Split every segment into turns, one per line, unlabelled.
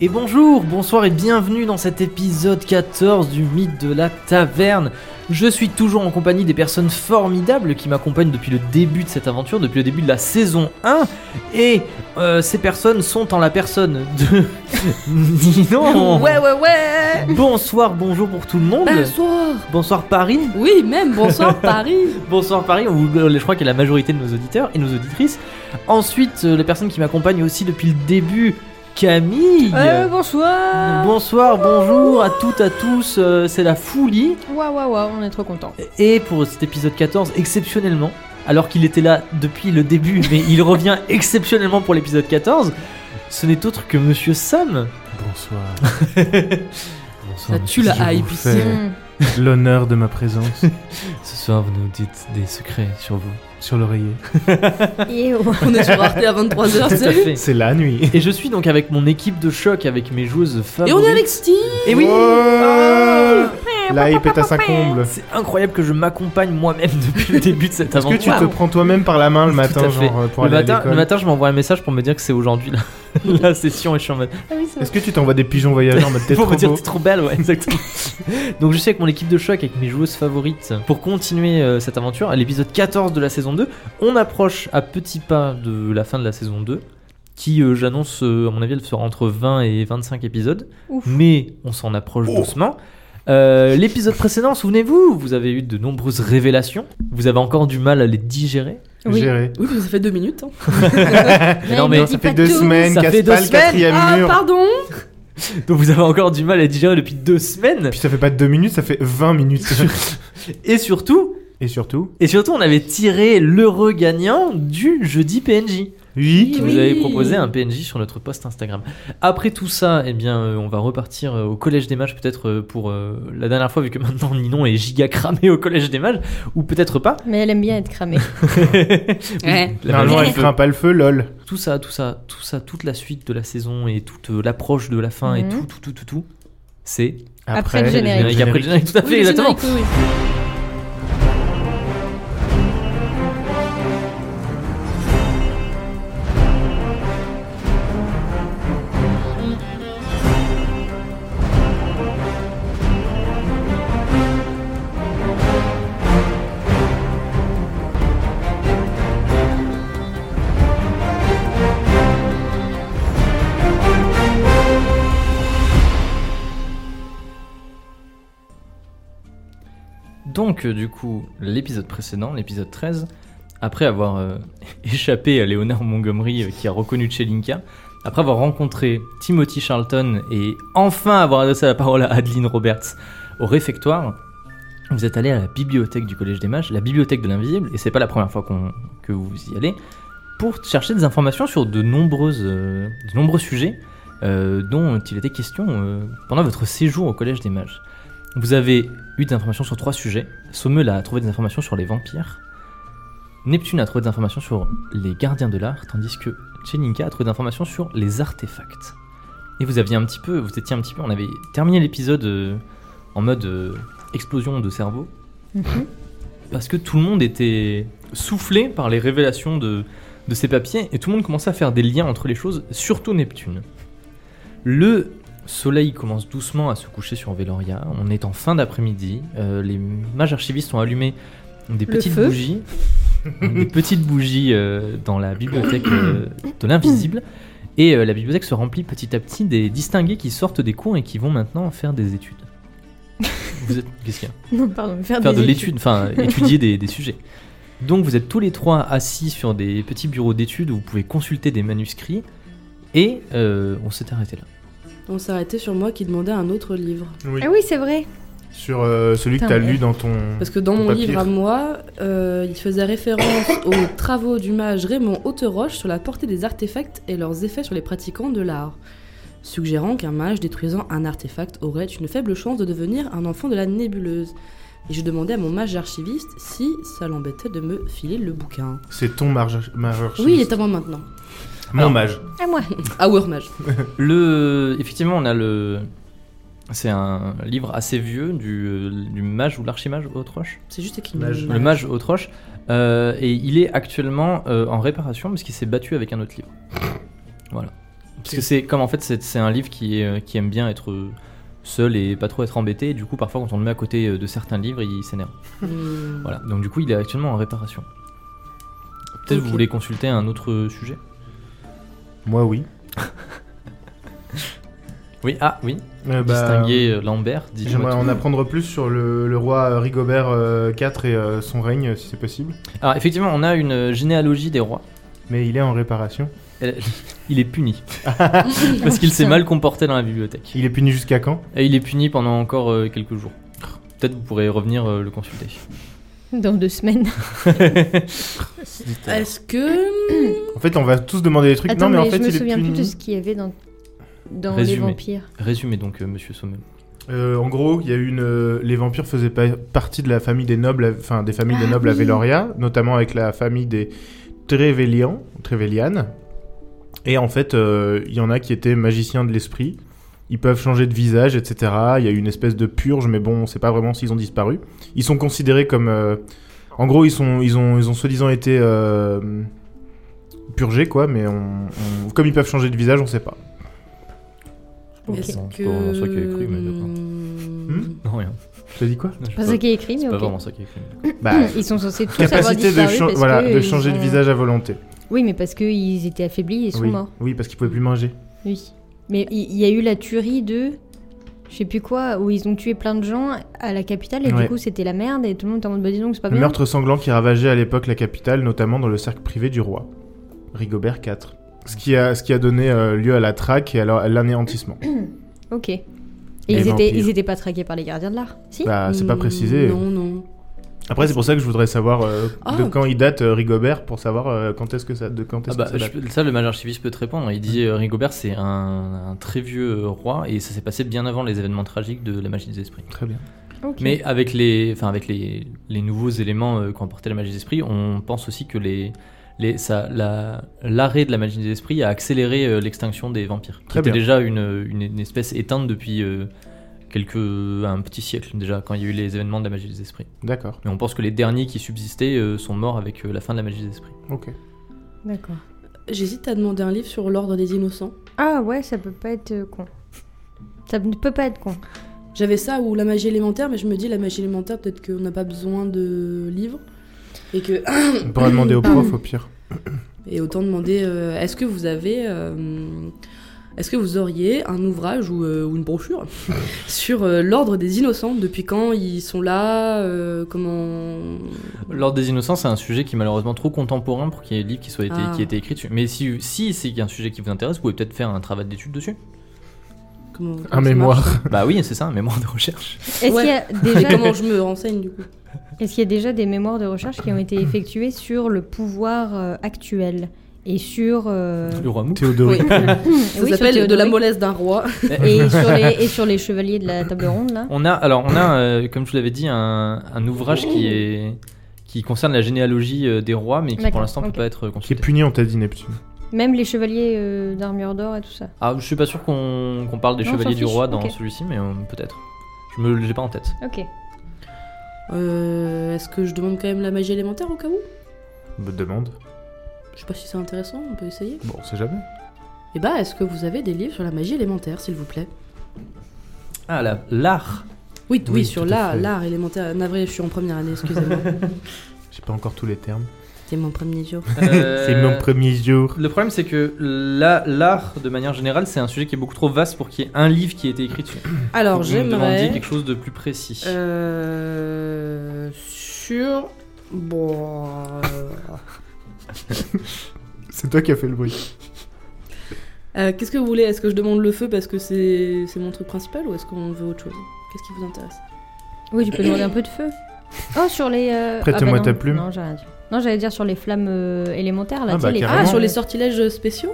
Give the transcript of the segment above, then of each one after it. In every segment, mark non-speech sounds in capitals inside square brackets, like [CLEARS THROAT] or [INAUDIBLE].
Et bonjour, bonsoir et bienvenue dans cet épisode 14 du mythe de la taverne. Je suis toujours en compagnie des personnes formidables qui m'accompagnent depuis le début de cette aventure, depuis le début de la saison 1. Et euh, ces personnes sont en la personne de... [LAUGHS] Ninon
Ouais, ouais, ouais Bah,
Bonsoir, bonjour pour tout le monde.
Bonsoir
Bonsoir Paris.
Oui, même, [LAUGHS] bonsoir Paris
Bonsoir Paris, on vous- euh, je crois qu'il y a la majorité de nos auditeurs et nos auditrices. Ensuite, euh, les personnes qui m'accompagnent aussi depuis le début, Camille.
Euh, bonsoir
Bonsoir, bonjour à toutes, à tous, euh, c'est la folie.
Waouh, waouh, waouh, on est trop contents.
Et pour cet épisode 14, exceptionnellement, alors qu'il était là depuis le début, mais il [LAUGHS] revient exceptionnellement pour l'épisode 14, ce n'est autre que Monsieur Sam.
Bonsoir. [LAUGHS]
Bonsoir.
Ah,
Ça tue la hype ici.
fais-
Mm.
L'honneur de ma présence
Ce soir, vous nous dites des secrets sur vous.
sur l'oreiller.
[LAUGHS] On est sur Arte à 23h,
Tout à
salut
fait.
[LAUGHS] C'est la nuit.
Et je suis donc avec mon équipe de choc, avec mes joueuses
Et
favorites.
on est avec Steve
Et Eh oui
Ouais Oh. La hype est à sa comble.
C'est incroyable que je m'accompagne moi-même [LAUGHS] depuis le début de cette
Est-ce
aventure.
que tu te prends toi-même par la main le
Tout
matin,
à fait.
genre euh, pour
le,
aller
matin,
à
le
l'école
matin, je m'envoie un message pour me dire que c'est aujourd'hui la, [LAUGHS] la session et je suis en mode.
Ah
Est-ce que tu t'envoies des pigeons voyageurs en mode t'es
pour
trop
me dire
beau
t'es trop belle, ouais, exactement. [LAUGHS] Donc je suis avec mon équipe de choc, avec mes joueuses favorites, pour continuer euh, cette aventure. À l'épisode 14 de la saison 2, on approche à petits pas de la fin de la saison 2, qui euh, j'annonce, euh, à mon avis, elle sera entre 20 et 25 épisodes.
Ouf.
Mais on s'en approche doucement. Euh, L'épisode précédent, souvenez-vous, vous avez eu de nombreuses révélations. Vous avez encore du mal à les digérer.
Oui.
Géré.
Oui, mais ça fait deux minutes. [LAUGHS] hein.
Mais non, mais
Ça fait deux semaines
Ça fait
casse
deux
pas le
semaines.
quatrième
Ah,
mur.
pardon
Donc vous avez encore du mal à digérer depuis deux semaines.
Puis ça fait pas deux minutes, ça fait 20 minutes.
[LAUGHS] Et surtout,
Et surtout,
et surtout, on avait tiré l'heureux gagnant du jeudi PNJ.
oui.
Vous
Oui.
nous avez proposé un PNJ sur notre post Instagram. Après tout ça, eh bien, euh, on va repartir euh, au Collège des Mages peut-être euh, pour euh, la dernière fois vu que [LAUGHS] maintenant Ninon est giga cramé au Collège des Mages ou peut-être pas.
Mais elle aime bien
[LAUGHS]
être cramée.
Ouais.
La magie
Normalement, elle
du feu.
craint pas le feu, lol.
Tout ça, tout ça, tout ça, toute la suite de la saison et toute euh, l'approche de la fin et
Mhm.
tout, tout, tout, tout, tout, c'est
Après le générique.
générique. Après le générique, tout à fait,
Oui, le
exactement.
générique, oui, oui.
Donc, euh, du coup, l'épisode précédent, l'épisode 13, après avoir euh, [LAUGHS] échappé à Léonard Montgomery euh, qui a reconnu Chelinka, après avoir rencontré Timothy Charlton et enfin avoir adressé la parole à Adeline Roberts au réfectoire, vous êtes allé à la bibliothèque du Collège des Mages, la bibliothèque de l'invisible, et c'est pas la première fois qu'on- que vous y allez, pour chercher des informations sur de, nombreuses, euh, de nombreux sujets euh, dont il était question euh, pendant votre séjour au Collège des Mages. Vous avez eu des informations sur trois sujets. Sommel a trouvé des informations sur les vampires. Neptune a trouvé des informations sur les gardiens de l'art, tandis que Cheninka a trouvé des informations sur les artefacts. Et vous aviez un petit peu, vous étiez un petit peu, on avait terminé l'épisode euh, en mode euh, explosion de cerveau, parce que tout le monde était soufflé par les révélations de, de ces papiers, et tout le monde commençait à faire des liens entre les choses, surtout Neptune. Le soleil commence doucement à se coucher sur Veloria. On est en fin d'après-midi. Euh, les mages archivistes ont allumé des
Le
petites
feu.
bougies. [LAUGHS] des petites bougies euh, dans la bibliothèque euh, de l'invisible. Et euh, la bibliothèque se remplit petit à petit des distingués qui sortent des cours et qui vont maintenant faire des études. Vous êtes. Qu'est-ce qu'il y a
non, pardon, faire,
faire
Ah, des
de
études.
l'étude, enfin étudier des, des sujets. Donc vous êtes tous les trois assis sur des petits bureaux d'études où vous pouvez consulter des manuscrits et euh, on s'est arrêté là.
On s'est arrêté sur moi qui demandait un autre livre.
Oui.
Ah oui, c'est vrai.
Sur euh, celui que
Putain,
t'as
ouais.
lu dans ton.
Parce que dans mon
Papier.
livre à moi, euh, il faisait référence aux travaux du mage Raymond Hauteroche sur la portée des artefacts et leurs effets sur les pratiquants de l'art, suggérant qu'un mage détruisant un artefact aurait une faible chance de devenir un enfant de la nébuleuse. Et je demandais à mon mage archiviste si ça l'embêtait de me filer le bouquin.
C'est ton marge. marge-
Oui, il est à moi maintenant.
Mon mage.
À moi.
Our Ah mage.
Le, effectivement, on a le, c'est un livre assez vieux du, du mage ou l'archimage Autroche,
C'est juste qu'il
Mage.
le mage Autroche, euh, et il est actuellement euh, en réparation parce qu'il s'est battu avec un autre livre. Voilà. Parce que c'est comme en fait, c'est c'est un livre qui, est, qui aime bien être euh, seul et pas trop être embêté. Et du coup, parfois, quand on le met à côté euh, de certains livres, il s'énerve.
Hmm.
Voilà. Donc, du coup, il est actuellement en réparation. Peut-être
Ok.
vous voulez consulter un autre sujet
Moi, oui.
Oui, ah oui,
Euh, bah,
distinguer euh, Lambert, dites-moi
J'aimerais
tout.
en apprendre plus sur le, le roi euh, Rigobert euh, IV et euh, son règne, si c'est possible.
Alors, effectivement, on a une euh, généalogie des rois.
Mais il est en réparation.
Elle- Il est puni. [LAUGHS] Parce qu'il s'est
Putain.
mal comporté dans la bibliothèque.
Il est puni jusqu'à quand
Et il est puni pendant encore euh, quelques jours. Peut-être vous pourrez revenir euh, le consulter.
Dans deux [LAUGHS] semaines.
Est-ce [COUGHS] que.
En fait, on va tous demander des trucs.
Attends,
non, mais,
mais,
en fait,
je me
il est
souviens
puni.
plus de ce qu'il y avait dans, dans les
Résumé.
vampires.
Résumez donc, euh, monsieur Sommel.
Euh, en gros, il y a eu une. euh, les vampires faisaient pa- partie de la famille des nobles, enfin des familles des
Ah
nobles à
oui.
Veloria, notamment avec la famille des Trévélians, Trévélianes. Et en fait, euh, il y en a qui étaient magiciens de l'esprit. Ils peuvent changer de visage, etc. Il y a eu une espèce de purge, mais bon, on sait pas vraiment s'ils ont disparu. Ils sont considérés comme. euh, en gros, ils, sont, ils ont, ils ont soi-disant été euh, purgés, quoi, mais on- on- comme ils peuvent changer de visage, on sait pas.
Ok.
Est-ce
Non,
que.
c'est pas vraiment ça qui a écrit, mais d'accord.
Hmm.
Non, rien.
Tu as dit
[CLEARS THROAT]
quoi
Non, je sais
Pas
pas.
ça qui est écrit, mais
C'est pas
ok.
vraiment ça qui est écrit.
Bah,
Ils sont censés tous avoir
capacité de,
disparu
cha-
parce
voilà,
que
de
ils
changer de
ont-
visage à volonté.
Oui, mais parce qu'ils étaient affaiblis et sont
oui.
morts.
Oui, parce qu'ils pouvaient plus manger.
Oui. Mais il il y a eu la tuerie de. Je sais plus quoi, où ils ont tué plein de gens à la capitale et
Ouais.
du coup c'était la merde et tout le monde était en mode bah dis donc c'est pas
Le
bien.
meurtre sanglant qui ravageait à l'époque la capitale, notamment dans le cercle privé du roi, Rigobert IV. Ce qui a, ce qui a donné euh, lieu à la traque et à leur- à l'anéantissement.
Ok. Et
Les
ils étaient,
vampires.
ils étaient pas traqués par les gardiens de l'art Si
bah, c'est pas précisé.
Non, non.
Après, c'est pour ça que je voudrais savoir euh,
Ah.
de quand il date euh, Rigobert pour savoir euh, quand est-ce que ça, de quand
Ah
est-ce
bah,
que ça
je
date.
peux- ça, le mage archiviste peut te répondre. Il dit euh, Rigobert, c'est un, un très vieux euh, roi et ça s'est passé bien avant les événements tragiques de la magie des esprits.
Très bien.
Ok.
Mais avec les, enfin avec les, les nouveaux éléments euh, qu'emportait la magie des esprits, on pense aussi que les, les, ça, la, l'arrêt de la magie des esprits a accéléré euh, l'extinction des vampires, qui
Très
était
bien.
déjà une, une, une espèce éteinte depuis euh, quelques, un petit siècle déjà, quand il y a eu les événements de la magie des esprits.
D'accord.
Mais on pense que les derniers qui subsistaient euh, sont morts avec euh, la fin de la magie des esprits.
Ok.
Mm. D'accord.
J'hésite à demander un livre sur l'ordre des innocents.
Ah ouais, ça peut pas être euh, con. Ça ne peut pas être con.
J'avais ça ou la magie élémentaire, mais je me dis la magie élémentaire, peut-être qu'on n'a pas besoin de livres. Et que.
On pourra demander au
Mm.
prof au pire.
Et autant demander euh, est-ce que vous avez. euh, est-ce que vous auriez un ouvrage ou, euh, ou une brochure [LAUGHS] sur euh, l'ordre des innocents Depuis quand ils sont là euh, Comment.
L'ordre des innocents, c'est un sujet qui est malheureusement trop contemporain pour qu'il y ait des livres qui soient été,
Ah.
qui aient été écrits dessus. Mais si, si c'est un sujet qui vous intéresse, vous pouvez peut-être faire un travail d'étude dessus.
comment comment ça
Un mémoire.
marche,
bah oui, c'est ça, un mémoire de recherche.
Est-ce
Ouais.
qu'il
[LAUGHS]
y a
ça
déjà
Et comment je me renseigne du coup
[LAUGHS] Est-ce qu'il y a déjà des mémoires de recherche qui ont été effectuées sur le pouvoir euh, actuel et sur euh,
Le roi mou.
Théodoric.
Ça
oui, sur
s'appelle de la
Théodoric
mollesse d'un roi.
[LAUGHS]
et sur les et sur les chevaliers de la table ronde là
On a, alors, on a, euh, comme je vous l'avais dit, un, un ouvrage qui est qui concerne la généalogie euh, des rois, mais qui pour
D'accord,
l'instant
ok.
peut pas être
Qui est
consulté.
puni, on t'a dit Neptune.
Même les chevaliers euh, d'armure d'or et tout ça.
Ah, je suis pas sûr qu'on qu'on parle des
Non, on
chevaliers
s'en
du roi
fiche,
dans
ok.
celui-ci, mais euh, peut-être. Je me l'ai pas en tête.
Ok.
Euh, est-ce que je demande quand même la magie élémentaire au cas où
Bah, demande.
Je sais pas si c'est intéressant, on peut essayer.
Bon, on sait jamais.
Et bah, est-ce que vous avez des livres sur la magie élémentaire, s'il vous plaît
Ah, la- l'art.
Oui, oui,
Oui,
sur
tout à
l'art,
fait.
l'art élémentaire. Euh, Navré, je suis en première année, excusez-moi.
J'ai pas encore tous les termes.
C'était mon premier jour.
Euh,
[LAUGHS] C'est mon premier jour.
Le problème, c'est que la- l'art, de manière générale, c'est un sujet qui est beaucoup trop vaste pour qu'il y ait un livre qui ait été écrit dessus.
Alors,
Vous me demandiez
j'aimerais.
quelque chose de plus précis.
Euh. Sur. Bon. euh,
C'est toi qui as fait le bruit.
euh, Qu'est-ce que vous voulez Est-ce que je demande le feu parce que c'est c'est mon truc principal ou est-ce qu'on veut autre chose Qu'est-ce qui vous intéresse
Oui, tu peux demander un peu de feu. Oh, sur les. euh,
Prête-moi
non.
ta plume.
Non, j'ai rien dit. Non, j'allais dire sur les flammes euh, élémentaires là.
Ah
tu
bah,
sais, les-
carrément.
Ah,
Vraiment
sur les sortilèges spéciaux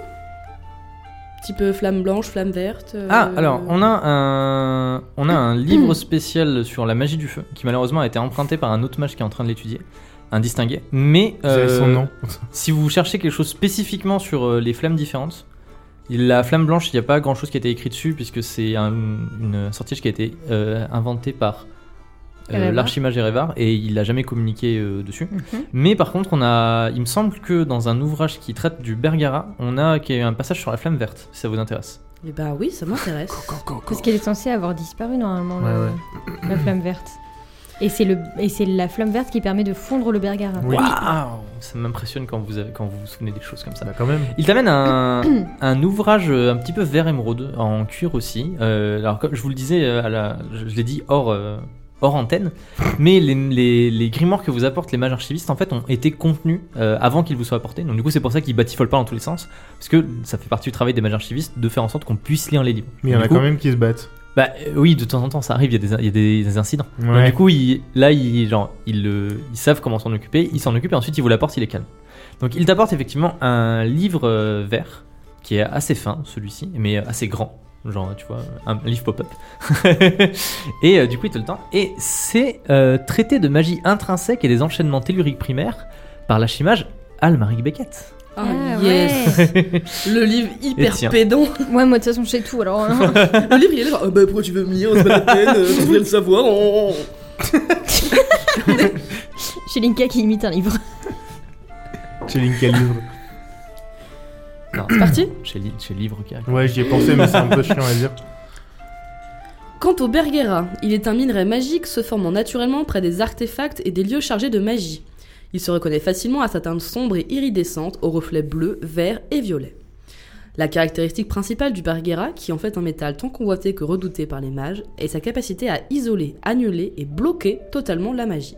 Type euh, flamme blanche, flamme verte. euh,
Ah, alors, on a, un, on a un
[CLEARS THROAT]
livre spécial sur la magie du feu, qui malheureusement a été emprunté par un autre mage qui est en train de l'étudier, un distingué. Mais
Vous avez son
euh,
nom.
si vous cherchez quelque chose spécifiquement sur euh, les flammes différentes, la flamme blanche, il n'y a pas grand chose qui a été écrit dessus, puisque c'est un- une sortilège qui a été euh, inventée par euh,
Erevar.
l'archimage Erevar, et il n'a jamais communiqué euh, dessus.
Mhm.
Mais par contre, on a, il me semble que dans un ouvrage qui traite du Bergara, on a qu'il y a un passage sur la flamme verte, si ça vous intéresse.
Et bah oui, ça m'intéresse.
Parce qu'elle est censée avoir disparu normalement,
Ouais,
le- la flamme verte. Et c'est le- et c'est la flamme verte qui permet de fondre le bergara.
Oui.
Waouh Ça m'impressionne quand vous, avez- quand vous vous souvenez des choses comme ça.
Bah, quand même.
Il t'amène un, un ouvrage euh, un petit peu vert émeraude, en cuir aussi. Euh, alors, comme je vous le disais, euh, à la, je, je l'ai dit hors, euh, hors antenne, mais les, les, les grimoires que vous apportent les mages archivistes, en fait, ont été contenus euh, avant qu'ils vous soient apportés. Donc, du coup, c'est pour ça qu'ils batifolent pas dans tous les sens, parce que ça fait partie du travail des mages archivistes de faire en sorte qu'on puisse lire les livres.
Mais il y en
Du
a
coup,
quand même qui se battent.
Bah euh, oui, de temps en temps, ça arrive, il y a des, il y a des- des incidents. Donc,
Ouais.
du coup, ils- là, ils, genre, ils, le- ils savent comment s'en occuper, ils s'en occupent et ensuite ils vous l'apportent, il est calme. Donc il t'apporte effectivement un livre euh, vert qui est assez fin, celui-ci, mais euh, assez grand. Genre, tu vois, un livre pop-up. [LAUGHS] et euh, du coup, il te le tend. Et c'est euh, traité de magie intrinsèque et des enchaînements telluriques primaires par l'achimage Almaric Beckett.
Ah, yes. Le livre
Et
hyper
tiens.
pédant.
ouais. [LAUGHS] ouais, moi de toute façon, je sais tout. Alors,
[LAUGHS]
hein.
Le livre, il est là. genre, Ah bah pourquoi tu veux me lire C'est pas la peine. euh, Je voulais le savoir. oh, oh, oh.
chez Linka qui imite un livre.
Chez Linka Livre.
Non,
C'est parti.
chez, li- chez Livre Carré.
Ouais, j'y ai pensé, mais c'est un peu chiant à dire.
Quant au Bergera, il est un minerai magique se formant naturellement près des artefacts et des lieux chargés de magie. Il se reconnaît facilement à sa teinte sombre et iridescente aux reflets bleus, verts et violets. La caractéristique principale du Bergera, qui est en fait un métal tant convoité que redouté par les mages, est sa capacité à isoler, annuler et bloquer totalement la magie.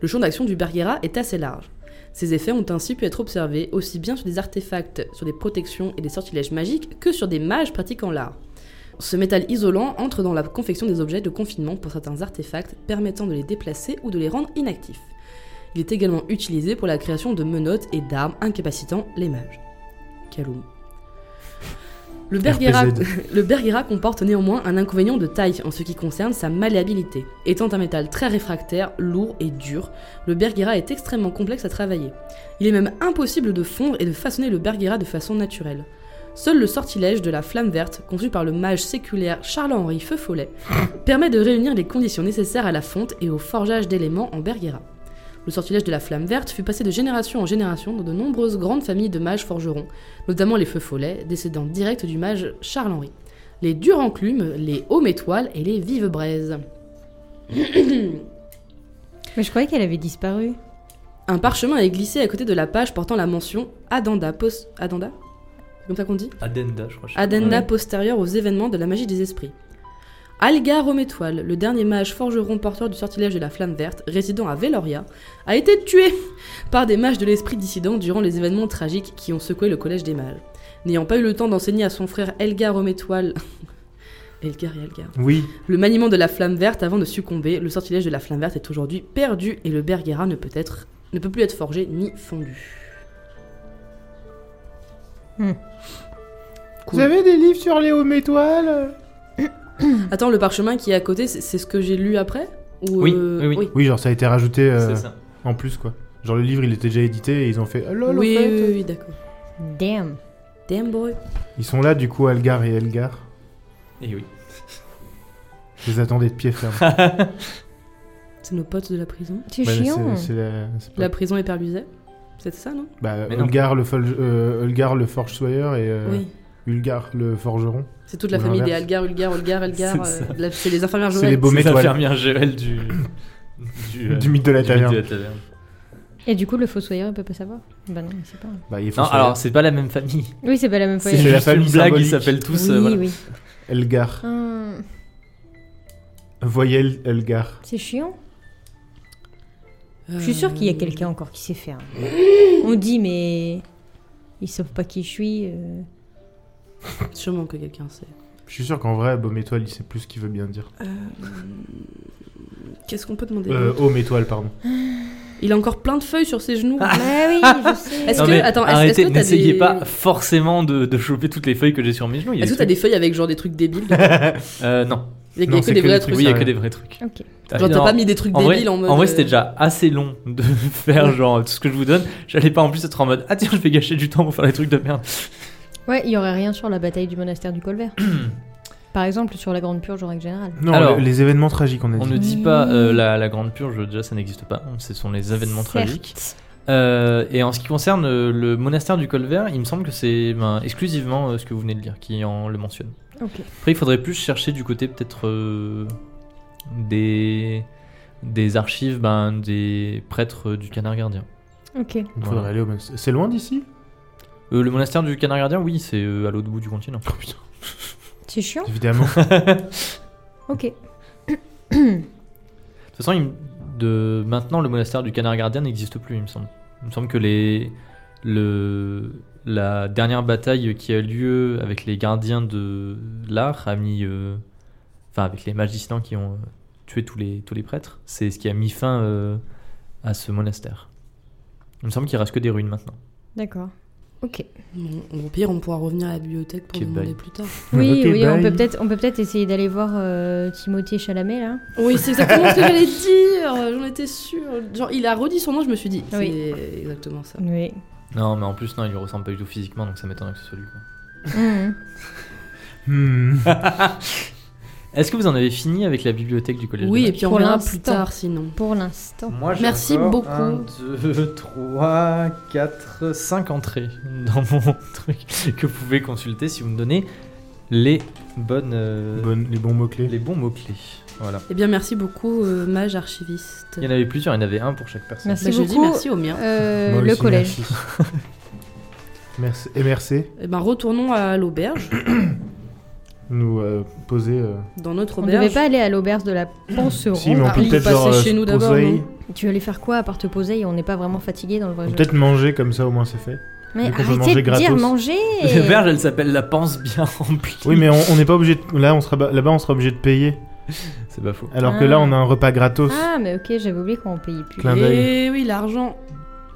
Le champ d'action du Bergera est assez large. Ses effets ont ainsi pu être observés aussi bien sur des artefacts, sur des protections et des sortilèges magiques que sur des mages pratiquant l'art. Ce métal isolant entre dans la confection des objets de confinement pour certains artefacts permettant de les déplacer ou de les rendre inactifs. Il est également utilisé pour la création de menottes et d'armes incapacitant les mages. Kaloum. Le Bergera,
RPZ.
[LAUGHS] le Bergera comporte néanmoins un inconvénient de taille en ce qui concerne sa malléabilité. Étant un métal très réfractaire, lourd et dur, le Bergera est extrêmement complexe à travailler. Il est même impossible de fondre et de façonner le Bergera de façon naturelle. Seul le sortilège de la flamme verte, conçu par le mage séculaire Charles-Henri Feu Follet, [LAUGHS] permet de réunir les conditions nécessaires à la fonte et au forgeage d'éléments en Bergera. Le sortilège de la flamme verte fut passé de génération en génération dans de nombreuses grandes familles de mages forgerons, notamment les Feux Follets, descendants directs du mage Charles-Henri, les durs enclumes, les haumes étoiles et les vives braises.
Mais je croyais qu'elle avait disparu.
Un parchemin est glissé à côté de la page portant la mention Addenda pos... Addenda C'est comme ça qu'on dit
Addenda, je crois.
Addenda
Ouais.
postérieure aux événements de la magie des esprits. Algar Rométoile, le dernier mage forgeron porteur du sortilège de la flamme verte, résidant à Veloria, a été tué par des mages de l'esprit dissident durant les événements tragiques qui ont secoué le collège des mages. N'ayant pas eu le temps d'enseigner à son frère Elgar Rométoile. [LAUGHS] Elgar et Algar.
Oui.
Le maniement de la flamme verte avant de succomber, le sortilège de la flamme verte est aujourd'hui perdu et le Bergera ne peut, être, ne peut plus être forgé ni fondu.
Hmm.
Cool.
avez des livres sur les hommes étoiles
Attends, le parchemin qui est à côté, c'est c'est ce que j'ai lu après Ou,
Oui,
euh,
oui, oui.
Oui, genre ça a été rajouté euh,
C'est ça.
en plus, quoi. Genre le livre, il était déjà édité et ils ont fait ah, lol,
Oui,
en fait.
oui,
euh,
oui, d'accord.
Damn.
Damn boy.
Ils sont là, du coup, Algar et Elgar.
Et Eh oui.
Je les attendais de pied ferme.
C'est nos potes de la prison.
C'est
Bah,
chiant.
c'est la- c'est pas-
La prison et Perluset. C'était ça, non
Bah,
Mais non.
Ulgar le, fol- euh, Ulgar le forge soyeur et euh,
Oui.
Ulgar le forgeron.
C'est toute la
Ou
famille des
l'inverse.
Algar, Ulgar, Ulgar, Algar. euh,
C'est ça.
la- C'est les infirmières
C'est
jumelles.
les beaux- Baume
C'est
étoile.
l'infirmière Joël du... euh,
du mythe de la
du mythe de
taverne.
la taverne.
Et du coup, le fossoyeur, il peut pas savoir. Bah non, il sait pas.
Bah, il faut
Non,
savoir.
alors c'est pas la même famille.
Oui, c'est pas la même fois.
C'est la
juste
famille
une blague, ils
symbolique.
s'appellent tous.
oui,
euh, voilà.
oui.
hein. Elgar.
Hum,
Voyelle Elgar.
c'est chiant.
Euh,
Je suis sûre qu'il y a quelqu'un encore qui sait [GASPS] faire. On dit, mais ils savent pas qui je suis. euh.
Sûrement que quelqu'un sait.
Je suis sûr qu'en vrai, Baume étoile, il sait plus ce qu'il veut bien dire.
Qu'est-ce qu'on peut demander
Euh, Homme étoile, pardon.
Il a encore plein de feuilles sur ses genoux. Ah,
Bah oui, [LAUGHS] je sais.
Est-ce
Non,
que-
mais
attends, est-ce-
arrêtez,
est-ce que t'as
n'essayez
des-
pas forcément de, de choper toutes les feuilles que j'ai sur mes genoux. il y a
Est-ce que
des
t'as des feuilles avec genre des trucs débiles dedans
trucs- Euh, Non,
Il y a
Non,
que
c'est
des
que
vrais
des
oui,
trucs.
il y a
ça,
que
ouais.
des vrais trucs. Ah,
Ok.
Genre t'as
Non,
pas mis des trucs
en vrai,
débiles en mode.
en vrai, c'était
euh,
déjà assez long de [LAUGHS] faire genre tout ce que je vous donne. J'allais pas en plus être en mode ah tiens je vais gâcher du temps pour faire des trucs de merde.
[CLEARS THROAT] Ouais, il y aurait rien sur la bataille du monastère du Colvert. Par exemple, sur la Grande Purge en règle générale.
Non,
Alors,
les, les événements tragiques, on a
On
dit.
ne dit pas euh, la, la Grande Purge, déjà ça n'existe pas, ce sont les événements
Certes.
tragiques. Euh, et en ce qui concerne euh, le monastère du col vert, il me semble que c'est ben, exclusivement euh, ce que vous venez de dire qui en le mentionne.
Ok.
Après, il faudrait plus chercher du côté peut-être euh, des, des archives ben, des prêtres euh, du canard gardien.
Ok.
Il faudrait
Voilà.
aller au même- C'est loin d'ici
Euh, le monastère du canard gardien, oui, c'est euh, à l'autre bout du continent.
C'est chiant.
Évidemment.
Ok.
De toute façon, il me- de... maintenant, le monastère du Canard Gardien n'existe plus, il me semble. Il me semble que les... le... la dernière bataille qui a eu lieu avec les gardiens de l'art a mis. euh, Enfin, avec les magiciens qui ont euh, tué tous les, tous les prêtres, c'est ce qui a mis fin euh, à ce monastère. Il me semble qu'il reste que des ruines maintenant.
D'accord. Ok.
Bon, au pire, on pourra revenir à la bibliothèque pour
Quel
demander
bail.
plus tard.
Oui,
Ok,
oui, on
bye.
peut peut-être, on peut peut-être essayer d'aller voir euh, Timothée Chalamet là.
Oui, c'est exactement ce que
[LAUGHS]
j'allais dire. J'en étais sûre. Genre, il a redit son nom, je me suis dit. C'est
Oui.
exactement ça.
Oui.
Non, mais en plus, non, il lui ressemble pas du tout physiquement, donc ça m'étonnerait que ce soit lui. quoi.
Mhm.
Hmm.
Est-ce que vous en avez fini avec la bibliothèque du collège de
Oui,
Mac
et puis on
Pour
verra
l'instant.
plus tard sinon.
Pour l'instant.
Moi, j'ai
Merci
encore
beaucoup.
un, deux, [LAUGHS] trois, quatre, cinq entrées dans mon [LAUGHS] truc que vous pouvez consulter si vous me donnez les bonnes, euh,
Bonne- les bons mots-clés.
les bons mots clés. Voilà.
Eh bien, merci beaucoup, euh, mage archiviste.
Il y en avait plusieurs, il y en avait un pour chaque personne. [LAUGHS]
Merci
Bah, je dis
beaucoup.
merci au mien.
Euh,
Moi
le
aussi,
collège.
[LAUGHS] Merci. Merci. MRC,
Eh ben, retournons à l'auberge.
nous euh, poser. euh,
Dans notre
On devait
auberge.
pas aller à l'auberge de la Ponceron.
Si, mais on
Ah,
peut
oui,
peut-être
passer
genre, euh,
chez
se
nous d'abord,
poser,
non
Tu veux aller faire quoi à part te poser et on n'est pas vraiment fatigué dans le vrai
on peut
jeu.
peut-être manger comme ça, au moins c'est fait.
Mais
Du coup, on peut
arrêtez
manger
de dire
gratos.
manger.
[LAUGHS]
La verge, elle s'appelle la panse bien remplie.
Oui, mais on on n'est pas obligé. de- Là, on sera ba- là-bas, on sera obligé de payer.
c'est pas faux.
Alors
Ah.
que là, on a un repas gratos.
Ah mais ok, j'avais oublié qu'on payait plus.
Clin d'œil.
Eh oui, l'argent.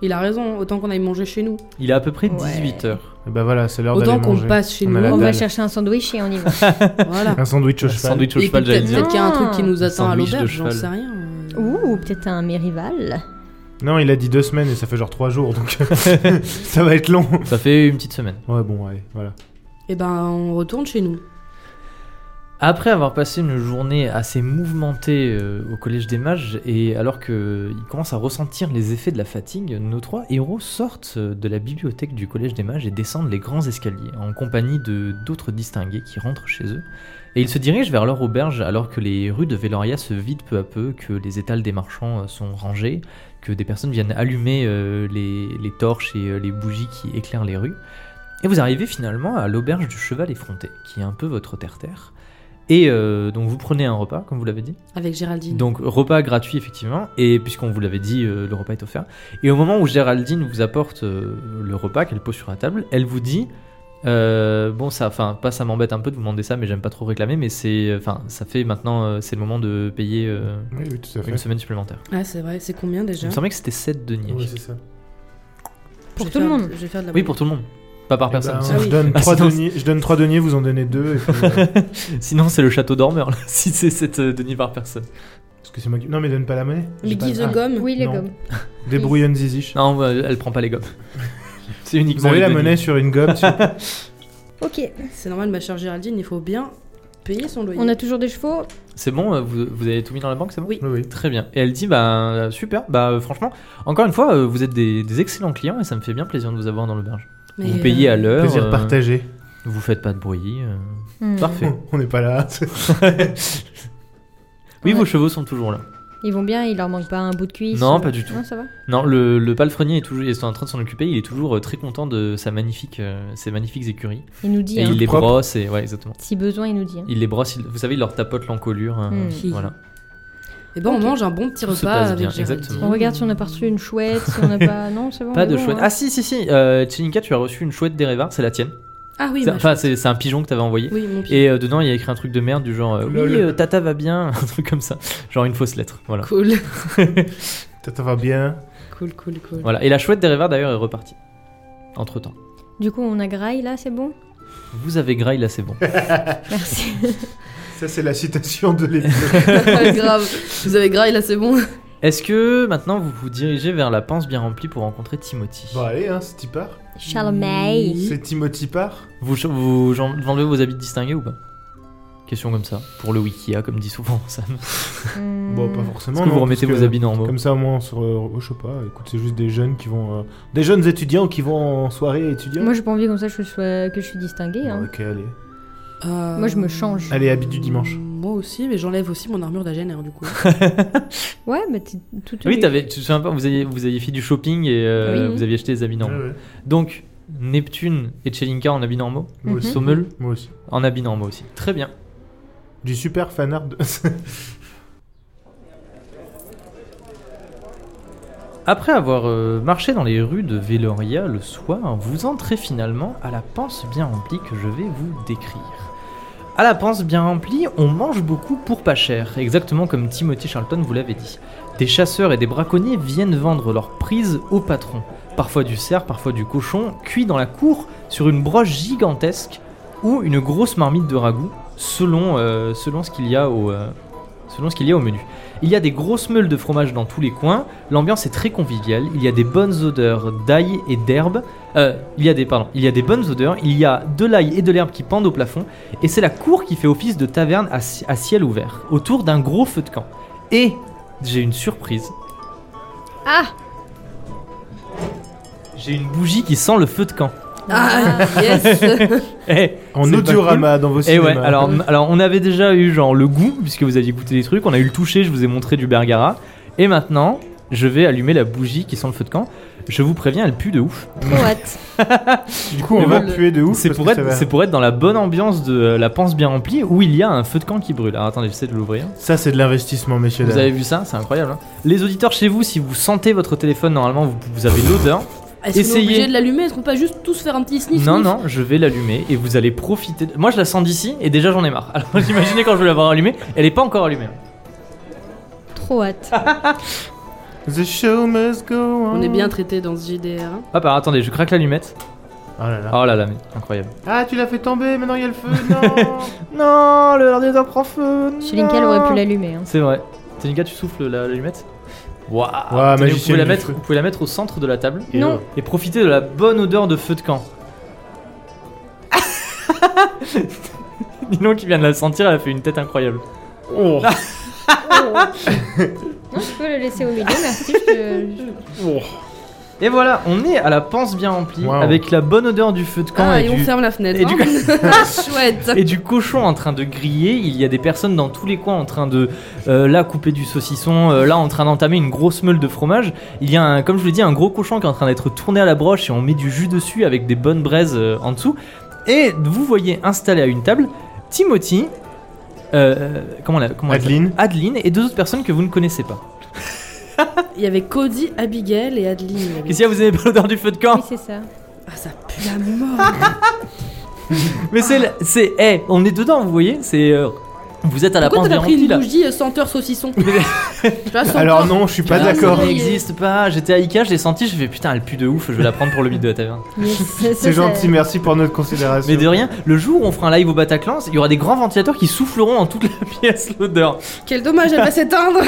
Il a raison, autant qu'on aille manger chez nous.
Il est à peu près
Ouais.
18 heures.
Et bah voilà, c'est l'heure d'aller
Autant qu'on
manger.
passe chez
On
nous.
a la
On va
dalle.
chercher un sandwich et on y va.
Voilà.
[LAUGHS] Un sandwich au cheval.
Sandwich au
Et puis
cheval, j'allais
peut-être
dire.
peut-être qu'il y a un truc qui nous
Un
attend à
sandwich de
l'auberge, j'en
cheval.
sais rien. euh.
Ouh, peut-être un mérival.
Non, il a dit deux semaines et ça fait genre trois jours,
[LAUGHS]
donc ça va être long.
Ça fait une petite semaine.
Ouais, bon, ouais, voilà.
Eh ben, on retourne chez nous.
Après avoir passé une journée assez mouvementée euh, au Collège des Mages, et alors qu'ils commencent à ressentir les effets de la fatigue, nos trois héros sortent euh, de la bibliothèque du Collège des Mages et descendent les grands escaliers, en compagnie de d'autres distingués qui rentrent chez eux. Et ils se dirigent vers leur auberge alors que les rues de Veloria se vident peu à peu, que les étals des marchands euh, sont rangés, que des personnes viennent allumer euh, les, les torches et euh, les bougies qui éclairent les rues. Et vous arrivez finalement à l'auberge du Cheval effronté, qui est un peu votre terre-terre. Et euh, donc vous prenez un repas, comme vous l'avez dit.
Avec Géraldine.
Donc repas gratuit effectivement, et puisqu'on vous l'avait dit, euh, le repas est offert. Et au moment où Géraldine vous apporte euh, le repas qu'elle pose sur la table, elle vous dit, euh, bon ça, enfin pas ça m'embête un peu de vous demander ça, mais j'aime pas trop réclamer, mais c'est, enfin ça fait maintenant, euh, c'est le moment de payer euh,
Oui, oui, tout à fait.
une semaine supplémentaire.
Ah, c'est vrai, c'est combien
Il
déjà
me semblait que c'était 7 deniers.
Ouais, c'est ça. Eh
Pour
Je vais
tout le
faire-
monde.
Je vais faire de la
Oui pour tout le monde, pas par
Eh
personne.
ben,
sinon-
Ah
je,
oui.
donne
Ah,
trois
sinon-
deniers, je donne trois deniers, vous en donnez deux. et puis, euh,
[LAUGHS] Sinon c'est le château dormeur là, [LAUGHS] si c'est 7 deniers par personne.
parce que c'est moi qui. Non, mais donne pas la monnaie.
Mais
J'ai pas-
give
Ah,
the gomme.
Oui, le
Non.
gomme.
Débrouillonne ziziche.
Non, euh, elle prend pas
[LAUGHS]
les gommes. c'est uniquement
Vous avez
les
la
deniers.
monnaie sur une gomme. s'il vous
[LAUGHS]
plaît.
Ok,
C'est normal, ma chère Géraldine, il faut bien payer son loyer.
on a toujours des chevaux.
C'est bon, euh, vous, vous avez tout mis dans la banque, c'est bon
Oui.
Oui, oui.
Très bien. Et elle dit, bah euh, super, bah euh, franchement, encore une fois, euh, vous êtes des, des excellents clients et ça me fait bien plaisir de vous avoir dans l'auberge.
Mais,
Vous payez
euh,
à l'heure,
Plaisir
euh,
partagé.
vous faites pas de bruit, euh,
Hmm.
parfait.
[LAUGHS] On n'est pas là.
Oui,
Ouais.
vos chevaux sont toujours là.
Ils vont bien, il leur manque pas un bout de cuisse.
Non,
euh,
pas du tout.
Non, ça va.
Non, le, le palefrenier est toujours est en train de s'en occuper, il est toujours euh, très content de sa magnifique, euh, ses magnifiques écuries.
Il nous dit,
Et
hein.
il les
Propre.
brosse, et ouais, exactement.
si besoin, il nous dit. hein.
Il les brosse, il- vous savez, il leur tapote l'encolure. euh,
Hmm.
Mm.
Voilà.
Eh ben,
Ok.
on mange un bon petit
Tout se
repas
passe
avec
bien,
Géraldine.
exactement.
On regarde si on a pas reçu une chouette, si on n'a pas. Non,
Oh,
c'est bon.
Pas
on est
de
bon,
chouette.
hein.
Ah si, si, si, euh, Tchelinka, tu as reçu une chouette d'Erevar, c'est la tienne.
Ah oui,
C'est-
ma
enfin, c'est c'est un pigeon que t'avais envoyé.
Oui, mon pied.
Et euh, dedans, il y a écrit un truc de merde du genre euh,
Lol.
Oui, euh, Tata va bien, [LAUGHS] un truc comme ça. Genre une fausse lettre. Voilà.
Cool.
Ça va bien.
cool, cool, cool.
voilà. Et la chouette des rêveurs, d'ailleurs, est repartie. Entre temps.
Du coup, on a graille là, c'est bon
Vous avez graille, là, c'est
[LAUGHS]
bon. [LAUGHS]
Merci.
Ça, c'est la citation de
[LAUGHS]
l'épisode.
Grave. Vous avez graille là, c'est bon.
Est-ce que maintenant vous vous dirigez vers la panse bien remplie pour rencontrer Timothy
bon, allez, hein, c'est Tipar.
Charlemagne.
Oui.
C'est Timothy Par.
Vous, vous enlevez vos habits distingués ou pas Question comme ça, pour le Wikia, comme dit souvent Sam.
Bon,
Hmm.
pas forcément.
Est-ce que
non,
vous remettez
parce
vos
que-
habits normaux
Comme ça, moi, on se re- euh, je sais pas, écoute, c'est juste des jeunes qui vont. euh, Des jeunes étudiants qui vont en soirée étudiante.
Moi, j'ai pas envie comme ça que je sois, que je suis distinguée. hein.
Ok, allez.
Euh,
Moi, je me change.
Allez, habit du dimanche.
Moi aussi, mais j'enlève aussi mon armure d'agénaire du
[LAUGHS]
coup.
Ouais, mais t'es toute.
Oui, t'avais- tu te souviens pas, vous aviez, vous aviez fait du shopping et euh,
Oui.
vous aviez acheté des habits normaux.
Ouais, ouais.
Donc, Neptune et Chelinka en habits normaux,
Moi
Mhm.
aussi.
Sommel
Moi aussi.
en habits normaux aussi. Très bien.
Du super fanart. De... [LAUGHS]
Après avoir euh, marché dans les rues de Veloria le soir, vous entrez finalement à la panse bien remplie que je vais vous décrire. À la panse bien remplie, on mange beaucoup pour pas cher, exactement comme Timothy Charlton vous l'avait dit. Des chasseurs et des braconniers viennent vendre leurs prises au patron, parfois du cerf, parfois du cochon, cuit dans la cour sur une broche gigantesque ou une grosse marmite de ragoût, selon, euh, selon ce qu'il y a au, euh, selon ce qu'il y a au menu. Il y a des grosses meules de fromage dans tous les coins, l'ambiance est très conviviale, il y a des bonnes odeurs d'ail et d'herbe, euh, il y a des, pardon, il y a des bonnes odeurs, il y a de l'ail et de l'herbe qui pendent au plafond, et c'est la cour qui fait office de taverne à, ci- à ciel ouvert, autour d'un gros feu de camp. Et j'ai une surprise,
Ah
j'ai une bougie qui sent le feu de camp.
Ah
[LAUGHS]
yes
Eh,
En
C'est pas
audiorama dans vos
Et
cinémas.
ouais, alors, alors on avait déjà eu genre le goût, puisque vous aviez goûté des trucs, on a eu le toucher, je vous ai montré du bergara, et maintenant je vais allumer la bougie qui sent le feu de camp. Je vous préviens, elle pue de ouf.
Trop hâte.
Du coup, on
Mais
va
bon,
puer de ouf.
C'est
parce
pour,
que
être-
ça va-
c'est pour être dans la bonne ambiance de euh, la panse bien remplie où il y a un feu de camp qui brûle. Alors attendez, j'essaie de l'ouvrir.
Ça, c'est de l'investissement, messieurs.
Vous
dames.
avez vu ça C'est incroyable. hein. Les auditeurs chez vous, si vous sentez votre téléphone, normalement vous, vous avez
[LAUGHS]
l'odeur.
Est-ce qu'on est
Essayez.
obligé de l'allumer Est-ce qu'on peut pas juste tous faire un petit sniff
Non,
sniff
non, je vais l'allumer et vous allez profiter. de- Moi je la sens d'ici et déjà j'en ai marre. [LAUGHS] Alors vous imaginez quand je vais l'avoir allumée, elle est pas encore allumée.
Trop hâte.
The show must go on.
On est bien traité dans ce JDR. hein.
Hop, alors attendez, je craque l'allumette.
Oh là là.
Oh là là, mais incroyable.
Ah, tu l'as fait tomber, maintenant il y a le feu.
[LAUGHS]
Non.
Non, le ordinateur prend
euh,
feu.
Chelinka, elle aurait pu l'allumer. [LAUGHS] hein.
C'est vrai. Ténika, tu souffles la- l'allumette Waouh.
Waouh,
Tenez, vous,
magicienne
pouvez la
du
mettre,
feu.
vous pouvez la mettre au centre de la table.
Et
Non.
et profitez de la bonne odeur de feu de camp. Ninon qui vient de la sentir, elle a fait une tête incroyable.
Oh,
Ah.
Non, je peux le laisser au milieu, merci. je te-
oh.
Et voilà, on est à la panse bien remplie,
Wow.
avec la bonne odeur du feu de camp
Ah,
et,
et on
du,
ferme la fenêtre.
et du-
hein. [LAUGHS] Chouette
et du cochon en train de griller. Il y a des personnes dans tous les coins en train de euh, là couper du saucisson, euh, là en train d'entamer une grosse meule de fromage. Il y a, un, comme je vous l'ai dit, un gros cochon qui est en train d'être tourné à la broche et on met du jus dessus avec des bonnes braises euh, en dessous. Et vous voyez installé à une table Timothy, euh, comment la, comment elle s'appelle
Adeline.
Adeline et deux autres personnes que vous ne connaissez pas.
Il y avait Cody, Abigail et Adeline.
Qu'est-ce qu'il y a Vous avez pas l'odeur du feu de
[LAUGHS]
Oui,
camp
c'est ça.
Ah, ça pue la mort
Mais c'est, la- c'est, eh, on est dedans, vous voyez C'est, euh, vous êtes à la
Pourquoi
pente
t'as pris une
là.
bougie euh, senteur
[LAUGHS]
saucisson Tu vois, senteur-
Alors non, je suis pas
Ah,
d'accord.
Ça
oui.
n'existe pas. J'étais à Ikea, je l'ai senti, j'ai fait putain, elle pue de ouf, je vais la prendre pour le mythe de la taverne.
[LAUGHS] Yes, ça, ça,
C'est gentil,
ça-
merci pour notre considération.
Mais de
[LAUGHS]
rien, le jour où on fera un live au Bataclan, il y aura des grands ventilateurs qui souffleront en toute la [LAUGHS] pièce l'odeur.
Quel dommage, elle va
[LAUGHS]
s'éteindre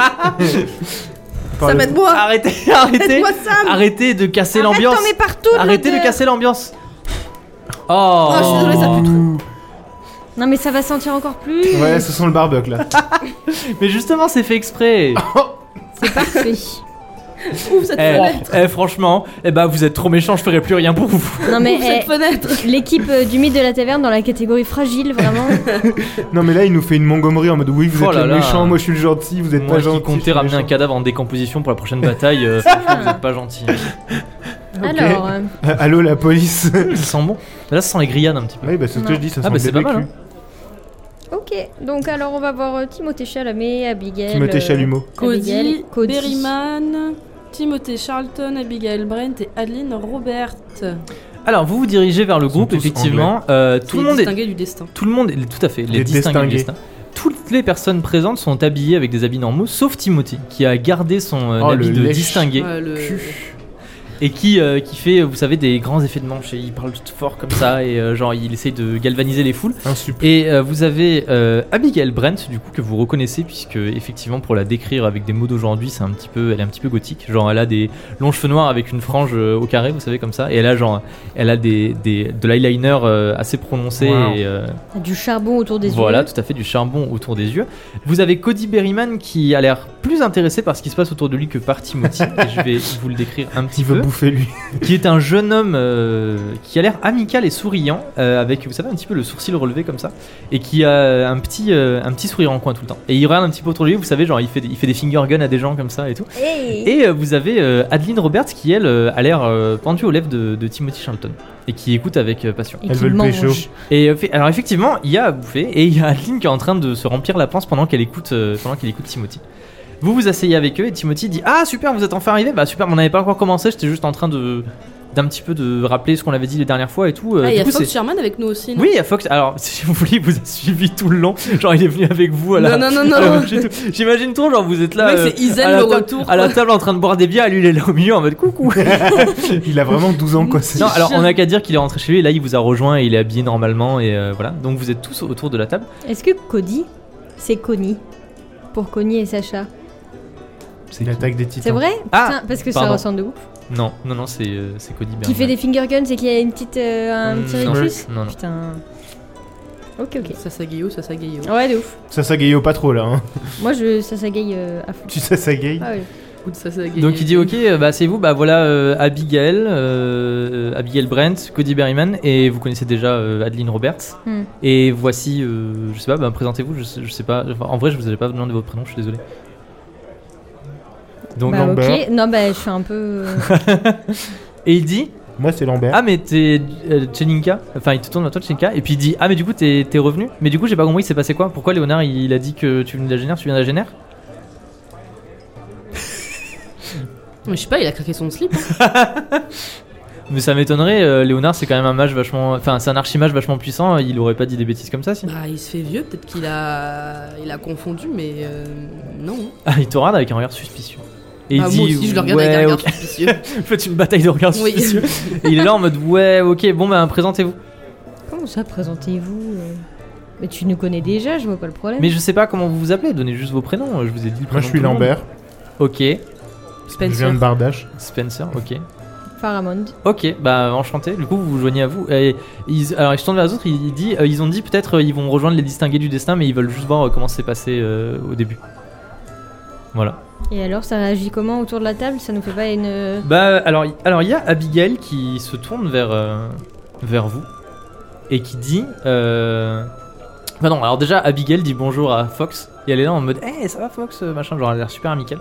Ça va être moi
Arrêtez, [LAUGHS] arrêtez,
Aide-moi, Sam
arrêtez de casser l'ambiance.
Arrête, t'en mets partout.
Arrêtez de
l'odeur.
casser l'ambiance. Oh,
je suis désolée, ça pue
Non, mais ça va sentir encore plus.
Oh. Ouais, ce sont le
[LAUGHS]
barbecue là.
Oh. Mais justement, c'est fait exprès.
[LAUGHS] C'est parfait.
Ouvre cette
eh,
fenêtre
eh, franchement, eh ben, vous êtes trop méchants, je ferai plus rien pour vous.
Non, mais
Ouvre cette
eh,
fenêtre
l'équipe euh, du mythe de la taverne dans la catégorie fragile, [LAUGHS] vraiment.
non, mais là, il nous fait une Montgomery en mode oui, vous
Oh
êtes
là
les
là.
méchants, moi je suis le gentil, vous êtes
Moi
pas
qui
gentil.
comptais ramener un cadavre en décomposition pour la prochaine bataille, euh, franchement, vous êtes pas gentil.
Alors, euh,
[LAUGHS] Allô, la police
Ça sent bon. Mais là, ça sent les grillades un petit peu.
Oui, bah c'est ce que je dis, ça
Ah,
sent
bah,
le
c'est pas mal,
barbecue.
ok. Donc, alors, on va voir euh, Timothée Chalamet, Abigail.
Timothée
euh,
Chalumeau.
Cody,
Abigail, Cody.
Berryman, Timothée Charlton, Abigail Brent et Adeline Robert.
Alors, vous vous dirigez vers le
sont
groupe,
tous
effectivement. Euh, tout, le monde est,
distingué du destin.
tout le monde est- Tout à fait, les
Les
distingués.
distingués.
distincts. Toutes les personnes présentes sont habillées avec des habits normaux, sauf Timothy, qui a gardé son euh,
Oh,
habit
le
de
lèche.
distingué.
Ouais, le-
Cul.
et qui, euh, qui fait, vous savez, des grands effets de manche. Et il parle tout fort comme ça, et euh, genre, il essaie de galvaniser les foules.
Un super.
Et euh, vous avez euh, Abigail Brent, du coup, que vous reconnaissez, puisque effectivement, pour la décrire avec des mots d'aujourd'hui, c'est un petit peu, elle est un petit peu gothique. Genre, elle a des longs cheveux noirs avec une frange euh, au carré, vous savez, comme ça. Et elle a genre, elle a des, des- de l'eyeliner euh, assez prononcé.
Wow.
Et, euh,
T'as du charbon autour des
voilà,
yeux.
tout à fait, du charbon autour des yeux. Vous avez Cody Berryman qui a l'air plus intéressé par ce qui se passe autour de lui que par
[LAUGHS]
Timothy. et je vais vous le décrire un petit
Il
peu
veut bouffer lui.
qui est un jeune homme euh, qui a l'air amical et souriant, euh, avec, vous savez, un petit peu le sourcil relevé comme ça, et qui a un petit, euh, un petit sourire en coin tout le temps. Et il regarde un petit peu autour de lui, vous savez, genre, il fait, des- il fait des finger guns à des gens comme ça et tout.
Hey.
Et euh, vous avez euh, Adeline Roberts qui, elle, euh, a l'air euh, pendue aux lèvres de, de Timothy Charlton, et qui écoute avec euh, passion.
Et
Elle
qui
veut le
mange.
pécho.
Et euh, fait- alors effectivement, il y a à bouffer et il y a Adeline qui est en train de se remplir la panse pendant qu'elle écoute, euh, pendant qu'elle écoute Timothy. Vous vous asseyez avec eux et Timothy dit Ah super, vous êtes enfin arrivé Bah super, mais on n'avait pas encore commencé, j'étais juste en train de d'un petit peu de rappeler ce qu'on avait dit les dernières fois et tout. Euh,
Ah, il y
du
a
coup,
Fox
c'est-
Sherman avec nous aussi. non
Oui, il y a Fox. Alors, [LAUGHS] si vous voulez, il vous a suivi tout le long. Genre, il est venu avec vous à la.
Non, non, non,
[LAUGHS] à la
non.
bouche et tout. J'imagine trop, genre, vous êtes
Le
là.
mec,
euh,
c'est Isen
à la
le
table-
retour.
à la table en train de boire des bières, et lui il est là au milieu en mode
[LAUGHS]
coucou.
[LAUGHS] Il a vraiment 12 ans quoi. c'est-
Non, alors on a qu'à dire qu'il est rentré chez lui, et là il vous a rejoint et il est habillé normalement et euh, voilà. Donc vous êtes tous autour de la table.
Est-ce que Cody, c'est Connie Pour Connie et Sacha.
C'est l'attaque des titans.
C'est vrai
Ah,
Putain, Parce que
pardon.
ça ressemble de ouf.
Non, non, non, c'est euh, c'est Cody Berryman.
Qui fait des finger guns et qui a une petite, euh, un petit
Non,
rictus
non, non.
Putain. Ok, ok.
Ça s'agaye, ça s'agaye.
Ouais, de ouf.
Ça s'agaye pas trop là. Hein.
Moi, je, ça s'agaye euh, à fond.
Tu sais, ça gaye.
Ah oui.
Good, ça s'agaye.
Donc il dit ok, euh, bah c'est vous, bah voilà euh, Abigail, euh, Abigail Brent, Cody Berryman et vous connaissez déjà euh, Adeline Roberts.
Hmm.
Et voici, euh, je sais pas, bah, présentez-vous, je, sais- je sais pas, enfin, en vrai je vous avais pas demandé votre prénom, je suis désolé. Donc
Bah,
Lambert.
ok. Non, bah, je suis un peu. euh,
et il dit
Moi, c'est Lambert.
ah mais t'es euh, Tchelinka, enfin il te tourne vers toi Tchelinka et puis il dit ah mais du coup t'es t'es revenu, mais du coup j'ai pas compris c'est passé quoi, pourquoi Léonard il, a dit que tu venais de la génère, tu viens de la génère
Mais je sais pas, il a craqué son slip. hein.
Mais ça m'étonnerait, euh, Léonard c'est quand même un mage vachement. Enfin, c'est un archimage vachement puissant, il aurait pas dit des bêtises comme ça si.
Bah, il se fait vieux, peut-être qu'il a... Il a confondu, mais euh, non.
Ah, il te regarde avec un regard suspicieux. Et il
Ah,
dit.
moi aussi, je le regarde
ouais,
avec un regard
ok. [LAUGHS]
suspicieux.
Faites une bataille de regards
Oui.
suspicieux. Et il est là en mode ouais, ok, bon ben présentez-vous.
Comment ça, présentez-vous euh Mais tu nous connais déjà, je vois pas le problème.
Mais je sais pas comment vous vous appelez, donnez juste vos prénoms, je vous ai dit le prénom.
Moi, je
de
suis
tout le monde.
Lambert.
Ok,
Je viens
Spencer.
de Bardache.
Spencer, ok.
Pharamond.
Ok, bah enchanté, du coup vous vous joignez à vous. Et ils- alors ils se tournent vers les autres, ils, ils disent- euh, ils ont dit peut-être euh, ils vont rejoindre les distingués du destin, mais ils veulent juste voir euh, comment c'est passé euh, au début. Voilà.
Et alors, ça réagit comment autour de la table Ça nous fait pas une. euh,
Bah alors y- alors il y a Abigail qui se tourne vers euh, vers vous et qui dit euh... bah non alors déjà Abigail dit bonjour à Fox et elle est là en mode hey ça va Fox euh, machin genre elle a l'air super amicale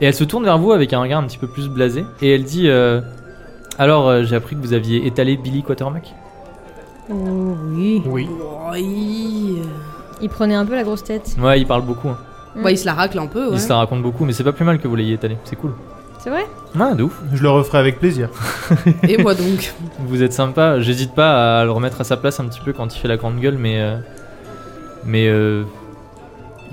et elle se tourne vers vous avec un regard un petit peu plus blasé et elle dit euh, alors euh, j'ai appris que vous aviez étalé Billy Quatermack
Oh oui.
Oui.
Oui.
Il prenait un peu la grosse tête. Hmm.
ouais il parle beaucoup hein.
Ouais, il se la racle un peu. Ouais.
il se la raconte beaucoup mais c'est pas plus mal que vous l'ayez étalé c'est cool
C'est vrai
ouais de ouf
Je le referai avec plaisir.
Et
[LAUGHS]
moi donc.
Vous êtes sympa, j'hésite pas à le remettre à sa place un petit peu quand il fait la grande gueule, mais. euh, mais. euh,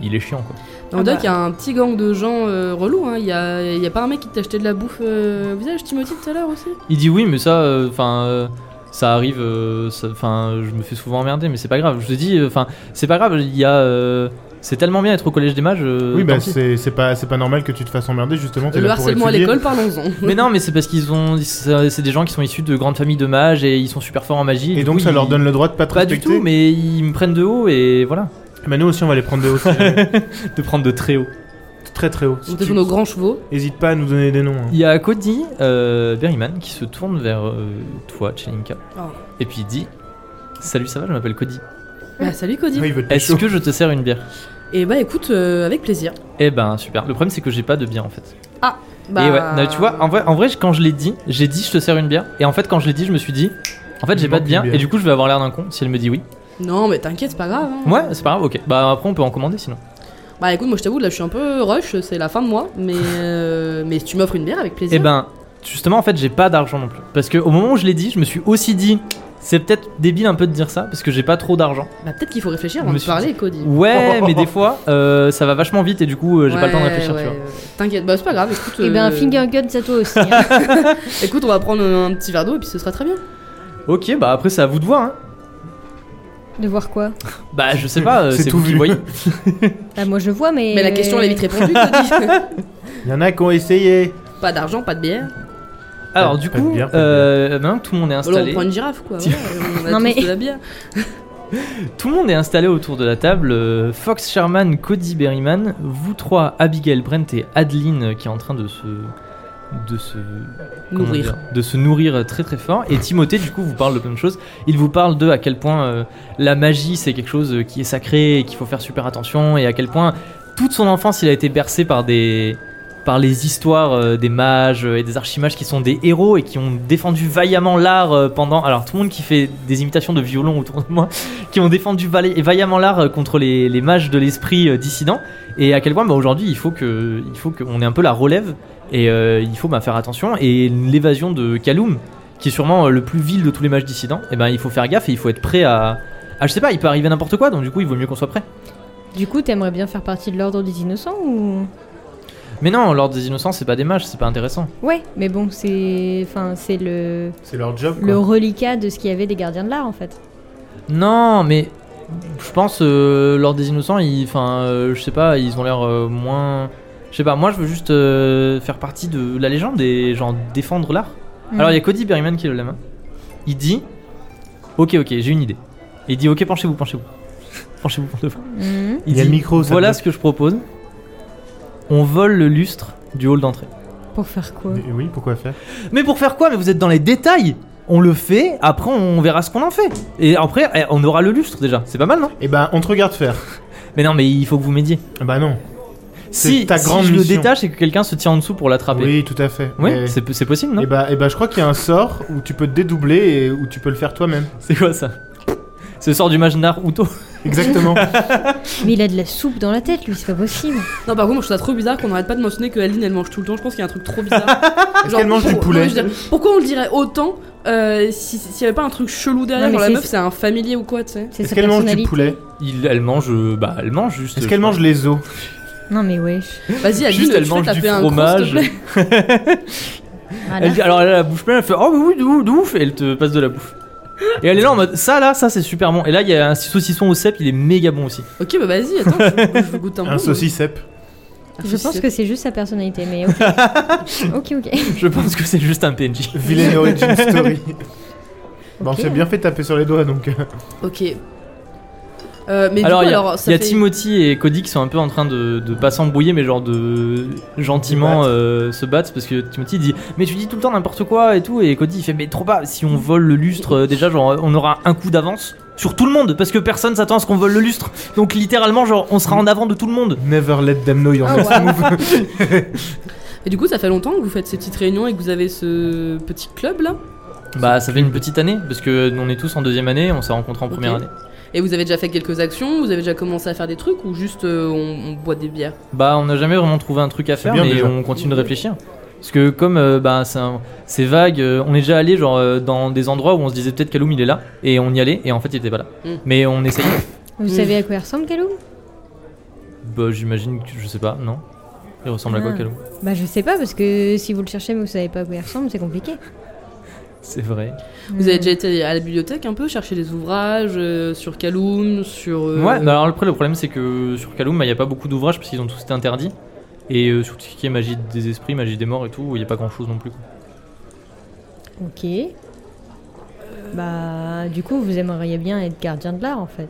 il est chiant quoi.
On
Ah
dirait
bah.
qu'il y a un petit gang de gens euh, relous. Hein. Il, y a, il y a pas un mec qui t'a acheté de la bouffe euh, au visage, Timothy, tout à l'heure aussi
Il dit oui, mais ça, euh, enfin. ça arrive, euh, ça- enfin, je me fais souvent emmerder, mais c'est pas grave. Je te dis, euh, enfin, c'est pas grave, il y a. euh, c'est tellement bien être au collège des mages. euh,
oui,
tant
bah
pis.
c'est c'est pas, c'est pas normal que tu te fasses emmerder, justement. t'es
Le
là pour
harcèlement à
étudier.
l'école,
[LAUGHS]
parlons-en.
Mais non, mais c'est parce qu'ils ont. C'est c'est des gens qui sont issus de grandes familles de mages et ils sont super forts en magie.
Et
du
donc,
coup,
ça
ils-
leur donne le droit de pas te
Pas du
respecter.
tout, mais ils me prennent de haut et voilà.
Bah, nous aussi, on va les prendre de
[LAUGHS]
haut. c'est
De prendre de très haut.
très très haut.
On
Si
était
tu-
sur nos grands chevaux.
Hésite pas à nous donner des noms. hein.
Il y a Cody euh, Berryman qui se tourne vers euh, toi, Chelinka,
Oh.
et puis il dit Salut, ça va, je m'appelle Cody.
Bah, salut Cody.
Oui, il veut te
Est-ce
pécho.
que je te sers une bière
Et bah écoute, euh, avec plaisir.
Eh ben super. Le problème c'est que j'ai pas de bière en fait.
Bah,
Et Eh ouais, non, tu vois, en vrai, en vrai, je- quand je l'ai dit, j'ai dit je te sers une bière, et en fait quand je l'ai dit, je me suis dit en fait
Il
j'ai pas
manque
de
une
bière,
bière.
et du coup je vais avoir l'air d'un con si elle me dit oui.
Non, mais t'inquiète, c'est pas grave. hein.
Ouais, c'est pas grave. Ok. Bah après on peut en commander sinon.
Bah écoute, moi je t'avoue, là je suis un peu rush, c'est la fin de mois, mais, euh, mais si tu m'offres une bière avec plaisir.
Eh ben justement en fait j'ai pas d'argent non plus, parce que au moment où je l'ai dit, je me suis aussi dit C'est peut-être débile un peu de dire ça, parce que j'ai pas trop d'argent.
Bah, peut-être qu'il faut
Je
réfléchir avant
me
de
suis
parler, Cody.
[LAUGHS]
Ouais, mais des fois, euh, ça va vachement vite et du coup, euh, j'ai pas le temps de
Ouais,
réfléchir,
ouais,
tu vois.
ouais. T'inquiète, bah c'est pas grave, écoute.
Et Eh bien,
euh,
ben, finger guns à toi aussi. hein.
[LAUGHS] Écoute, on va prendre un petit verre d'eau et puis ce sera très bien.
Ok, bah après, c'est à vous de voir, hein.
De voir quoi
Bah, je
[LAUGHS]
sais pas, euh,
C'est
c'est
tout
vous qui
vu.
voyez.
Bah, Moi, je vois, mais.
Mais la question, elle est vite répondue,
[LAUGHS]
Cody. [LAUGHS]
Il y en a qui ont essayé.
pas d'argent, pas de bière. Bah,
Alors,
Pas-
du
pas de
coup,
bière, pas de
euh, maintenant que tout le monde est
Voilà, on
installé,
prend une girafe, quoi.
Tiens.
voilà, on a
Non,
tous
mais-
de la bière.
tout le monde est installé autour de la table. euh, Fox Sherman, Cody Berryman, vous trois, Abigail Brent et Adeline euh, qui est en train de se. de se. comment
Nourrir.
dire, de se nourrir euh, très très fort. Et Timothée, du coup, vous parle de plein de choses. Il vous parle de à quel point euh, la magie c'est quelque chose euh, qui est sacré et qu'il faut faire super attention et à quel point toute son enfance il a été bercé par des par les histoires euh, des mages euh, et des archimages qui sont des héros et qui ont défendu vaillamment l'art euh, pendant alors tout le monde qui fait des imitations de violon autour de moi [LAUGHS] qui ont défendu vaille- vaillamment l'art euh, contre les, les mages de l'esprit euh, dissidents et à quel point bah, aujourd'hui il faut que il faut qu'on ait un peu la relève et euh, il faut bah, faire attention et l'évasion de Kaloum qui est sûrement euh, le plus vil de tous les mages dissidents et ben il faut faire gaffe et il faut être prêt à ah je sais pas il peut arriver n'importe quoi donc du coup il vaut mieux qu'on soit prêt
Du coup, t'aimerais bien faire partie de l'ordre des innocents ou.
mais non l'ordre des innocents c'est pas des mages c'est pas intéressant
Ouais, mais bon, c'est. Enfin, c'est le.
C'est leur job.
Le reliquat de ce qu'il y avait des gardiens de l'art, en fait.
Non, mais je pense euh, lors des innocents, ils, enfin, euh, je sais pas, ils ont l'air euh, moins. Je sais pas. Moi, je veux juste euh, faire partie de la légende et genre défendre l'art.
Mm.
Alors il y a Cody Berryman qui lève la main. Il dit, ok, ok, j'ai une idée. Il dit, ok, penchez-vous, penchez-vous, [LAUGHS] penchez-vous pour de vrai.
Mhm.
Il y a le
dit,
micro, ça
Voilà
peut-
ce que je propose. On vole le lustre du hall d'entrée.
Pour faire quoi
Mais Oui, pourquoi faire
Mais pour faire quoi Mais vous êtes dans les détails. On le fait. Après, on verra ce qu'on en fait. Et après, eh, on aura le lustre déjà. C'est pas mal, non
Eh ben, on te regarde faire.
Mais non, mais il faut que vous m'aidiez.
Ah Bah non.
Si,
C'est ta
si
grande
je le
mission.
détache et que quelqu'un se tient en dessous pour l'attraper.
Oui, tout à fait.
Ah, Ouais,
Mais-
c'est c'est possible, non
Eh bah, eh bah, je crois qu'il y a un sort où tu peux te dédoubler et où tu peux le faire toi-même.
C'est quoi ça Ce sort du mage Naruto.
[LAUGHS]
Exactement.
Mais il a de la soupe dans la tête, lui, c'est pas possible.
Non, par contre, moi, je trouve ça trop bizarre qu'on arrête pas de mentionner que Aline elle mange tout le temps. Je pense qu'il y a un truc trop bizarre.
[LAUGHS]
Est-ce qu'elle mange du
pour-
poulet
non, mais je veux dire, Pourquoi on le dirait autant euh, si- s'il y avait pas un truc chelou derrière
Non, mais
Genre la
c'est-
meuf, c'est un familier ou quoi, tu
[LAUGHS]
sais
C'est
Est-ce
sa
qu'elle mange du
personnalité.
poulet
Il, elle mange, euh, bah, elle mange juste.
Est-ce qu'elle mange les os
Non, mais wesh.
Vas-y, Aline,
Juste,
tu
elle
fais
mange du
taper un croc,
fromage.
s'il te plaît. Ah,
Voilà.
Elle dit- alors elle a la bouche pleine, elle fait oh mais oui de ouf, de ouf, et elle te passe de la bouffe. Et elle est là en mode ça là, ça c'est super bon. Et là il y a un saucisson au cèpe, il est méga bon aussi.
Ok, bah vas-y, attends, je,
[LAUGHS]
je goûte un peu.
Un saucissep.
Je pense que c'est juste sa personnalité, mais
[LAUGHS]
ok. ok, ok.
Je pense que c'est juste un PNJ.
[LAUGHS]
Vilaine origin story. Bon, on
Ok.
s'est bien fait taper sur les doigts donc.
Ok. Euh, mais
Alors
du
il
coup,
y a,
alors,
il
ça
y a
fait-
Timothy et Cody qui sont un peu en train de, de pas s'embrouiller mais genre de gentiment
Se battre.
euh, se battre parce que Timothy dit mais tu dis tout le temps n'importe quoi et tout et Cody il fait mais trop pas si on vole le lustre euh, déjà genre on aura un coup d'avance sur tout le monde parce que personne s'attend à ce qu'on vole le lustre donc littéralement genre on sera en avant de tout le monde.
Never let them know your
Ah,
next
wow.
move.
Et du coup, ça fait longtemps que vous faites ces petites réunions et que vous avez ce petit club là.
Bah ça fait une petite année parce que nous, on est tous en deuxième année, on s'est rencontrés en
Ok.
première année.
Et vous avez déjà fait quelques actions, vous avez déjà commencé à faire des trucs ou juste euh, on, on boit des bières
Bah, on n'a jamais vraiment trouvé un truc à faire,
bien,
mais
déjà.
on continue de réfléchir. Parce que comme euh, bah, c'est un- c'est vague, euh, on est déjà allé genre euh, dans des endroits où on se disait peut-être Kaloum il est là, et on y allait, et en fait il était pas là.
Mm.
Mais on essayait.
Vous
Mm.
savez à quoi il ressemble, Kalou
bah, j'imagine que je sais pas, non Il ressemble à quoi
Ah.
Kaloum
Bah, je sais pas, parce que si vous le cherchez mais vous savez pas à quoi il ressemble, c'est compliqué.
C'est vrai.
Vous
Mm.
avez déjà été à la bibliothèque un peu, chercher des ouvrages euh, sur Kaloum, sur. euh,
Ouais, bah, alors après le problème c'est que sur Kaloum bah, il n'y a pas beaucoup d'ouvrages parce qu'ils ont tous été interdits. Et euh, sur tout ce qui est magie des esprits, magie des morts et tout, il n'y a pas grand chose non plus. quoi.
Ok. Bah, du coup, vous aimeriez bien être gardien de l'art, en fait.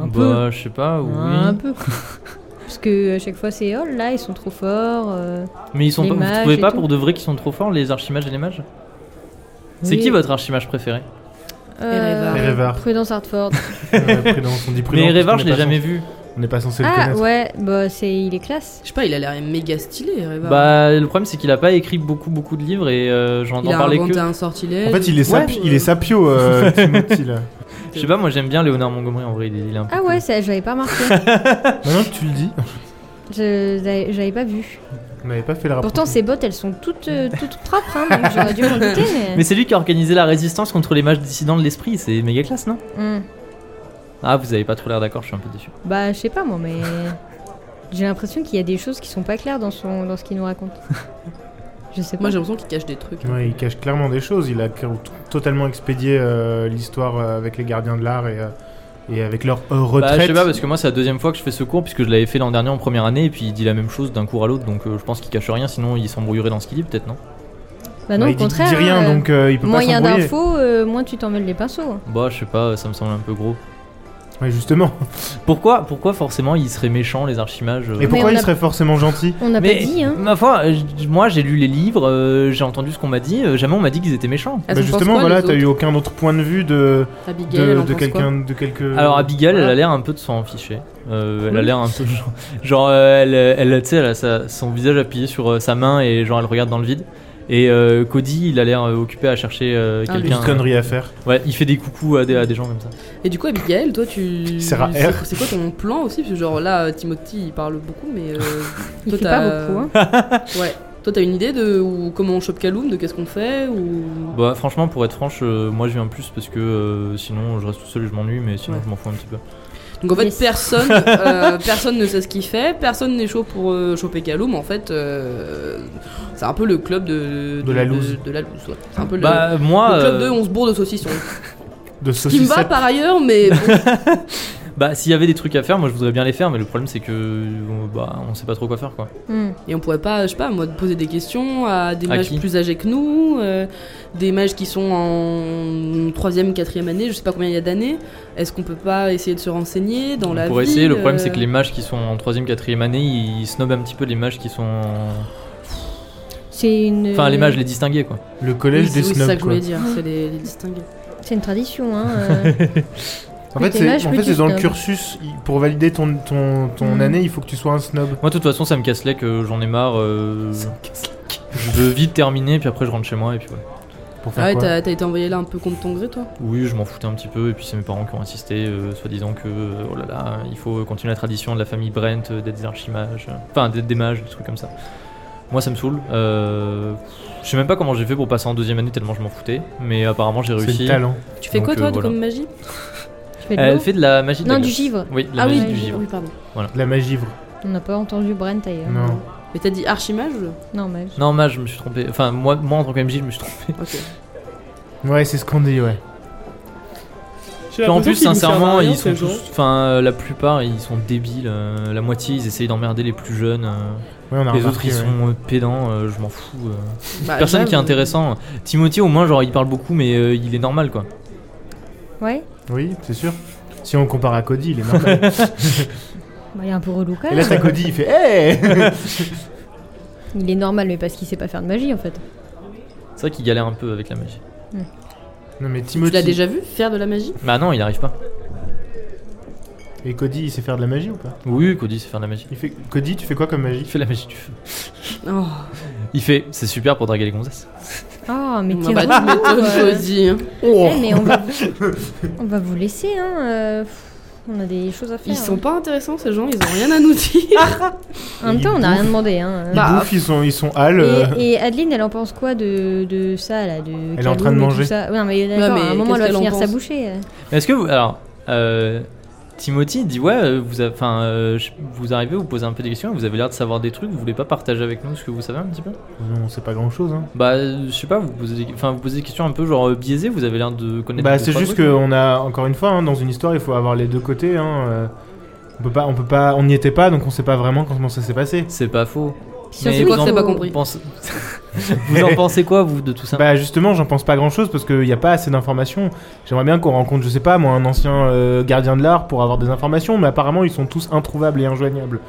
Un peu.
bah, je sais pas, oui.
Un peu. Parce que à chaque fois, c'est oh là, ils sont trop forts. euh.
Mais ils sont
Les
pas, vous
mages
trouvez
et
pas
tout.
pour de vrai qu'ils sont trop forts les archimages et les mages C'est
Oui.
qui votre archimage préféré
Euh,
Erevar.
Prudence Hartford.
Ouais, prudence, on dit prudence
Mais
parce qu'on
Reva, je l'ai
n'est pas
jamais
censé-
vu.
On n'est pas censé le
Ah
connaître.
ouais, bah c'est il est classe.
Je sais pas, il a l'air méga stylé, Reva.
Bah, le problème, c'est qu'il a pas écrit beaucoup, beaucoup de livres et euh,
il
j'entends
a
parler
inventé
que.
un sortilège.
En fait, il est,
Ouais.
sapi- il est
[LAUGHS]
sapio, euh, Timothy, là.
Je sais pas, moi j'aime bien Léonard Montgomery en vrai, il est, il est un peu.
Ah
[LAUGHS]
ouais, ça j'avais pas remarqué.
Maintenant que tu le dis.
Je j'avais j'avais pas vu.
On n'avait pas fait le rapport.
Pourtant, ces bottes, elles sont toutes, euh, toutes propres, hein, donc j'aurais dû m'en douter,
[LAUGHS]
mais...
Mais c'est lui qui a organisé la résistance contre les mages dissidents de l'esprit, c'est méga classe, non
Hmm.
Ah, vous avez pas trop l'air d'accord, je suis un peu déçu.
Bah, je sais pas, moi, mais... J'ai l'impression qu'il y a des choses qui sont pas claires dans, son... dans ce qu'il
[LAUGHS]
nous raconte. je sais pas.
Moi j'ai l'impression qu'il cache des trucs.
Ouais, il cache clairement des choses. Il a t- totalement expédié euh, l'histoire euh, avec les gardiens de l'art et, euh, et avec leur euh,
Bah, je
retraite.
sais pas, parce que moi, c'est la deuxième fois que je fais ce cours, puisque je l'avais fait l'an dernier en première année, et puis il dit la même chose d'un cours à l'autre, donc euh, je pense qu'il cache rien, sinon il s'embrouillerait dans ce qu'il dit, peut-être, non
Bah
Bah,
non, au
il dit- il
contraire.
dit rien,
hein,
donc euh, il peut
Moyen
pas s'embrouiller.
d'infos, euh, moins tu t'emmêles les pinceaux. hein.
Bah, je sais pas, ça me semble un peu gros.
Ouais, justement.
Pourquoi, pourquoi forcément ils seraient méchants, les archimages euh
Et pourquoi
on
il
a-
serait forcément gentil
On n'a pas
Mais,
dit, hein.
ma foi, euh, j- moi j'ai lu les livres, euh, j'ai entendu ce qu'on m'a dit, euh, jamais on m'a dit qu'ils étaient méchants.
Elles
Bah,
en pensent
Justement,
quoi,
voilà,
les
t'as eu
autres
aucun autre point de vue de,
Abigail, elle
de,
en
de
pense quoi
quelqu'un, de quelques.
Alors Abigail, elle
Euh, Voilà.
a l'air un peu de s'en ficher. Euh, elle a l'air un peu genre, genre, euh, elle, elle, tu sais, elle a sa- son visage appuyé sur euh, sa main et genre elle regarde dans le vide. Et euh, Cody, il a l'air euh, occupé à chercher euh,
Ah,
quelqu'un.
une connerie à faire.
Ouais, il fait des coucous à des, à des gens comme ça.
Et du coup, Abigail, toi, tu.
sert à
c'est-
R.
C'est quoi ton plan aussi Parce que, genre, là, Timothy, il parle beaucoup, mais. euh,
[LAUGHS]
Il
toi,
fait pas
t'as-
beaucoup, hein.
Ouais. Toi, t'as une idée de ou comment on chope Kaloum, de qu'est-ce qu'on fait ou...
Bah franchement, pour être franche, euh, moi je viens plus parce que euh, sinon je reste tout seul et je m'ennuie, mais sinon
Ouais.
je m'en fous un petit peu.
Donc, en fait,
Yes.
personne, euh, personne ne sait ce qu'il fait, personne n'est chaud pour euh, choper Kaloum. En fait, euh, c'est un peu le club de.
De la loose.
De, la loose, ouais. C'est un peu le.
bah
le
moi,
club
euh,
de on se bourre
[LAUGHS]
de saucissons.
De
Ce qui me va
saucissette.
par ailleurs, mais bon,
bah s'il y avait des trucs à faire, moi je voudrais bien les faire, mais le problème c'est que euh, bah on sait pas trop quoi faire quoi.
euh,
Hmm.
Et on pourrait pas, je sais pas, moi, poser des questions à des
À
mages
qui
plus âgés que nous, euh, des mages qui sont en troisième, quatrième année, je sais pas combien il y a d'années. Est-ce qu'on peut pas essayer de se renseigner dans
On
la
pourrait
vie,
essayer, le problème c'est
euh,
que les mages qui sont en 3ème, 4ème année, ils snobent un petit peu les mages qui sont. en-
C'est une.
Enfin, les mages les distingués quoi.
Le
Oui,
collège
c'est
des
oui, c'est ça
snobs.
que je
quoi.
voulais dire, c'est les, les distinguer.
C'est une tradition,
[LAUGHS]
hein. euh.
En
Mais
fait,
t'es
c'est
lâche,
en
plus
fait,
tu
c'est dans le
snobs.
cursus. il- Pour valider ton, ton, ton
Hmm.
Mm.
année, il faut que tu sois un snob.
Moi, de toute façon, ça me casse les que j'en ai marre. euh, Je veux vite terminer, puis après je rentre chez moi, et puis voilà.
Pour faire
Ah ouais,
quoi
t'as t'as été envoyé là un peu contre ton gré, toi
Oui, je m'en foutais un petit peu, et puis c'est mes parents qui ont insisté, euh, soi-disant que, euh, oh là là, il faut continuer la tradition de la famille Brent, euh, d'être des archimages, euh, enfin d'être des mages, des trucs comme ça. Moi, ça me saoule. euh, Je sais même pas comment j'ai fait pour passer en deuxième année, tellement je m'en foutais, mais apparemment j'ai
C'est le
réussi.
talent.
Tu fais
Donc,
quoi,
euh,
toi,
voilà.
comme magie
Tu fais de
Elle
l'eau
fait de la magie de
Non,
la
du
glace.
givre.
Oui, de la
Ah
magie
oui,
du
oui,
givre.
oui, pardon.
De la magivre.
On n'a pas entendu Brent d'ailleurs.
Non.
Mais t'as dit archimage
[LAUGHS]
Non, mais.
Non, mage, je me suis trompé. Enfin, moi, moi en tant que MJ, je me suis trompé.
Ok.
Ouais, c'est ce qu'on dit, ouais.
Puis en plus, sincèrement, ils sont tous. Enfin, euh, la plupart, ils sont débiles. euh, la moitié, ils essayent d'emmerder les plus jeunes. euh,
Ouais, on a
les
remarqué,
autres, ils
ouais.
sont euh, pédants. euh, je m'en fous. euh.
Bah,
Personne qui est
j'avoue.
intéressant. Timothy, au moins, genre, il parle beaucoup, mais euh, il est normal, quoi.
Ouais,
Oui, c'est sûr. Si on le compare à Cody, il
[LAUGHS]
est normal.
bah, il est un peu relou quand
Et là,
même.
t'as Cody, il fait Hey [LAUGHS]
Il est normal, mais parce qu'il sait pas faire de magie en fait.
C'est vrai qu'il galère un peu avec la magie.
Non, mais
Tu l'as
Timothy.
déjà vu faire de la magie
Bah non, il arrive pas.
Et Cody, il sait faire de la magie ou pas
Oui, Cody sait faire de la magie.
il fait... Cody, tu fais quoi comme
Il
magie
fait la magie du feu.
Oh,
Il fait, c'est super pour draguer les gonzesses.
Oh, mais t'es
bah, tu
relou,
m'étonnes,
euh.
Jodie, hein.
Oh,
Eh, mais on va,
[LAUGHS]
on va vous laisser, hein. euh, pff, On a des choses à faire.
Ils sont
hein.
pas intéressants ces gens, ils ont rien à nous
Ah.
dire.
En même temps, on n'a rien demandé. Hein.
Ils
Bah,
bouffent, ils sont, ils sont hal. euh,
Et, et Adeline, elle en pense quoi de, de ça là de
Elle est en train de
Kaloum et
manger.
tout ça Ouais, non, mais d'accord,
mais
à un
qu'est-ce
moment, elle va
qu'elle en
finir sa
pense
bouchée. euh.
Mais Est-ce que vous. Alors, euh, Timothy dit Ouais, euh, vous, avez- enfin, euh, je- vous arrivez, vous posez un peu des questions, vous avez l'air de savoir des trucs, vous voulez pas partager avec nous ce que vous savez un petit peu
Non, c'est pas grand chose. Hein.
Bah, euh, je sais pas, vous posez, des- enfin, vous posez des questions un peu genre euh, biaisées, vous avez l'air de connaître.
Bah,
deux,
c'est
trois
juste
trucs.
qu'on a, encore une fois, hein, dans une histoire, il faut avoir les deux côtés. Hein. euh, On peut pas, on peut pas, on n'y était pas, donc on sait pas vraiment comment ça s'est passé.
C'est pas faux.
Puis
Mais
surtout,
vous
quoi,
en,
c'est pas compris.
pense- [LAUGHS] vous en pensez quoi, vous, de tout ça
Bah justement, j'en pense pas grand chose parce qu'il n'y a pas assez d'informations. J'aimerais bien qu'on rencontre, je sais pas, moi, un ancien euh, gardien de l'art pour avoir des informations, mais apparemment ils sont tous introuvables et injoignables.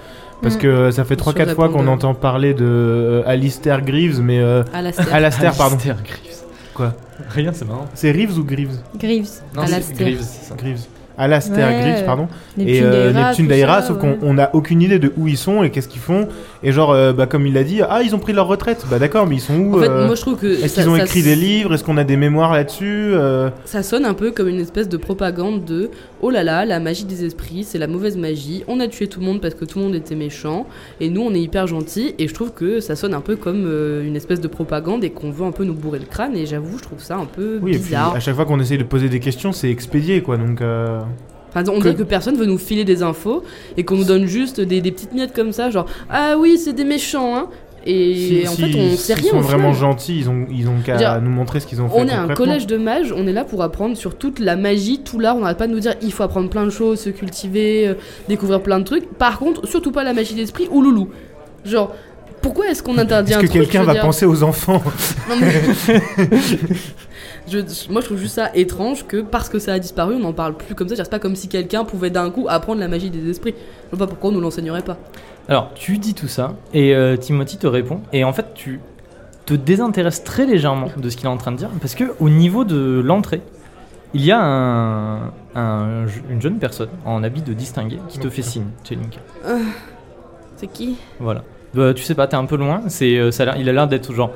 Parce
Mm.
que euh, ça fait
Ils
3-4
sont
fois qu'on
répondeurs.
entend parler de euh, Alistair Greaves, mais euh,
À la star.
Alastair, pardon.
Alistair Greaves.
Quoi
Rien, c'est marrant.
C'est Reeves ou Greaves
Greaves.
Non, c'est
Alastair.
Greaves, c'est ça.
Greaves. Alastair
Ouais,
Griggs,
euh,
pardon.
Neptune
et euh,
Daïra,
Neptune
tout ça, euh,
Daïra, sauf qu'on
ouais.
on a aucune idée de où ils sont et qu'est-ce qu'ils font. Et genre, euh, bah, comme il l'a dit, ah, ils ont pris leur retraite. Bah d'accord, mais ils sont où
En fait,
euh,
moi je trouve que.
Est-ce
ça-
qu'ils ont
ça-
écrit des livres Est-ce qu'on a des mémoires là-dessus Euh,
Ça sonne un peu comme une espèce de propagande de oh là là, la magie des esprits, c'est la mauvaise magie, on a tué tout le monde parce que tout le monde était méchant, et nous on est hyper gentils, et je trouve que ça sonne un peu comme euh, une espèce de propagande et qu'on veut un peu nous bourrer le crâne, et j'avoue, je trouve ça un peu
Oui, et puis
bizarre.
à chaque fois qu'on essaye de poser des questions, c'est expédié, quoi. Donc, euh,
Enfin, on dirait que personne veut nous filer des infos et qu'on nous donne juste des, des petites miettes comme ça, genre ah oui, c'est des méchants, hein, et
si-
en
si-
fait on
s'ils
sait rien.
sont
au final.
vraiment gentils, ils ont, ils ont qu'à
Je veux dire,
nous montrer ce qu'ils ont fait.
On est un
concrètement.
collège de mages, on est là pour apprendre sur toute la magie, tout l'art. On n'arrête pas de nous dire il faut apprendre plein de choses, se cultiver, euh, découvrir plein de trucs. Par contre, surtout pas la magie d'esprit ou loulou. Genre, pourquoi est-ce qu'on interdit
Est-ce
un
que
truc
quelqu'un
je veux
va
dire
penser aux enfants [LAUGHS]
Non, mais- Je- moi, je trouve juste ça étrange que parce que ça a disparu, on n'en parle plus comme ça. C'est pas comme si quelqu'un pouvait d'un coup apprendre la magie des esprits. Je vois pas pourquoi on nous l'enseignerait pas.
Alors, tu dis tout ça, et euh, Timothy te répond, et en fait, tu te désintéresses très légèrement de ce qu'il est en train de dire, parce que au niveau de l'entrée, il y a un, un- une jeune personne en habit de distingué qui te
Oh,
fait signe, Chelinka.
C'est qui
Voilà. Bah, tu sais pas, t'es un peu loin, c'est, euh, ça a l'air- il a l'air d'être genre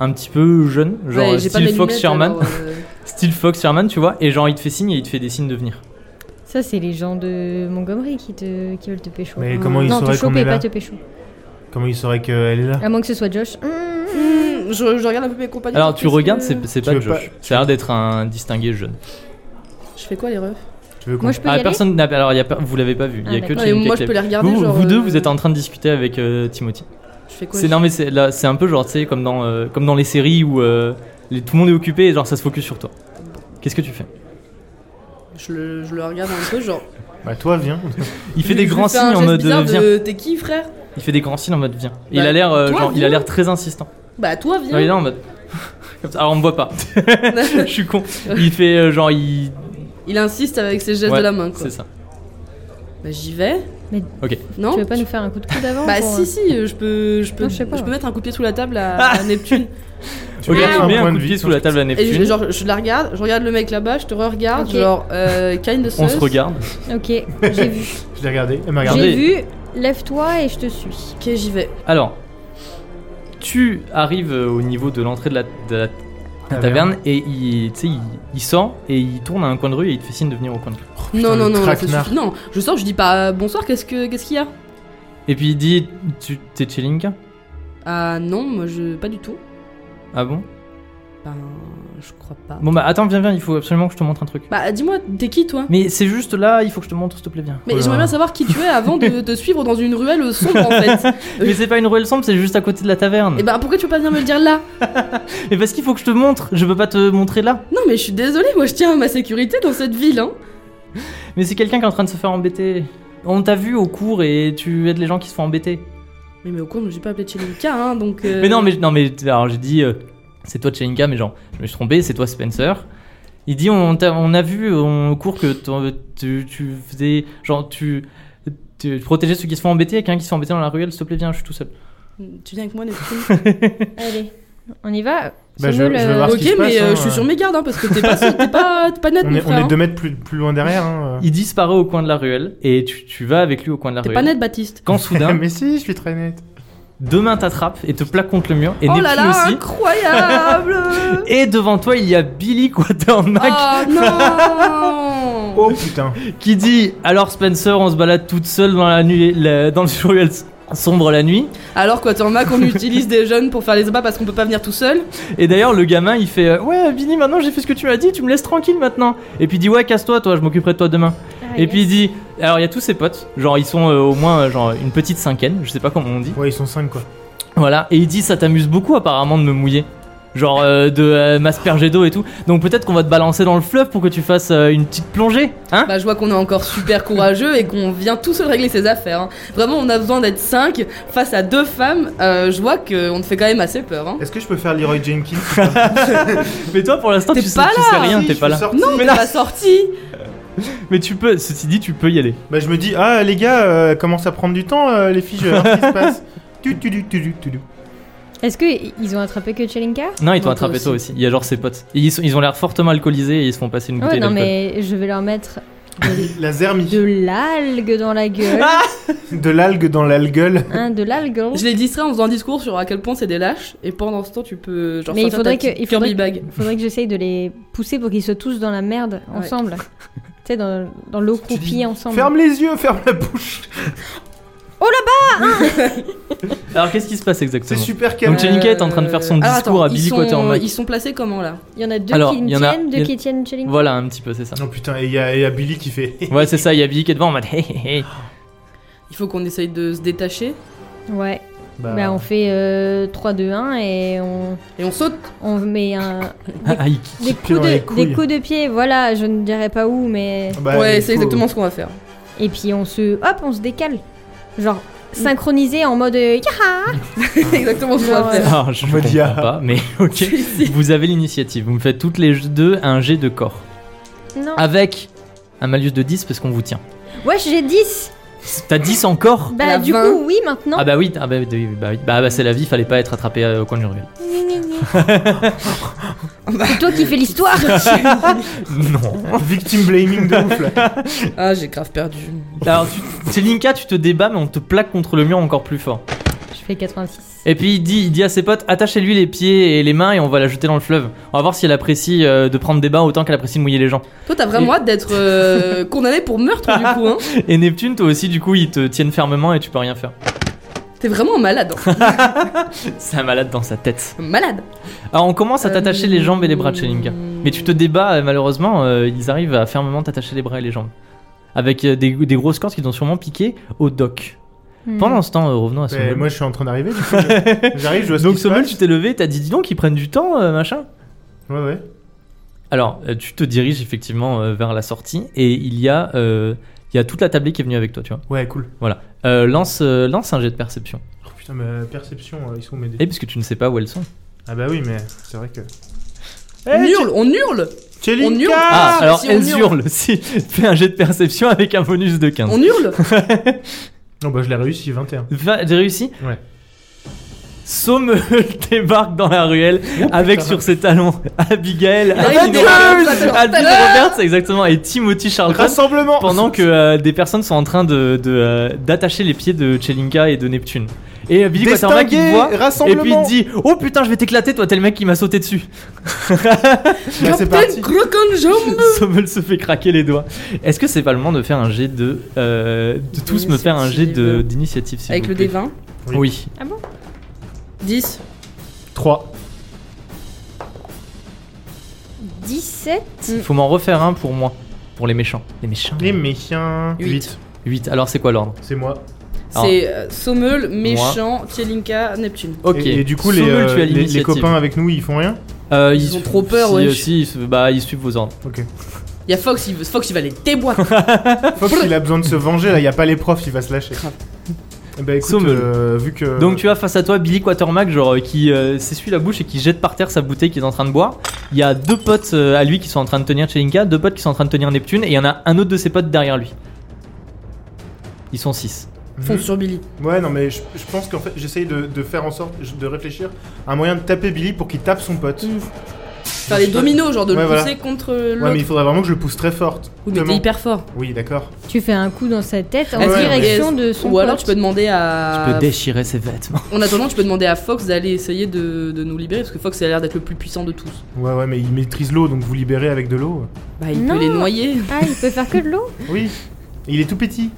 un petit peu jeune, genre
Ouais,
euh,
j'ai pas
style
mes
Fox
lunettes,
Sherman,
alors, euh,
style Fox Sherman, tu vois, et genre il te fait signe et il te fait des signes de venir.
Ça, c'est les gens de Montgomery qui, te... qui veulent te pécho.
Mais comment ils
non, te
sauraient qu'on
choper,
est
pas
là
te pécho.
Comment ils sauraient qu'elle est là
À moins que ce soit Josh. Mmh.
Hmm, [LAUGHS] je, je regarde un peu mes compagnons.
Alors, tu
Ah, parce que-
regardes, c'est, c'est
Tu
pas
veux
Josh.
pas-
Ça a l'air d'être un distingué jeune.
Je fais quoi les refs
Tu veux qu'on-
Moi, je peux y
Ah,
aller
personne n'a. Alors, il y a, per- vous l'avez pas vu. Il y a
Ah,
que
d'accord.
Non, mais
Chelinka
moi
qui
je
l'a
peux les regarder.
Vous,
genre,
vous deux,
euh,
vous êtes en train de discuter avec euh, Timothy.
Je fais quoi
C'est non mais c'est là, c'est un peu genre, tu sais, comme dans euh, comme dans les séries où euh, les- tout le monde est occupé et genre ça se focus sur toi. Qu'est-ce que tu fais
Je le, je le regarde un peu, genre.
Bah
[LAUGHS]
toi, viens.
Il fait
je-
des
je
grands
lui fais
signes
un
en
geste
mode euh,
bizarre
viens.
de, T'es qui, frère
Il fait des grands signes en mode viens. Et il
Bah,
a l'air euh,
toi,
genre, il a
viens.
l'air très insistant.
Bah, toi, viens.
Non, il est là en mode. [LAUGHS] Comme ça. Alors on me
[LAUGHS]
voit pas. Je suis con. Il fait euh, genre il.
Il insiste avec ses gestes
Ouais,
de la main, quoi.
C'est ça.
Bah, j'y vais.
Mais-
Ok.
Non
Tu veux pas nous faire un coup de coude avant
Bah,
pour,
si, si, euh, je peux, je peux,
Non, je
je
sais pas.
peux mettre un coup de pied sous la table à,
Ah [LAUGHS]
à Neptune.
Tu
Ok,
veux faire
tu mets un
point
coup de
de
pied
vue
sous la table à
Et
Neptune.
je, genre, je la regarde, je regarde le mec là-bas, je te re-regarde,
Ok.
genre, euh, kind of
On se
sus.
regarde.
euh, Ok,
[LAUGHS]
j'ai vu.
Je l'ai regardé. Elle m'a regardé.
Regardez.
J'ai vu. Lève-toi et je te suis.
Ok, j'y vais.
Alors, tu arrives euh, au niveau de l'entrée de la, de la- de la taverne et il, tu sais, il, il sort et il tourne à un coin de rue et il te fait signe de venir au coin de rue.
non,
Oh, le
non, non, non, ça
traquenard.
suffit. Non, je sors, je dis pas euh, bonsoir, qu'est-ce que, qu'est-ce qu'il y a
Et puis il dit Tu t'es Chelinka
Ah, non, moi, je. Pas du tout.
Ah bon
Ben, je crois pas.
Bon bah attends, viens, viens, il faut absolument que je te montre un truc.
Bah, dis-moi, t'es qui, toi
Mais c'est juste là, il faut que je te montre, s'il te plaît, viens.
Mais
Oh là
j'aimerais
là.
bien savoir qui tu es avant de te suivre dans une ruelle sombre en
[LAUGHS]
fait.
Mais c'est pas une ruelle sombre, c'est juste à côté de la taverne.
Et ben pourquoi tu peux pas venir me le dire là
Mais parce qu'il faut que je te montre, je peux pas te montrer là.
Non mais je suis désolée, moi je tiens à ma sécurité dans cette ville hein.
Mais c'est quelqu'un qui est en train de se faire embêter. On t'a vu au cours et tu aides les gens qui se font embêter.
Mais, mais au cours, je j'ai pas appelé Chelinka hein donc. euh,
Mais non, mais, non, mais alors j'ai dit, euh, c'est toi Chelinka, mais genre, je me suis trompé, c'est toi Spencer. Il dit, on, t'a- on a vu on- au cours que t'en- tu, tu faisais, genre, tu, tu protégeais ceux qui se font embêter, quelqu'un qui se fait embêter dans la ruelle, s'il te plaît, viens, je suis tout seul.
Tu viens avec moi,
[LAUGHS]
Neptune
Allez, on y va.
Bah, je-
Samuel,
je vais
euh,
voir. ce
Ok,
qui se
mais
passe,
euh,
hein,
je suis
euh.
sur mes gardes hein, parce que t'es pas, t'es pas, t'es pas net
On
mon
est, on est
frère.
deux
hein.
mètres plus, plus loin derrière. Hein.
Il disparaît au coin de la ruelle et tu, tu vas avec lui au coin de la
T'es
ruelle.
pas net Baptiste.
Quand soudain,
[LAUGHS] Mais si, je suis très net.
deux mains t'attrapent et te plaquent contre le mur et
oh
Neptune
là là,
aussi.
[LAUGHS]
incroyable
Et devant toi, il y a Billy Quatermack
Oh
[LAUGHS]
non
Oh putain.
qui dit Alors Spencer, on se balade toute seule dans la nuit, la- dans le [LAUGHS] ruelle sombre la nuit.
Alors quoi, t'en qu'on utilise des jeunes pour faire les abats parce qu'on peut pas venir tout seul
Et d'ailleurs, le gamin il fait euh, Ouais, Billy, maintenant j'ai fait ce que tu m'as dit, tu me laisses tranquille maintenant. Et puis il dit Ouais, casse-toi, toi, je m'occuperai de toi demain.
ah,
et
yes.
puis il dit Alors il y a tous ses potes, genre ils sont euh, au moins euh, genre une petite cinquaine, je sais pas comment on dit.
Ouais, ils sont cinq quoi.
Voilà, et il dit Ça t'amuse beaucoup apparemment de me mouiller. Genre euh, de euh, m'asperger d'eau et tout. Donc peut-être qu'on va te balancer dans le fleuve pour que tu fasses euh, une petite plongée, hein
Bah, je vois qu'on est encore super courageux et qu'on vient tout seul régler ses affaires. hein. Vraiment, on a besoin d'être 5 face à deux femmes. Euh, je vois qu'on te fait quand même assez peur. Hein.
Est-ce que je peux faire
[LAUGHS]
Leroy Jenkins
Mais toi pour l'instant
T'es
tu, sais,
pas
tu sais rien, t'es pas là.
Non, t'es pas sorti.
Mais tu peux, ceci dit, tu peux y aller.
Bah, je me dis, ah les gars, euh, commence à prendre du temps, euh, les filles, je vais voir ce qui
[LAUGHS]
se passe. Tu, tu, tu, tu, tu, tu, tu.
Est-ce qu'ils ont attrapé que Chelinka
Non, ils t'ont
Non,
attrapé
toi
toi aussi. Il y a genre ses potes. Et ils, sont- ils ont l'air fortement alcoolisés et ils se font passer une
Ouais,
bouteille
non,
d'alcool.
mais je vais leur mettre
La zermie.
De l'algue dans la gueule.
Ah
De l'algue dans l'algueule.
Hein, de l'algue.
Je les distrais en faisant un discours sur à quel point c'est des lâches, et pendant ce temps, tu peux. Genre,
Mais il
sortir
faudrait
ta
que,
petite
il faudrait,
Kirby bag.
il faudrait que j'essaye de les pousser pour qu'ils se tous dans la merde
[LAUGHS]
Ouais.
ensemble. tu sais, dans, dans l'eau
dis-
croupie ensemble.
Ferme les yeux, ferme la bouche.
Alors qu'est-ce qui se passe exactement
C'est super
Donc,
calme.
Chelinka est en train de faire son
Euh, Alors,
discours
attends,
à
ils
Billy
sont-
Quatermack.
Ils sont placés comment là
Il y en a deux
Alors,
qui me
il y en a-
tiennent, deux
il y en-
qui tiennent Chelling.
Voilà, un petit peu, c'est ça.
Oh putain, et il y, a- et il y a Billy qui fait. eh,
Ouais, c'est ça, il y a Billy qui est devant en mode hey, hey, hey.
Il faut qu'on essaye de se détacher
Ouais. Bah, on fait euh, 3, 2, 1 et on,
et on saute.
on met un,
Ah, [LAUGHS] il kick.
des,
pied
coups
dans les
de,
couilles.
des coups de pied. Voilà, je ne dirais pas où, mais.
Bah,
ouais,
il
c'est
faut-
exactement ce qu'on va faire. [LAUGHS]
Et puis on se. Hop, on se décale. Genre, synchronisé en mode. euh, Yaha
exactement ce qu'on va
Genre,
faire.
Alors, Ah, je
On va
ne
dire-
comprends pas, mais [LAUGHS] ok. Vous avez l'initiative. Vous me faites toutes les deux un jet de corps.
Non.
Avec un malus de 10 parce qu'on vous tient.
Wesh, j'ai 10.
T'as 10 encore
Bah,
La
du
20.
coup, oui, maintenant.
Ah bah oui, ah bah, oui, bah oui. Bah, bah, c'est la vie, fallait pas être attrapé euh, au coin du ruelle.
C'est toi qui fais l'histoire.
Non.
Victim blaming de ouf
[LAUGHS]
là.
Ah, j'ai grave perdu.
Alors, tu... c'est Linka, tu te débats, mais on te plaque contre le mur encore plus fort.
je fais 86.
Et puis il dit, il dit à ses potes, attachez-lui les pieds et les mains et on va la jeter dans le fleuve. On va voir si elle apprécie euh, de prendre des bains autant qu'elle apprécie de mouiller les gens.
Toi, t'as vraiment hâte d'être euh, condamné pour meurtre du coup, hein
Et Neptune, toi aussi, du coup, ils te tiennent fermement et tu peux rien [LAUGHS] faire.
T'es vraiment malade. hein.
C'est un malade dans sa tête.
Malade.
Alors on commence à t'attacher
Euh,
les jambes et les bras de Chelinka. Mais tu te débats, et malheureusement, euh, ils arrivent à fermement t'attacher les bras et les jambes. Avec euh, des, des grosses cordes qui t'ont sûrement piqué au doc.
Hmm. Mm.
Pendant ce temps, euh, revenons à
Mais
Sommel.
Eh, moi je suis en train d'arriver. du coup,
[LAUGHS]
je- J'arrive, je vois ce
Donc
qui se
Sommel,
passe.
tu t'es levé, t'as dit dis donc, ils prennent du temps, euh, machin.
Ouais, ouais.
Alors, euh, tu te diriges effectivement euh, vers la sortie et il y a, euh, il y a toute la tablée qui est venue avec toi, tu vois.
Ouais, cool.
Euh, lance, euh, lance un jet de perception.
Oh, putain, ma perception, euh, ils sont m'aider.
Et puisque tu ne sais pas où elles sont.
Ah bah oui, mais c'est vrai que.
On hurle, on hurle On hurle.
Ah,
mais
alors
bah si, on
elles
hurle.
hurlent. Si, [LAUGHS] fais un jet de perception avec un bonus de 15.
On hurle
Non, bah je l'ai réussi, 21.
Va- J'ai réussi
Ouais.
Sommel [LAUGHS] débarque dans la ruelle
Oh,
avec sur ses talons Abigail,
arrive,
Adeline
il débarque,
Roberts,
attends,
Adeline
attends.
Roberts, exactement, et Timothy Charlton.
Rassemblement
pendant que euh, des personnes sont en train de de, euh, d'attacher les pieds de Chelinka et de Neptune. Et euh, Billy Quatermack il te
Distingué,
voit et
rassemblement
puis il te dit "Oh putain, je vais t'éclater toi, t'es le mec qui m'a sauté dessus." [LAUGHS]
Bah, c'est
Captain
parti.
Croconjambe
[LAUGHS] Sommel se fait craquer les doigts. Est-ce que c'est pas le moment de faire un jet de euh, de tous me faire un jet de-
D'initiative.
d'initiative s'il
Avec
vous
le
plaît.
D20.
Oui.
Oui.
10.
3.
17.
Faut m'en refaire un pour moi, pour les méchants. Les méchants.
Les méchants.
Huit.
8.
8. Alors c'est quoi l'ordre
C'est moi.
Ah.
C'est euh, Sommel, Méchant, Tchelinka, Neptune.
OK.
Et, et du coup, les,
Sommel, tu
euh,
as
les- les,
l'initiative.
copains avec nous, ils font rien
Euh,
Ils ont trop peur,
si,
wesh.
euh, si, ils se- bah ils suivent vos ordres.
Ok.
Y a Fox, il, veut- Fox, il va les déboîter.
Fox, il a besoin de se venger là, y a pas les profs, il va se lâcher. Eh Bah écoute,
Sommel.
euh, vu que.
Donc tu as face à toi Billy Quatermack genre euh, qui euh, s'essuie la bouche et qui jette par terre sa bouteille qu'il est en train de boire. Il y a deux potes euh, à lui qui sont en train de tenir Chelinka, deux potes qui sont en train de tenir Neptune et il y en a un autre de ses potes derrière lui. Ils sont six.
Fonce sur Billy.
Ouais, non, mais je, je pense qu'en fait, j'essaye de, de faire en sorte, de réfléchir à un moyen de taper Billy pour qu'il tape son pote.
Faire les dominos, genre de
Ouais,
le
voilà.
pousser contre l'autre.
Ouais, mais il faudrait vraiment que je le pousse très fort.
Ou mais t'es
Vraiment.
hyper fort.
Oui, d'accord.
Tu fais un coup dans sa tête en
Est-ce
que-
direction de son.
Ou alors
pote.
tu peux demander
Tu
à.
peux déchirer ses
[LAUGHS]
vêtements.
en attendant, tu peux demander à Fox d'aller essayer de, de nous libérer parce que Fox il a l'air d'être le plus puissant de tous.
Ouais, ouais, mais il maîtrise l'eau, donc vous libérez avec de l'eau.
Bah, il
Non.
peut les noyer.
Ah, il peut faire que de l'eau
Oui. Et il est tout petit.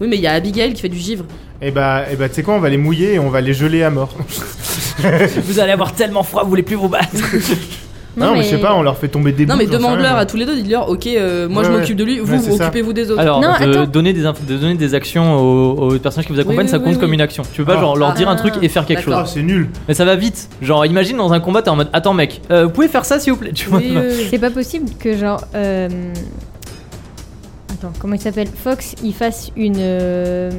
Oui, mais il y a Abigail qui fait du givre.
Et bah, et bah tu sais quoi, on va les mouiller et on va les geler à mort. [LAUGHS]
vous allez avoir tellement froid, vous voulez plus vous battre.
Non, mais... je sais pas, on leur fait tomber des
Non, mais
boules, j'en sais
demande-leur
rien.
à tous les deux, dites-leur, ok, euh, moi
Ouais,
je
ouais.
m'occupe de lui, vous,
Ouais, c'est
vous
ça.
occupez-vous des
[LAUGHS]
autres.
Alors
Non,
de,
attends.
donner des inf- de donner des actions aux, aux personnages qui vous accompagnent,
Oui,
ça
oui,
compte
oui,
comme
oui.
une action. Tu peux pas
Ah.
genre leur dire un
Ah,
truc et faire quelque
d'accord.
chose.
Ah, c'est nul.
Mais ça va vite. Genre imagine dans un combat t'es en mode attends mec, euh, vous pouvez faire ça s'il vous plaît. Tu
[LAUGHS]
vois,
Oui, euh,
C'est pas possible que genre. euh, Attends, comment il s'appelle Fox, il fasse une. euh,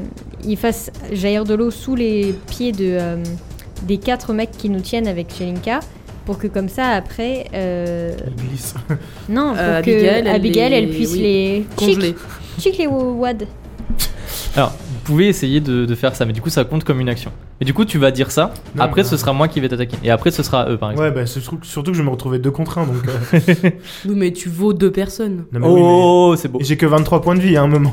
Il fasse jaillir de l'eau sous les pieds de, euh, des quatre mecs qui nous tiennent avec Chelinka. Pour que comme ça après, euh,
Il glisse.
non, pour
Euh,
que
Abigail, elle
Abigail, elle,
les-
puisse
oui,
les chic,
congelé.
chic les wads.
Alors, vous pouvez essayer de, de faire ça, mais du coup, ça compte comme une action. Et du coup, tu vas dire ça,
Non,
après,
mais-
ce sera moi qui vais t'attaquer. Et après, ce sera eux, par exemple.
Ouais, bah, c'est surtout surtout que je me retrouvais deux contre un, donc. euh,
Oui, mais tu vaux deux personnes.
non, mais oui, mais-
Oh, c'est beau.
J'ai que 23 points de vie hein, à un moment.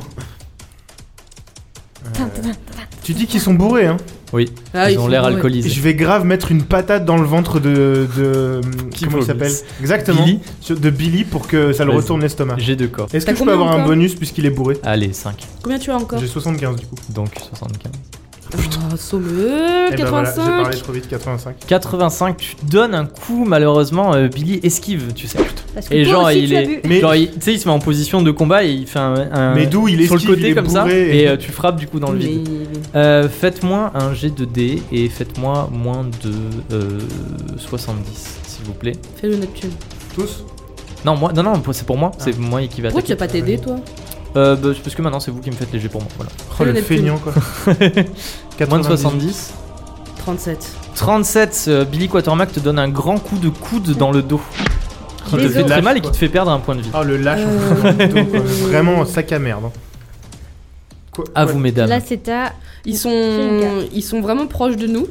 Euh,
Tin, tin, tin.
Tu dis qu'ils sont bourrés, hein.
Ah,
Ils ont
sont
l'air
bourrés.
alcoolisés.
Je vais grave mettre une patate dans le ventre de. de
Qui
comment il
vomit.
s'appelle Exactement.
Billy
Sur- De Billy pour que ça le
Vas-y.
retourne l'estomac.
J'ai deux corps.
Est-ce
T'as
que je peux
combien
avoir un
encore
bonus puisqu'il est bourré
Allez, 5.
Combien tu as encore
J'ai 75 du coup.
Donc 75.
Ah, sommeux,
Eh ben voilà,
85
j'ai parlé trop vite, 85.
85, tu donnes un coup, malheureusement, euh, Billy esquive, tu sais.
Parce que
Et
toi
genre,
aussi,
il
tu as
est.
bu.
Mais-
Genre, il- tu sais, il se met en position de combat et il fait un. un-
Mais d'où il
sur le
esquive, il
côté
est
comme ça,
bourré
et
et-
euh, tu frappes du coup dans le
Mais-
vide. Euh, faites-moi un G2D et faites-moi moins de euh, 70, s'il vous plaît.
Fais le Neptune.
Tous
Non, moi, non, non, c'est pour moi,
Ah.
c'est moi qui vais
Pourquoi tu
attaquer.
vas pas t'aider, toi
Euh, bah, parce que maintenant, c'est vous qui me faites léger pour moi. Voilà.
Oh
Fais
le
le Neptune.
[LAUGHS]
feignant quoi.
Moins de
98.
70.
37.
37, euh, Billy Quatermack te donne un grand coup de coude dans le dos. Qui
Les
te fait
os.
très mal et
Lâche,
qui te fait perdre un point de vie.
Ah,
Oh le lâche.
Euh,
en fait, donc, euh, Vraiment, sac à merde. hein. Quoi-
Ah,
À
quoi-
vous, mesdames.
Là, c'est à.
Ils
Fais
sont, ils sont vraiment proches de nous,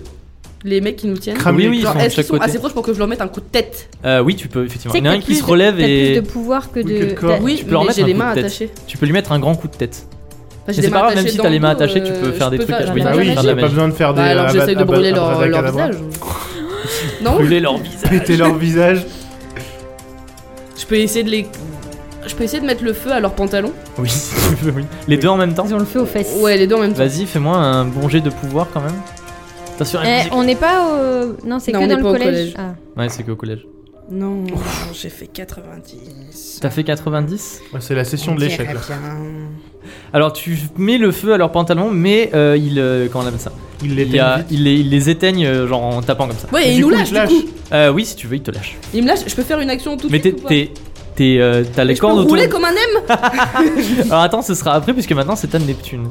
les mecs qui nous tiennent.
Crame
Oui,
Ah,
les
oui, ils
Genre,
sont
crânes.
de
est-ce qu'ils
chaque
sont
côté.
assez proches pour que je leur mette un coup de tête
Euh, oui, tu peux, effectivement.
C'est
Il y en a
que
un
t'as
qui se
plus de-
relève
T'as plus
et
de pouvoir que
Oui, que
de.
de corps.
t'as-
Oui,
tu peux leur
mais
mettre
j'ai
un
les
coup de
mains
tête.
attachées.
tu peux lui mettre un grand coup de tête.
Enfin, j'ai
C'est
des
pas
mains
grave, même
attachées
si t'as
dans
les
le
mains
dos,
attachées, tu
euh,
peux faire
je
des
peux
trucs à-
je
Bah
Bah
peux
oui,
oui,
faire de
de
la
la
j'ai pas
magie.
besoin de faire de.
Bah, alors j'essaie de
abada-
brûler leur, leur
abracadabra. [LAUGHS]
visage.
Oh.
Non,
Brûler leur visage.
Péter leur visage. [LAUGHS]
je peux essayer de les. Je peux essayer de mettre le feu à leurs pantalons.
Oui, si tu veux, oui. Les deux en même temps
Ils ont le feu aux fesses.
Ouais, les deux en même temps.
Vas-y, fais-moi un bon jet de pouvoir quand même. Attention, la
Eh,
musique.
on n'est pas au. Non, c'est que
Non, on n'est
dans le
pas au
collège.
collège.
Ah.
Ouais, c'est qu'au collège.
Non, j'ai fait 90.
T'as fait 90
Ouais, C'est la session de l'échec là.
Alors tu mets le feu à leurs pantalons, mais euh, ils. euh, comment on appelle ça il,
Il
y
l'était
a-
vite.
il les, il les éteignent euh, genre en tapant comme ça.
Ouais,
Et
et
du
il nous
coup,
lâche
il
du
te
coup.
Euh, oui, si tu veux, ils te lâchent.
Il me lâche, je peux faire une action tout de
Mais t'es.
suite. ou pas
t'es- t'es, euh, T'as les
Je peux
cordes autour.
rouler comme un M
Alors attends, ce sera après, puisque maintenant c'est à Neptune.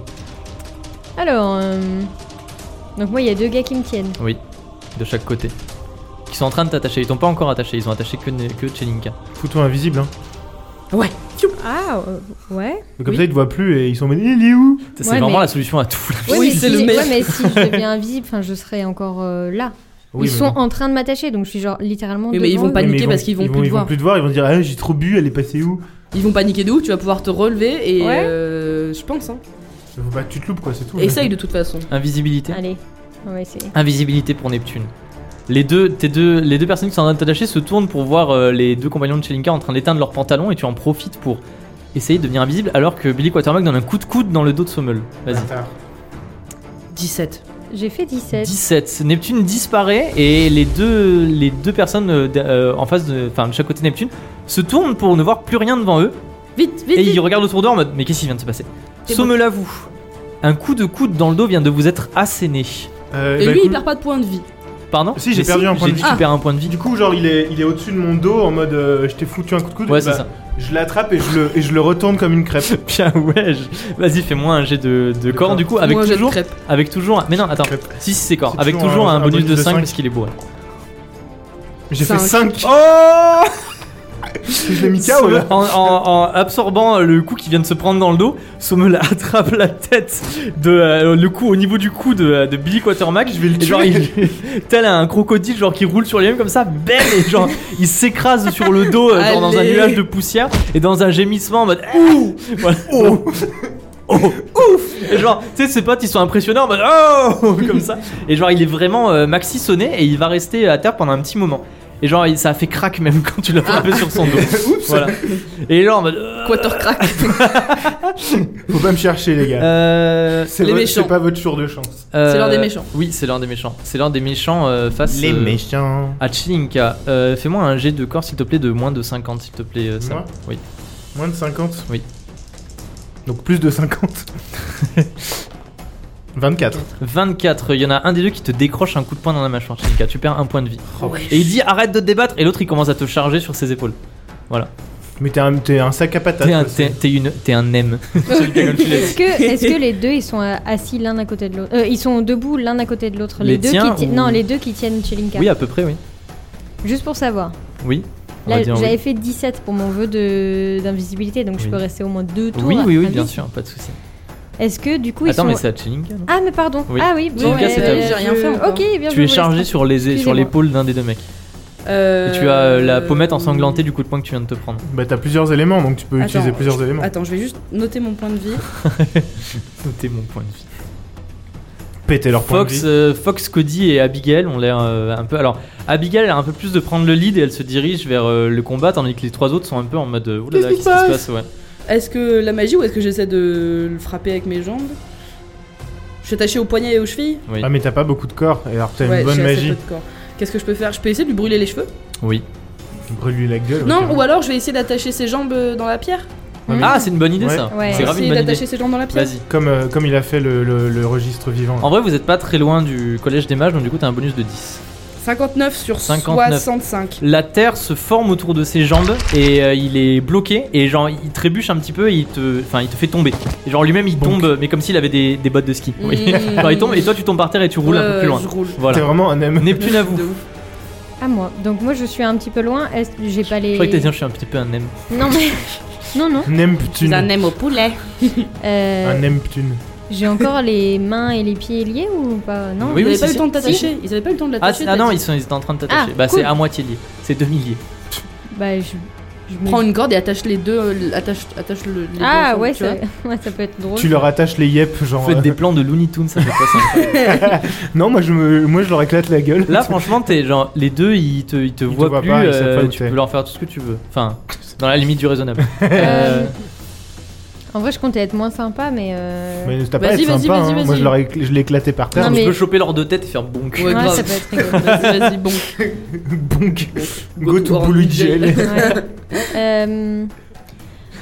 Alors. euh, Donc, moi, il y a deux gars qui me tiennent.
Oui, de chaque côté. Qui sont en train de t'attacher. Ils t'ont pas encore attaché, ils ont attaché que, Ne- que Chelinka.
Fouton invisible. Hein.
Ah, euh, ouais.
Donc, Comme ça, ils te voient plus et ils sont en mode, Il est où
C'est
Ouais,
vraiment
mais-
la solution à tout.
Ouais,
Oui,
mais
c'est
si-
le meilleur.
Ouais, mais si
[LAUGHS]
je deviens invisible, enfin, je serai encore euh, là.
Oui,
ils
mais
sont
bon.
en train de m'attacher, donc je suis genre littéralement.
Oui, mais ils
devant
vont
eux.
pas-
Oui, mais
paniquer parce qu'ils vont
ils
plus te
ils
voir.
Vont plus te voir. Ils vont dire ah j'ai trop bu, elle est passée où
Ils vont paniquer de ouf, tu vas pouvoir te relever et
Ouais.
euh, je pense. Hein.
Faut pas que bah, tu te loupes quoi, c'est tout.
Essaye de toute façon.
Invisibilité.
Allez, on va essayer.
Invisibilité pour Neptune. Les deux, tes deux, les deux personnes qui sont en train de t'attacher se tournent pour voir euh, les deux compagnons de Chelinka en train d'éteindre leurs pantalons et tu en profites pour essayer de devenir invisible alors que Billy Quatermack donne un coup de coude dans le dos de Sommel. Vas-y.
Bâtard.
17.
J'ai fait 17.
17. Neptune disparaît et les deux, les deux personnes euh, d- euh, en face de, enfin, de chaque côté de Neptune se tournent pour ne voir plus rien devant eux
Vite, vite,
et
vite.
ils regardent autour d'eux en mode mais qu'est-ce qui vient de se passer
C'est
Sommel vous. Un coup de coude dans le dos vient de vous être asséné.
Euh,
Et
bah,
lui, il
écoute,
perd pas de points de vie.
Pardon
Si, j'ai
Mais
perdu un point de
j'ai
vie.
dit que Tu perds un point de vie.
Du coup, genre, il est, il est au-dessus de mon dos en mode euh, je t'ai foutu un coup de coude.
Ouais,
Bah,
c'est
[LAUGHS]
ça.
Je l'attrape et, je le- et je le retourne comme une crêpe.
Bien ouais, je- vas-y fais-moi un jet de, de corps
corps.
du coup avec
Moi, j'ai de
toujours
crêpe.
avec toujours un- mais non attends
Crêpe.
si si c'est corps
C'est
avec
toujours
toujours un,
un- un
bonus,
bonus
de
de
5
cinq.
parce qu'il est bourré.
J'ai fait
Cinq.
5
Oh
Je l'ai mis KO là
en, en- en absorbant le coup qui vient de se prendre dans le dos, [LAUGHS] Sommel attrape la tête de euh, le coup au niveau du cou de, euh, de Billy Quatermack.
Je vais le
Et genre,
tuer.
il- [LAUGHS] tel un crocodile genre qui roule sur lui-même comme ça, belle et [LAUGHS] genre il s'écrase sur le dos euh, genre, dans un
Allez.
nuage de poussière et dans un gémissement en mode ouh, [LAUGHS] Voilà. oh. ouf et genre tu sais ses potes ils sont impressionnés en mode oh [LAUGHS] comme ça et genre il est vraiment euh, maxi sonné et il va rester à terre pendant un petit moment et genre il- ça a fait crack même quand tu l'as frappé sur son dos
[LAUGHS] Oups
voilà et genre en mode euh,
Quater crack.
[LAUGHS] Faut pas me chercher les gars.
euh,
C'est
les
votre-
méchants.
c'est pas votre jour de chance.
euh,
l'heure des méchants.
oui c'est l'heure des méchants c'est l'heure des méchants euh, face euh,
méchants.
À Chilinka, euh, fais-moi un jet de corps s'il te plaît de moins de 50 s'il te plaît euh, Sam.
Moi
Oui.
Moins de 50
Oui.
Donc plus de
[LAUGHS]
50 24.
24, il y en a un des deux qui te décroche un coup de poing dans la mâchoire Chilinka, tu perds un point de vie.
Oh,
Et il dit arrête de te débattre et l'autre il commence à te charger sur ses épaules.
Mais t'es un, t'es un sac à patates.
T'es un,
quoi, c'est-
t'es- t'es une, t'es un M.
Est-ce que,
[LAUGHS]
est-ce que les deux ils sont euh, assis l'un à côté de l'autre Euh, Ils sont debout l'un à côté de l'autre. Les,
Les
deux
tiens
qui ti-
ou-
non les deux qui tiennent Chelinka.
Oui à peu près oui.
Juste pour savoir.
Oui. on
Là
va dire oui.
j'avais fait 17 pour mon vœu de d'invisibilité donc je
Oui.
peux rester au moins deux tours.
Oui, oui, oui,
à
bien
vis.
sûr, pas de souci.
Est-ce que du coup ils
Attends,
sont...
mais c'est à Chelinka, non
Ah mais pardon.
Oui.
Ah oui.
Chelinka,
ouais,
c'est
euh,
à vous.
J'ai rien fait encore.
Ok, bien
Tu
joué,
es
vous
chargé
laisse
sur les sur
Excusez-moi.
l'épaule d'un des deux mecs. Et tu as euh, la pommette ensanglantée du coup de poing que tu viens de te prendre.
Bah t'as plusieurs éléments, donc tu peux
Attends,
utiliser plusieurs éléments.
Attends, je vais juste noter mon point de vie.
Notez mon point de vue.
Péter leur point de
Fox,
vie.
euh, Fox, Cody et Abigail ont l'air euh, un peu. Alors, Abigail a l'air un peu plus de prendre le lead et elle se dirige vers euh, le combat, tandis que les trois autres sont un peu en mode. euh, Oulala, qu'est-ce qui se passe ouais.
Est-ce que la magie ou est-ce que j'essaie de le frapper avec mes jambes Je suis attaché au poignet et aux chevilles
Oui.
Ah mais t'as pas beaucoup de corps, et alors t'as
Ouais,
une bonne
j'ai assez
magie.
peu de corps. Qu'est-ce que je peux faire Je peux essayer de lui brûler les cheveux
oui.
Brûle-lui la gueule.
Non,
ouais.
ou alors je vais essayer d'attacher ses jambes euh, dans la pierre.
Mmh.
Ah, c'est une bonne idée ça.
Ouais.
C'est grave une
Essayer
bonne
d'attacher
idée.
ses jambes dans la pierre.
Vas-y.
Comme, euh, comme il a fait le, le- le registre vivant.
En vrai, vous êtes pas très loin du collège des mages, donc du coup, t'as un bonus de 10.
59 sur
59.
65.
La terre se forme autour de ses jambes et euh, il est bloqué et genre il trébuche un petit peu et il te, enfin il te fait tomber. Et genre lui-même il
Bonk.
tombe, mais comme s'il avait des, des bottes de ski. [LAUGHS] Oui. [LAUGHS]
Mmh.
Genre, il tombe et toi tu tombes par terre et tu roules un peu
Ouais,
plus loin.
Euh, Je roule.
T'es
Voilà.
vraiment un homme.
Neptune à vous.
De ouf.
à moi. Donc moi je suis un petit peu loin. Est-ce que j'ai pas les
Je crois que t'as dit je suis un petit peu un nem.
[LAUGHS] Non mais [LAUGHS] non non.
Neptune. Un
aime au poulet.
Euh,
Neptune.
j'ai encore les mains et les pieds liés ou pas Non.
Oui,
ils
oui,
avaient pas
si,
eu le temps de
si.
t'attacher. Ils avaient pas eu le temps de
Ah,
l'attacher.
c'est- ah
t'as
non,
dit.
ils, sont, ils étaient en train de t'attacher.
Ah,
bah, c'est
cool.
à moitié lié. C'est demi lié.
Bah je. je me-
Prends une corde et attache les deux. euh, Attache, attache le. les deux
Ah
ensemble,
ouais
tu
ça...
vois.
[LAUGHS] ouais, ça peut être drôle.
Tu leur attaches les yep, genre.
Faites
euh,
des plans de Looney Tunes, ça fait pas sympa.
Non, moi je, me... moi je leur éclate la gueule.
Là, franchement, t'es genre, les deux, ils te, ils te
Ils te
voient
voient
plus.
pas, ils savent
euh,
pas où
tu
t'es.
peux leur faire tout ce que tu veux. Enfin, dans la limite du raisonnable.
Euh,
Euh,
En vrai je comptais être moins sympa mais. euh, [LAUGHS]
Mais t'as pas à
Vas-y,
être
vas-y,
sympa,
vas-y,
hein.
vas-y.
moi je leur écl- je l'ai éclaté par terre.
Non,
tu
mais-
peux choper leurs deux têtes et faire bon
Ouais,
Ouais,
grave.
ça peut être
[LAUGHS]
rigolo.
Vas-y, vas-y, bon.
[LAUGHS] Bonk. Go to Blue Jail.
Ouais. Euh,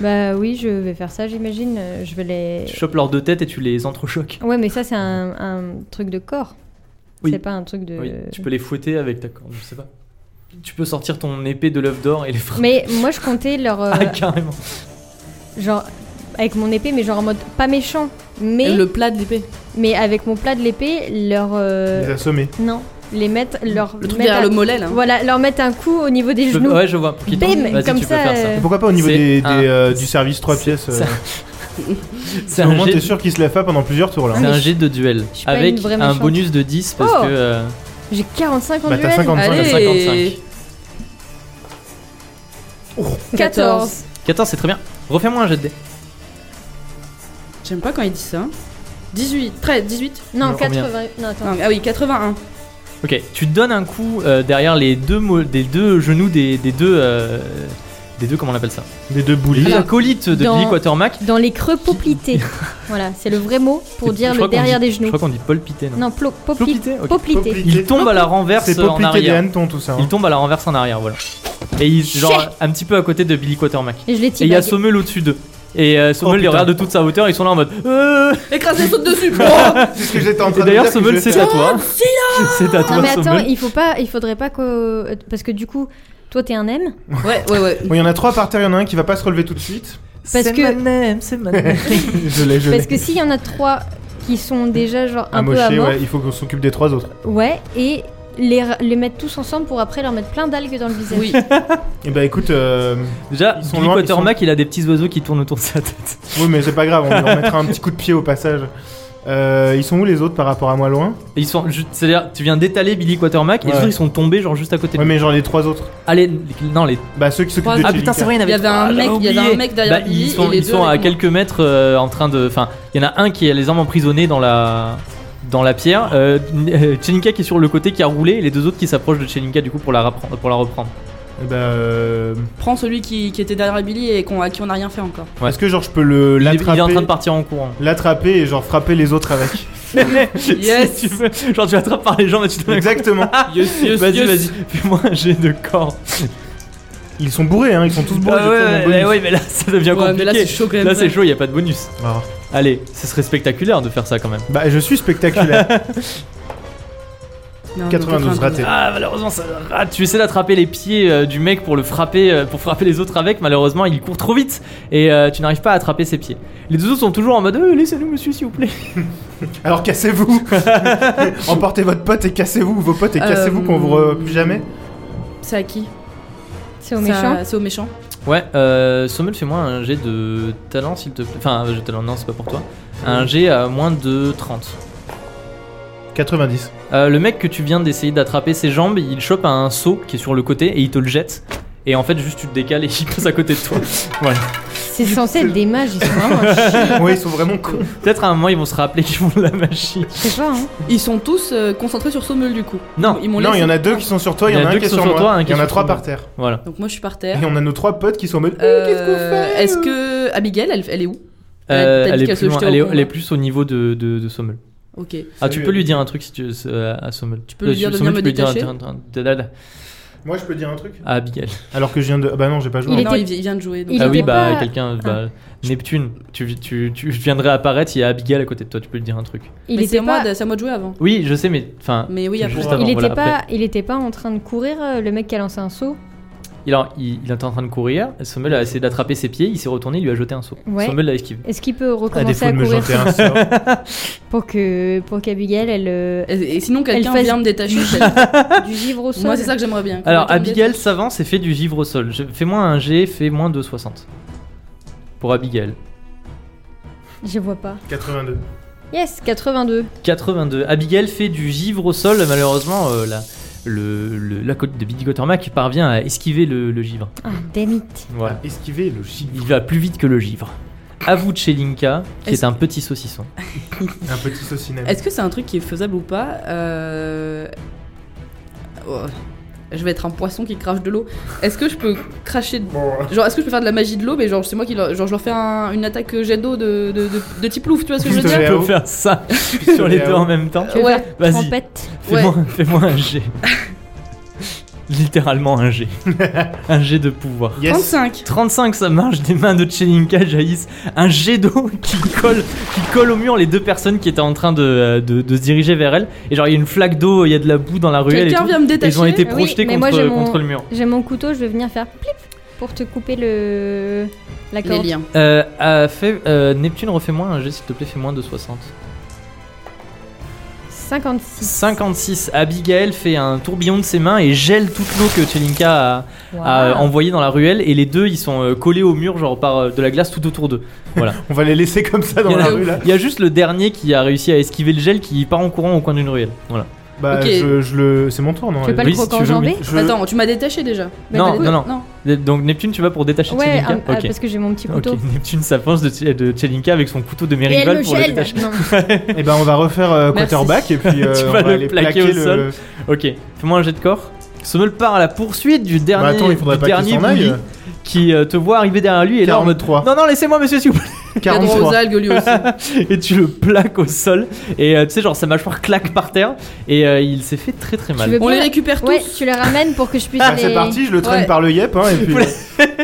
Bah oui, je vais faire ça, j'imagine. Euh, Je vais les.
Tu chopes leurs deux têtes et tu les entrechoques.
Ouais, mais ça, c'est un, un truc de corps.
Oui.
C'est pas un truc de.
Oui, tu peux les fouetter avec ta corde, je sais pas. Tu peux sortir ton épée de l'œuf d'or et les frapper.
Mais moi, je comptais leur. euh,
Ah, [LAUGHS] carrément.
genre, avec mon épée, mais genre en mode pas méchant, mais,
Le plat de l'épée.
mais avec mon plat de l'épée, leur. euh,
Les assommer.
Non, les mettre. Leur
Le truc
mettre
derrière
un-
le mollet là.
Voilà, leur mettre un coup au niveau des
Je-
genoux.
ouais, je vois. Pour qu'ils
Bim,
tombent. Vas-y,
comme
tu
ça,
peux faire
euh,
Pourquoi pas au niveau
C'est
des, des,
un-
euh, du service 3
c'est-
pièces
ça-
euh,
ça. C'est
Au
un
moins
jet
t'es sûr qu'il se lève pas pendant plusieurs tours là.
C'est un jet de duel
suis pas
avec
une vraie
un
méchante.
bonus de 10 parce
Oh.
que euh,
J'ai 45 en
Bah, t'as
duel.
55.
t'as
Allez.
55.
Ah, 14.
14 c'est très bien. Refais-moi un jet de dés.
J'aime pas quand il dit ça. 18, 13, 18.
Non,
Combien
80. Non, attends.
Non, ah oui, 81.
Ok, tu donnes un coup euh, derrière les deux mo- des deux genoux des, des deux euh, des deux comment on appelle ça
Les deux
Les deux
boulis.
acolytes de
Dans-
Billy Quatermac.
Dans les
[LAUGHS]
creux poplités. voilà, c'est le vrai mot pour
Je
dire
crois
le
qu'on
derrière
dit-
des
Je
genoux.
crois qu'on dit Paul Pité. Non.
Non, plo- popli-
Poplité, ok.
poplité.
Poplité.
Il tombe à la renverse
C'est
euh, en
popliqué des
arrière.
hannetons tout ça. hein.
Il tombe à la renverse en arrière, voilà. Et il genre un petit peu à côté de Billy Quatermac.
Et je l'ai
Et il y a
teabag.
Sommel au-dessus d'eux. Et euh, Sommel
Oh,
les
putain.
regarde de toute sa hauteur, ils sont là en mode. Euh,
Écrase les sautes dessus. Oh
C'est ce que j'étais en train
Et
de
d'ailleurs,
dire que
Sommel,
je-
c'est à toi. [LAUGHS] C'est à toi,
Non Ah, mais attends,
Sommel.
il faut pas, il faudrait pas que parce que du coup, toi t'es un M.
ouais, ouais, ouais.
Bon, il y en a trois par terre, il y en a un qui va pas se relever tout de suite.
parce
C'est
que-
ma name, c'est ma
[LAUGHS]
name.
je l'ai, je l'ai. Ah,
Parce que s'il y en a trois qui sont déjà genre un peu
Amoché,
amorphes,
ouais, il faut qu'on s'occupe des trois autres.
ouais. et les, ra- les mettre tous ensemble pour après leur mettre plein d'algues dans le visage.
Oui.
Et bah écoute, euh,
Déjà,
Ils sont
Billy
loin, ils
Quatermac, il a des petits oiseaux qui tournent autour de sa tête.
oui, mais c'est pas grave, on leur mettra un petit coup de pied au passage. Euh, ils sont où les autres par rapport à moi loin
Et Ils sont, ju- c'est-à-dire, tu viens d'étaler Billy Quatermac et les
Ouais.
autres, ils sont tombés genre juste à côté. de
Ouais,
lui.
mais genre les trois autres.
Allez, les- non les.
Bah ceux qui s'occupent
Ah,
de
Ah
Chelinka.
putain, c'est vrai, il y en avait.
Il y avait
trois,
un mec,
j'avais
il y avait
oublié.
un mec derrière
Bah,
lui
ils sont,
et les
ils
deux
sont à
avec moi.
quelques mètres euh, en train de. Enfin, il y en a un qui les a emprisonnés dans la dans la pierre. Euh, euh, Chelinka qui est sur le côté qui a roulé et les deux autres qui s'approchent de Chelinka du coup pour la reprendre. Pour la reprendre.
Et Bah, euh,
Prends celui qui, qui était derrière Billy et qu'on- à qui on n'a rien fait encore.
Ouais.
Est-ce que genre je peux le
Il est, il est en
l'attraper
train de partir en
[LAUGHS]
courant. [LAUGHS]
L'attraper et genre frapper les autres avec.
Yes.
Si tu veux, genre tu l'attrapes par les jambes et tu te mets un coup.
Exactement.
Vas-y, vas-y, fais-moi un jet de corps.
Ils sont bourrés, hein, ils sont tous bourrés.
Ah
j'ai
ouais,
pas mon
ouais,
bonus.
ouais, mais là ça devient
Ouais, mais là c'est
compliqué.
chaud quand même.
Là
ça.
c'est chaud, il y a pas de bonus.
Ah.
Allez, ce serait spectaculaire de faire ça quand même.
Bah je
[LAUGHS]
suis spectaculaire.
Non, non,
92 raté.
Ah malheureusement ça rate. Tu essaies d'attraper les pieds euh, du mec pour le frapper, euh, pour frapper les autres avec. Malheureusement il court trop vite et euh, tu n'arrives pas à attraper ses pieds. Les deux autres sont toujours en mode Euh, laissez-nous monsieur s'il vous plaît. [LAUGHS]
Alors cassez-vous. Emportez votre pote et cassez-vous, vos potes et
Euh,
cassez-vous qu'on vous re- plus jamais.
C'est à qui
[LAUGHS] C'est au
Ça-
méchant.
C'est au méchant.
Ouais, euh, Sommel fais-moi un jet de talent s'il te plaît. Enfin un jet de talent non c'est pas pour toi. Un G à moins de 30.
90.
Euh, le mec que tu viens d'essayer d'attraper ses jambes, il chope un seau qui est sur le côté et il te le jette. Et en fait, juste tu te décales et [LAUGHS] il passe à côté de toi. voilà.
C'est censé être des mages, ils sont vraiment à
[LAUGHS]
chier,
ouais, ils sont vraiment cons.
Peut-être à un moment, ils vont se rappeler qu'ils font de la magie.
je sais pas. Hein.
Ils sont tous euh, concentrés sur Sommel du coup.
Non.
Ils m'ont
Non, il y
laissé-
en a deux qui sont sur toi, il y en a un
deux
qui est sur moi.
toi, un
Il
qui
y
est
en a
sur
trois
moi.
par terre.
Voilà.
Donc moi je suis par
Et
terre.
on a nos trois potes qui sont en mode.
Euh,
Qu'est-ce qu'on fait
Est-ce que Abigail, elle, elle est où
Euh,
T'as dit
elle, est
qu'elle se
plus loin-
jetait au
elle, est,
combat.
elle est plus au niveau de, de, de Sommel.
Ok.
Ah,
Salut,
tu peux lui
Abby.
dire un truc si tu, euh, à Sommel.
Tu peux lui
Euh,
dire de
Sommel,
venir
tu
me
peux lui
détacher
dire un- un- un- un- un-
Moi, je peux dire un truc
à Abigail.
Alors que je viens de. Ah Bah non, j'ai pas joué.
Il
non,
était-
il, vi- il vient de jouer. donc-
Il
ah oui,
était
bah
pas-
quelqu'un. Bah, Neptune, tu, tu, tu viendrais apparaître, il y a Abigail à côté de toi, tu peux lui dire un truc.
Il
Mais c'est
était
à moi
pas.
de- c'est à moi de jouer avant.
Oui, je sais, mais enfin.
Mais oui, après.
Juste
avant.
avant,
Il était,
voilà,
pas,
après.
il était pas en train de courir, euh, le mec qui a lancé un saut.
Il, a- il, il était en train de courir, Sommel a essayé d'attraper ses pieds, il s'est retourné, il lui a jeté un saut.
Ouais.
Sommel l'a esquivé.
Est-ce qu'il peut
À
recommencer
défaut
à,
Ah, de hein. me
courir
jeter un sort.
[LAUGHS]
[LAUGHS]
pour que pour qu'Abigail elle euh,
Et, et sinon, quelqu'un
fasse-
vient me détacher. je-
[LAUGHS] du givre au sol
Moi, c'est ça que j'aimerais bien.
Alors,
Quelqu'un me
Abigail
détache.
s'avance et fait du givre au sol. Je- Fais-moi un G, fais moins 2,60. Pour Abigail.
Je vois pas.
82.
Yes, 82.
82. Abigail fait du givre au sol, malheureusement, euh, la, le, le- la côte de Bidigotormac parvient à esquiver le, le givre.
Ah, damn it.
Voilà.
Esquiver le givre.
Il va plus vite que le givre. À vous, Tchelinka, qui est
Est-ce-
un petit saucisson.
Un petit saucinet.
Est-ce que c'est un truc qui est faisable ou pas Euh, oh, Je vais être un poisson qui crache de l'eau. Est-ce que je peux cracher. de- [LAUGHS] Genre, est-ce que je peux faire de la magie de l'eau Mais genre, c'est moi qui. leur- Genre, je leur fais un- une attaque jet d'eau de, de, de- de type louf, tu vois ce que je veux
Tu
dire
Pistolet.
peux
Léo.
faire ça sur
euh,
les deux en même temps.
Tu veux
Ouais.
faire
Vas-y.
trompette
Fais-moi fais-moi un G. Littéralement un G. un G de pouvoir.
Yes.
35
35 ça marche, des mains de Chelinka jaillissent, un jet d'eau [LAUGHS] qui colle, qui colle au mur les deux personnes qui étaient en train de, euh, de- de se diriger vers elle. Et genre il y a une flaque d'eau, il y a de la boue dans la ruelle et
Quelqu'un
tout.
vient me détacher.
Ils ont été
Ah Oui,
projetés
mais moi,
contre, euh,
j'ai mon-
contre le mur.
J'ai mon couteau, je vais venir faire plip pour te couper le la
Les
corde.
liens.
Euh, euh, fais- euh, Neptune, refais-moi un jet s'il te plaît, fais moins de 60.
56.
56, Abigail fait un tourbillon de ses mains et gèle toute l'eau que Chelinka a, a
Waouh.
envoyée dans la ruelle. Et les deux ils sont euh, collés au mur, genre par euh, de la glace tout autour d'eux.
On va les laisser comme ça
Il y en
dans la
a-
rue là.
Il y a juste le dernier qui a réussi à esquiver le gel qui part en courant au coin d'une ruelle. Voilà.
Bah,
Ok.
je, je le. C'est mon tour, non
Tu veux pas
oui,
le
si tu veux,
croquer en jambé
oui.
Je-
Attends, tu m'as détaché déjà. Bah,
Mais
Non,
t'as-
non, non. Donc Neptune, tu vas pour détacher
Ouais,
Tchelinka
un- ah,
Ok.
parce que j'ai mon petit
Ok,
couteau.
Neptune s'approche de, Tche- de Tchelinka avec son couteau de
Et elle
Mérigol
me
pour le
gèle.
détacher.
Non.
Eh ben, on va refaire euh,
Merci.
quarterback
[LAUGHS]
et puis euh,
Tu
on
vas
va
le
aller
plaquer
plaquer,
au
le.
sol. Ok, fais-moi un jet de corps. Sommel part à la poursuite du
Bah,
dernier,
attends, il faudrait
du
pas qu'il
dernier
s'en aille.
bully qui euh, te voit arriver derrière lui et là en mode
43.
non non laissez-moi monsieur s'il vous plaît.
Il a droit aux
43.
algues lui aussi.
[LAUGHS] et tu le plaques au sol et euh, tu sais genre sa mâchoire claque par terre et euh, il s'est fait très très
Tu
mal.
veux
On les
bien-
récupère tous.
Ouais, tu les ramènes pour que je puisse
Bah,
les
c'est parti, je le traîne
Ouais.
par le yep, hein, et puis.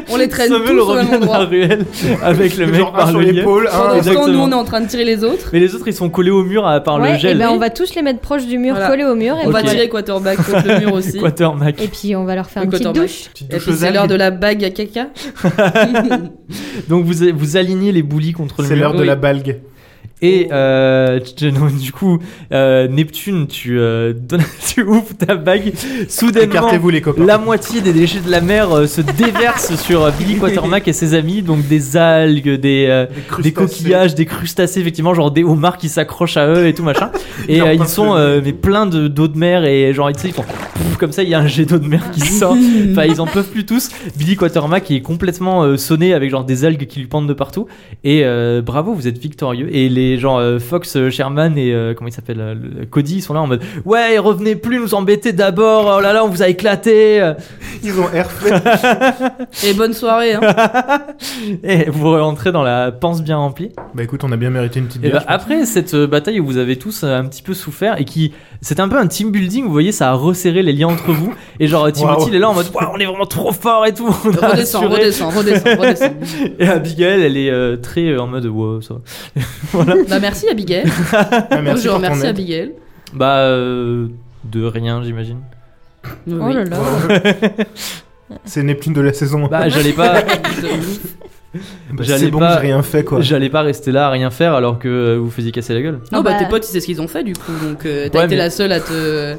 On les traîne
Sommel
tous au
revient
même
dans la
endroit.
ruelle avec le mec
Genre, un
par
sur
le lien.
l'épaule, hein,
Pendant ce temps,
un.
nous,
Ah, Exactement.
on est en train de tirer les autres.
Mais les autres ils sont collés au mur à part
Ouais,
le
et
gel.
ben on
oui.
va tous les mettre proches du mur,
Voilà.
collés au mur et
On va
Ok.
tirer quarterback contre le
[LAUGHS]
mur aussi.
Quatermac.
Et puis on va leur faire une
Le
petite
coton
douche.
Petite
Et
douche
puis
aux
c'est l'heure
algues.
de la bague à caca.
Donc vous, vous alignez les boulis contre le mur.
C'est l'heure de
Oui.
la balgue.
Et euh, tu- non, du coup, euh, Neptune, tu, euh, donnes- tu ouvres ta bague. Soudainement,
Écartez-vous, les copains.
la moitié des déchets de la mer euh, se déversent sur euh, Billy Quatermac et ses amis. Donc des algues, des, euh, des
crustacés.
coquillages, des crustacés, effectivement, genre des homards qui s'accrochent à eux et tout
[LAUGHS]
machin. Et
Genre
euh,
plein
ils
de
sont
trucs.
euh, mais pleins de- d'eau de, mer et genre, tu sais, ils font pouf, comme ça, il y a un jet d'eau de
[LAUGHS]
mer qui sort. Enfin, ils en peuvent plus tous. Billy Quatermac est complètement euh, sonné avec genre des algues qui lui pendent de partout. Et euh, bravo, vous êtes victorieux. Et les gens euh, Fox, euh, Sherman et euh, comment il s'appelle euh, le- Cody, ils sont là en mode ouais, revenez plus, nous embêtez d'abord. Oh là là, on vous a éclaté. [LAUGHS]
Ils ont airfait.
Et bonne soirée.
[LAUGHS]
Hein.
Et vous rentrez dans la panse bien remplie.
Bah écoute, on a bien mérité une petite
Et
bière.
bah, après cette euh, bataille où vous avez tous euh, un petit peu souffert et qui c'est un peu un team building, vous voyez, ça a resserré les liens entre vous. Et genre Timothy
Waouh.
il est là en mode Waouh, on est vraiment trop fort et tout. On a
Redescends,
assuré.
redescends, redescends, redescends.
[LAUGHS] Et Abigail, elle est euh, très euh, en mode wow, ça. va.
Bah merci Abigail.
ben.
Ah, merci
je
pour ton
remercie
aide.
Abigail.
Bah, euh, de rien, j'imagine.
Oui,
Oh
oui.
là là.
[LAUGHS]
C'est Neptune de la saison.
Bah, j'allais pas.
De ouf.
Bah,
J'allais
c'est bon,
pas-
j'ai rien fait quoi.
J'allais pas rester là à rien faire alors que euh, vous faisiez casser la gueule.
Non,
Ah
bah,
bah-
tes potes, ils savent ce qu'ils ont fait du coup, donc euh, t'as
Ouais,
été
mais-
la seule à te...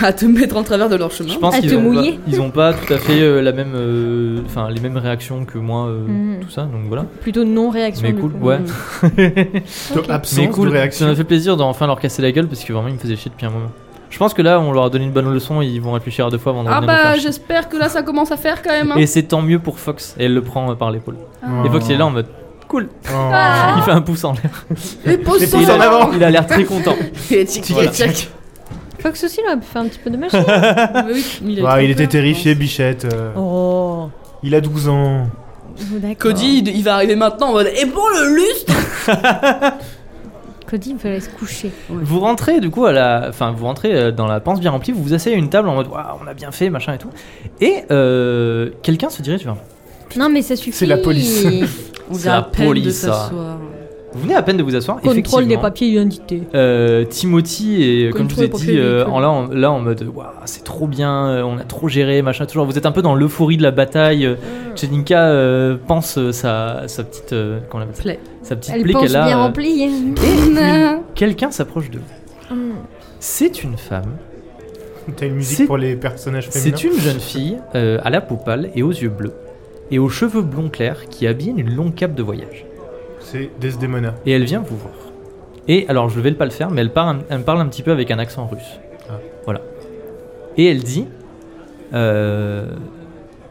à te mettre en travers de leur chemin.
Je pense
À
qu'ils
te
ont, pas-
mouiller.
ils ont pas tout à fait euh, la même, euh, enfin les mêmes réactions que moi, euh,
Mhm.
tout ça. Donc voilà.
Plutôt non-réaction.
Mais
du
cool,
coup.
ouais. [LAUGHS]
Plutôt
Ok.
Absence
Mais cool.
de réaction.
Ça m'a fait plaisir d'enfin leur casser la gueule parce que vraiment ils me faisaient chier depuis un moment. Je pense que là on leur a donné une bonne leçon et ils vont réfléchir à deux fois avant de
Ah
revenir nous
bah
faire chier.
j'espère que là ça commence à faire quand même. hein.
Et c'est tant mieux pour Fox. Et elle le prend euh, par l'épaule.
Oh.
Et Fox il est là en mode cool.
Oh.
Il fait un pouce en l'air.
Et pose
Les
son
il,
pouces en
a,
avant.
il a l'air très content.
[LAUGHS] Et tic, tic,
Voilà.
tic.
Fox aussi, là, fait un petit peu
[LAUGHS]
de machin.
Mais oui, mais il, a
Ouais,
trop
il était
peur,
terrifié, Bichette. euh,
oh.
Il a 12 ans. [LAUGHS]
je pense. Cody, il, il va arriver maintenant en mode Et pour le lustre
Cody il me laisse coucher.
Vous rentrez du coup à la, enfin vous rentrez euh, dans la panse bien remplie, vous vous asseyez à une table en mode Waouh, on a bien fait machin et tout, et euh, quelqu'un se dirige vers.
Non, mais ça suffit.
la police.
On
C'est
vient
la
à peine de
police, ça.
s'asseoir.
Vous venez à peine de vous asseoir.
Contrôle des
effectivement.
papiers d'identité.
Euh, Timothy est, comme je vous ai
Contrôle
dit, euh,
papier,
en, là, en, là en mode Waouh, c'est trop bien, euh, on a trop géré, machin, toujours. Vous êtes un peu dans l'euphorie de la bataille. euh,
Ah.
Chelinka euh, pense euh, sa, sa petite. euh, comment on appelle ça
Plaie.
Sa petite
Elle
plaie
pense
qu'elle
bien
a. euh, [LAUGHS]
remplie. [LAUGHS]
Quelqu'un s'approche de vous.
Hmm.
C'est une femme.
T'as une
C'est-
musique pour les personnages féminins.
C'est une jeune fille euh, à la peau pâle et aux yeux bleus. Et aux cheveux blonds clairs qui habille une longue cape de voyage.
C'est Desdemona.
Et elle vient vous voir. Et alors, je vais pas le faire, mais elle, part un- elle me parle un petit peu avec un accent russe.
Ah.
Voilà. Et elle dit euh,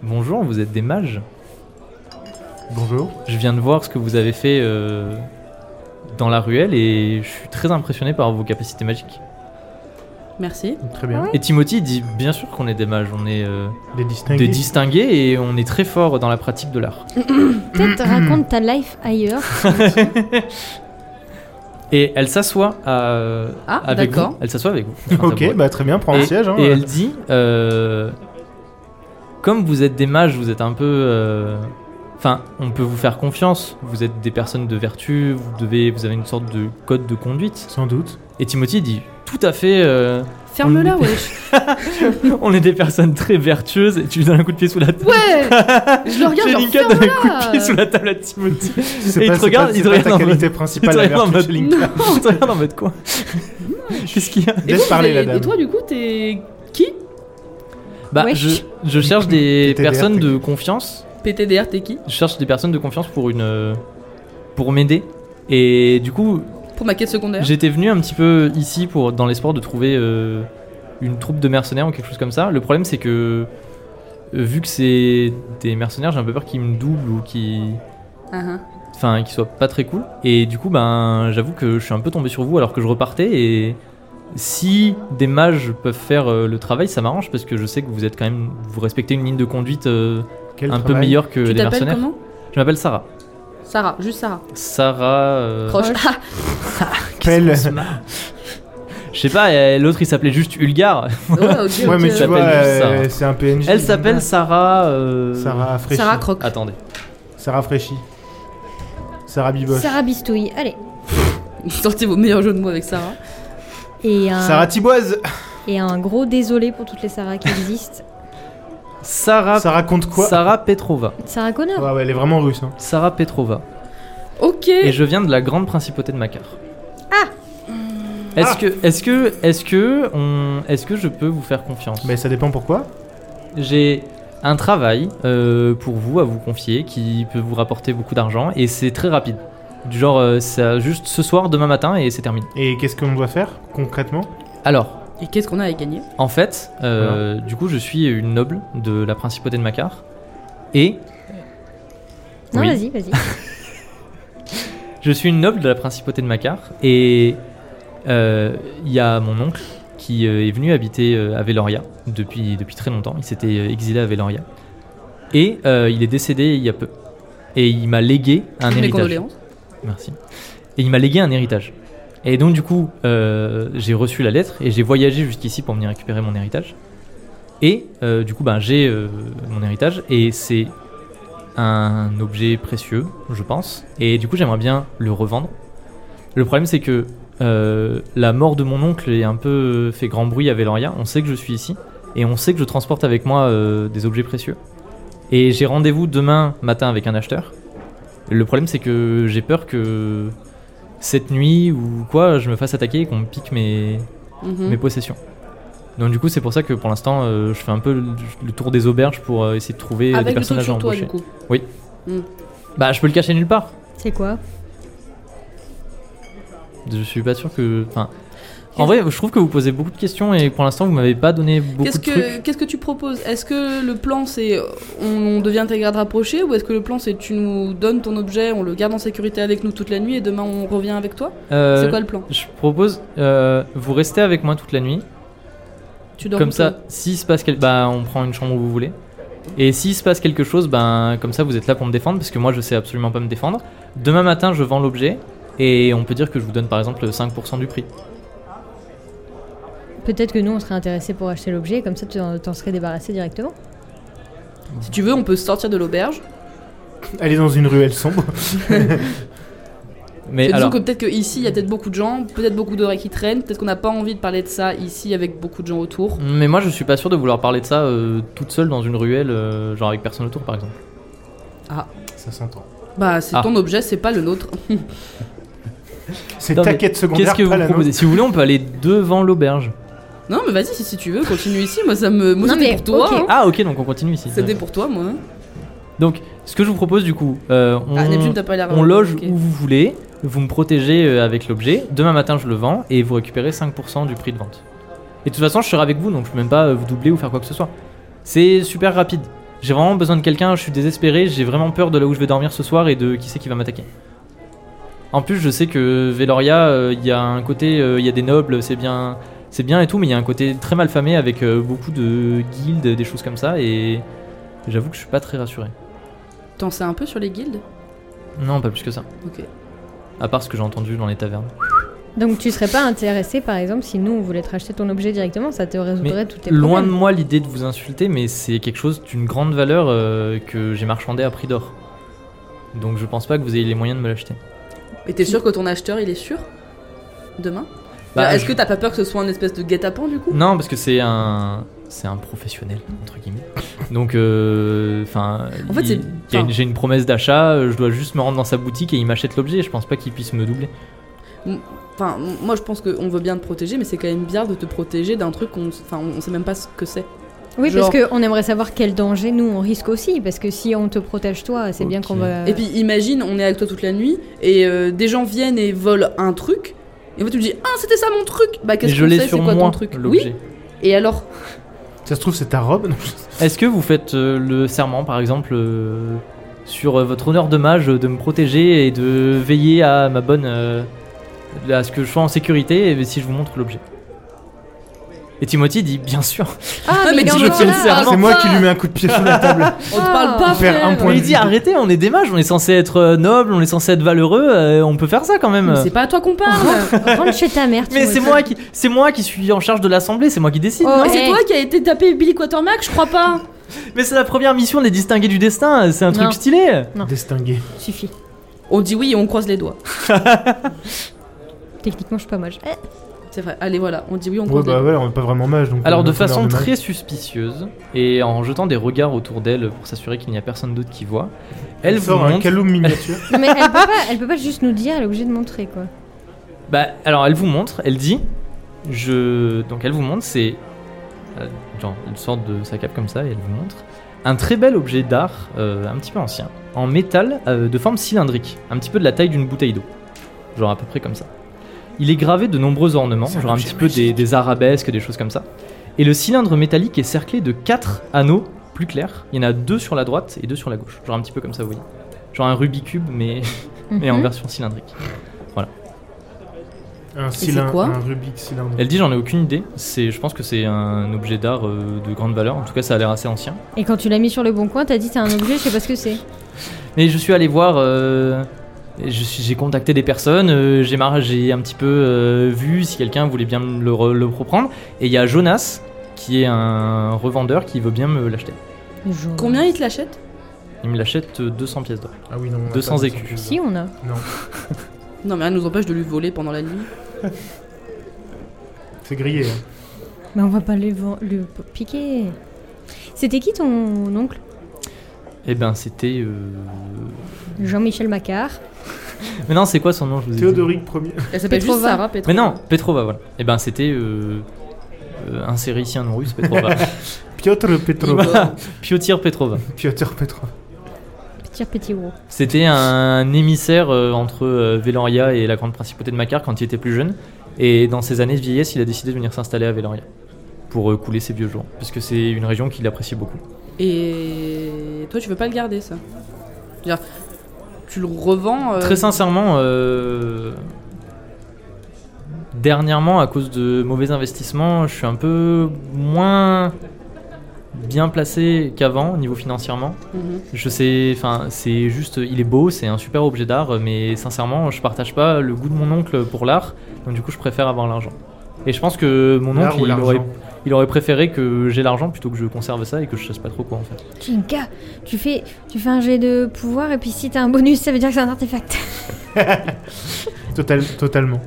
Bonjour, vous êtes des mages.
Bonjour.
Je viens de voir ce que vous avez fait euh, dans la ruelle et je suis très impressionné par vos capacités magiques.
Merci.
Très bien.
Et Timothy dit Bien sûr qu'on est des mages, on est euh,
Des
des
distingués.
distingués et on est très fort dans la pratique de l'art.
Peut-être raconte ta life ailleurs.
Et elle s'assoit à-
Ah,
avec
d'accord.
vous. Elle s'assoit
[LAUGHS]
avec vous. sur un tabouret.
[LAUGHS] ok, bah très bien, prends
Ah, et,
un siège. Hein,
et elle dit euh, Comme vous êtes des mages, vous êtes un peu. euh, Enfin, on peut vous faire confiance. Vous êtes des personnes de vertu, vous, devez, vous avez une sorte de code de conduite.
Sans doute.
Et Timothy dit Tout à fait, euh, [LAUGHS]
Ferme-la,
On-
wesh.
on est des personnes très vertueuses. Et tu lui donnes un coup de pied sous la table.
[LAUGHS]
Ouais Je le regarde,
J'ai
genre,
Linka donne un coup de
ferme-la.
pied sous la table à Timothy.
C'est
Et il te
c'est
regarde, il
c'est
te regarde en
ta qualité
Tu
principale,
te
la
regardes en
vertu
mode.
chez Linka.
[LAUGHS] Tu te regardes en mode quoi Qu'est-ce qu'il y a
Et
Laisse
vous,
parler
vous
la
avez-
dame.
Et toi, du coup, t'es qui
Bah,
Wesh.
je, je cherche des
TTDR,
personnes
t'es-
de confiance.
PTDR, t'es qui
je cherche des personnes de confiance pour une euh, pour m'aider et du coup
Pour ma quête secondaire
j'étais venu un petit peu ici pour dans l'espoir de trouver euh, une troupe de mercenaires ou quelque chose comme ça le problème c'est que euh, vu que c'est des mercenaires j'ai un peu peur qu'ils me doublent ou qu'ils
Ah, ah.
enfin qu'ils soient pas très cool et du coup ben j'avoue que je suis un peu tombé sur vous alors que je repartais et si des mages peuvent faire euh, le travail ça m'arrange parce que je sais que vous êtes quand même vous respectez une ligne de conduite euh,
Quel
un peu
travail.
meilleure que
Tu
les
t'appelles
mercenaires
comment
je m'appelle Sarah
Sarah, juste Sarah.
Sarah euh,
Croche. Ah,
Pelle.
Qu'est-ce qu'on se marre Je sais pas, euh, l'autre il s'appelait juste Ulgar.
ouais, ok,
Ouais,
ok.
mais tu
Elle s'appelle
vois,
juste
euh,
Sarah.
c'est un PNJ.
Elle s'appelle Sarah. euh,
Sarah Fraîchie.
Sarah Croc.
Attendez.
Sarah Fraîchie. Sarah Biboche.
Sarah Bistouille, allez.
[LAUGHS] Sortez vos meilleurs jeux de mots avec Sarah.
Et un,
Sarah Tiboise.
et un gros désolé pour toutes les Sarah qui existent.
Sarah.
Sarah compte quoi
Sarah Petrova.
Sarah Connor.
Ouais, ouais, elle est vraiment russe. Hein.
Sarah Petrova.
Ok.
Et je viens de la grande principauté de Makar. Ah Est-ce que. Est-ce que. Est-ce que. on- Est-ce que je peux vous faire confiance
Mais ça dépend pourquoi.
J'ai un travail euh, pour vous à vous confier qui peut vous rapporter beaucoup d'argent et c'est très rapide. Du genre, euh, ça juste ce soir, demain matin et c'est terminé.
Et qu'est-ce qu'on doit faire concrètement
Alors.
Et qu'est-ce qu'on a à gagner
En fait, euh, du coup, je suis une noble de la principauté de Makar. Et.
Non,
Oui.
vas-y, vas-y.
Je suis une noble de la principauté de Makar. Et. euh, Il y a mon oncle qui euh, est venu habiter euh, à Veloria depuis, depuis très longtemps. Il s'était euh, exilé à Veloria. Et euh, il est décédé il y a peu. Et il m'a légué un
Mes
héritage.
condoléances.
Merci. Et il m'a légué un héritage. Et donc, du coup, euh, j'ai reçu la lettre et j'ai voyagé jusqu'ici pour venir récupérer mon héritage. Et euh, du coup, ben, j'ai euh, mon héritage et c'est un objet précieux, je pense. Et du coup, j'aimerais bien le revendre. Le problème, c'est que euh, la mort de mon oncle est un peu euh, fait grand bruit à Veloria. On sait que je suis ici et on sait que je transporte avec moi euh, des objets précieux. Et j'ai rendez-vous demain matin avec un acheteur. Le problème, c'est que j'ai peur que cette nuit ou quoi, je me fasse attaquer et qu'on me pique mes,
Mhm.
mes possessions. Donc du coup, c'est pour ça que pour l'instant, euh, je fais un peu le, le tour des auberges pour euh, essayer de trouver euh, des
Avec le truc
personnages à
sur toi,
embaucher.
du coup.
Bah, je peux le cacher nulle part.
C'est quoi
Je suis pas sûr que. Enfin, en vrai, je trouve que vous posez beaucoup de questions et pour l'instant, vous m'avez pas donné beaucoup
Qu'est-ce
de trucs.
que, qu'est-ce que tu proposes Est-ce que le plan c'est euh, on, on devient tes gardes rapprochés ou est-ce que le plan c'est tu nous donnes ton objet, on le garde en sécurité avec nous toute la nuit et demain on revient avec toi
Euh,
C'est quoi le plan
Je propose, euh, vous restez avec moi toute la nuit.
Tu dors
comme
où,
ça,
toi
s'il se passe quelque bah, on prend une chambre où vous voulez. Et s'il se passe quelque chose, ben, comme ça, vous êtes là pour me défendre, parce que moi, je sais absolument pas me défendre. Demain matin, je vends l'objet, et on peut dire que je vous donne par exemple 5% du prix.
Peut-être que nous, on serait intéressés pour acheter l'objet, comme ça, tu t'en t'en serais débarrassé directement.
Si tu veux, on peut sortir de l'auberge.
Aller dans une ruelle sombre. [LAUGHS]
Mais
Et disons
alors,
que peut-être qu'ici il y a peut-être beaucoup de gens, peut-être beaucoup d'oreilles qui traînent, peut-être qu'on n'a pas envie de parler de ça ici avec beaucoup de gens autour.
mais moi, je suis pas sûr de vouloir parler de ça euh, toute seule dans une ruelle, euh, genre avec personne autour, par exemple.
Ça s'entend.
Bah, c'est
Ah.
ton objet, c'est pas le nôtre.
C'est
Non,
ta
mais
quête secondaire.
Qu'est-ce que
pas
vous
la
proposez
nôtre.
Si vous voulez, on peut aller devant l'auberge.
Non, mais vas-y, si, si tu veux, continue ici. Moi, ça me. Moi,
Non,
c'était
mais
pour toi.
ok.
hein.
Ah, ok, donc on continue ici.
C'était pour toi, moi. hein.
Donc, ce que je vous propose du coup, euh, on,
Ah, Neptune, t'as pas l'air.
on loge
ok.
où vous voulez, vous me protégez euh, avec l'objet, demain matin je le vends et vous récupérez 5% du prix de vente. Et de toute façon, je serai avec vous, donc je peux même pas euh, vous doubler ou faire quoi que ce soit. C'est super rapide. J'ai vraiment besoin de quelqu'un, je suis désespéré, j'ai vraiment peur de là où je vais dormir ce soir et de qui c'est qui va m'attaquer. En plus, je sais que Veloria, euh, il y a un côté, euh, il y a des nobles, c'est bien, c'est bien et tout, mais il y a un côté très mal famé avec euh, beaucoup de guildes, des choses comme ça, et j'avoue que je suis pas très rassuré.
T'en sais un peu sur les guildes
Non, pas plus que ça.
Ok.
À part ce que j'ai entendu dans les tavernes.
Donc, tu serais pas intéressé, par exemple, si nous, on voulait te racheter ton objet directement, ça te résoudrait
Mais
tout tes
Loin de
problèmes.
moi l'idée de vous insulter, mais c'est quelque chose d'une grande valeur euh, que j'ai marchandé à prix d'or. Donc je pense pas que vous ayez les moyens de me l'acheter.
Et t'es sûr que ton acheteur, il est sûr Demain Bah, Est-ce
je-
que t'as pas peur que ce soit un espèce de guet-apens du coup
Non, parce que c'est un, c'est un professionnel entre guillemets.
[LAUGHS]
Donc, euh, enfin,
En fait,
il-
c'est-
il y a une-
enfin-
j'ai une promesse d'achat. euh, Je dois juste me rendre dans sa boutique et il m'achète l'objet. Je pense pas qu'il puisse me doubler.
Enfin, m- moi je pense qu'on veut bien te protéger, mais c'est quand même bizarre de te protéger d'un truc qu'on. Enfin, on sait même pas ce que c'est.
Oui,
Genre-
parce qu'on aimerait savoir quel danger nous, on risque aussi, parce que si on te protège toi, c'est bien
Ok.
qu'on va...
Et puis imagine, on est avec toi toute la nuit et euh, des gens viennent et volent un truc. Et en fait, tu me dis Ah, c'était ça mon truc Bah,
Et
qu'est-ce
je
que
l'ai
c'est C'est
sur
quoi
moi
ton truc Oui
l'objet.
Et alors
Ça se trouve, c'est ta robe. Non, je-
Est-ce que vous faites euh, le serment, par exemple, euh, sur euh, votre honneur de mage euh, de me protéger et de veiller à ma bonne. euh, à ce que je sois en sécurité et si je vous montre l'objet Et Timothy dit bien sûr
Ah,
mais
il est
dis-
encore
je tiens le
là.
serment.
C'est moi
pas.
qui lui mets un coup de pied
[LAUGHS]
sous la table.
On te parle pas,
Faire un
frère
point
Mais
de
il dit
vue.
arrêtez, on est des mages, on est censé être euh, noble, on est censé être valeureux, euh, on peut faire ça quand même
Mais c'est pas à toi [LAUGHS] qu'on parle
Rentre chez ta mère,
Mais
Timothée.
c'est moi qui c'est moi qui suis en charge de l'assemblée, c'est moi qui décide.
Oh,
Mais c'est
hey.
toi qui a été tapé Billy Quatermack, je crois pas
Mais c'est la première mission des distingués du destin, euh, c'est un
Non.
truc stylé.
Non.
Distingué.
Suffit.
On dit oui et on croise les doigts.
Techniquement, je suis pas moche. Eh,
C'est vrai, allez voilà, on dit oui, on
Ouais,
croise
bah
les doigts.
ouais, on est pas vraiment mage. Donc euh,
Alors
on
de
est pas
façon
mage.
très suspicieuse et en jetant des regards autour d'elle pour s'assurer qu'il n'y a personne d'autre qui voit, elle vous
sort un
montre. [LAUGHS]
caloum miniature.
Non, mais elle peut, pas, elle peut pas juste nous dire, elle est obligée de montrer, quoi.
Bah alors elle vous montre, elle dit, je donc elle vous montre c'est euh, genre elle sort de sa cape comme ça et elle vous montre un très bel objet d'art euh, un petit peu ancien en métal euh, de forme cylindrique, un petit peu de la taille d'une bouteille d'eau, genre à peu près comme ça. Il est gravé de nombreux ornements, genre un petit peu des, des arabesques, des choses comme ça. Et le cylindre métallique est cerclé de quatre anneaux plus clairs. Il y en a deux sur la droite et deux sur la gauche. Genre un petit peu comme ça, vous voyez. Genre un Rubik's Cube, mais, [LAUGHS] mais en
Mhm.
version cylindrique.
Un cylindre.
quoi
un Rubik cylindre.
Elle dit j'en ai aucune idée. C'est, je pense que c'est un objet d'art euh, de grande valeur. En tout cas, ça a l'air assez ancien.
Et quand tu l'as mis sur le bon coin, t'as dit c'est un objet, je sais pas ce que c'est.
Mais je suis allé voir. euh, je suis- j'ai contacté des personnes. euh, j'ai mar- j'ai un petit peu euh, vu si quelqu'un voulait bien me le, re- le reprendre. Et il y a Jonas qui est un revendeur qui veut bien me l'acheter.
Genre-
Combien il te l'achète
Il me l'achète euh, 200 pièces d'or.
Ah oui, non. on a
200
pas de
écus.
sens.
Si, on a.
Non,
Non, mais rien nous empêche de lui voler pendant la nuit.
c'est grillé. hein.
Mais on va pas le, vend- le p- piquer. C'était qui ton oncle
Eh ben, c'était. euh,
Jean-Michel Macquart.
Mais non, c'est quoi son nom je vous ai dit
Théodoric Ier.
Elle s'appelle juste
Petrova.
Sarah Petrova.
Mais non, Petrova, voilà. Et ben c'était euh, euh, un séricien non russe, Petrova.
Piotr Petrov.
Piotir Petrova.
Piotr Petrov.
Petit petit gros.
C'était un émissaire euh, entre euh, Véloria et la grande principauté de Macar quand il était plus jeune. Et dans ses années de vieillesse, il a décidé de venir s'installer à Véloria pour euh, couler ses vieux jours. Parce que c'est une région qu'il apprécie beaucoup.
Et toi, tu veux pas le garder, ça C'est-à-dire, Tu le revends euh,
Très sincèrement, euh, dernièrement, à cause de mauvais investissements, je suis un peu moins bien placé qu'avant au niveau financièrement.
mhm.
Je sais, enfin, c'est juste, il est beau, c'est un super objet d'art, mais sincèrement, je partage pas le goût de mon oncle pour l'art, donc du coup, je préfère avoir l'argent. Et je pense que mon oncle,
L'art ou
il
l'argent
aurait, il aurait préféré que j'ai l'argent plutôt que je conserve ça et que je sache pas trop quoi en faire.
Tinka, tu fais, tu fais un jet de pouvoir et puis si t'as un bonus, ça veut dire que c'est un artefact. [LAUGHS]
Total, totalement.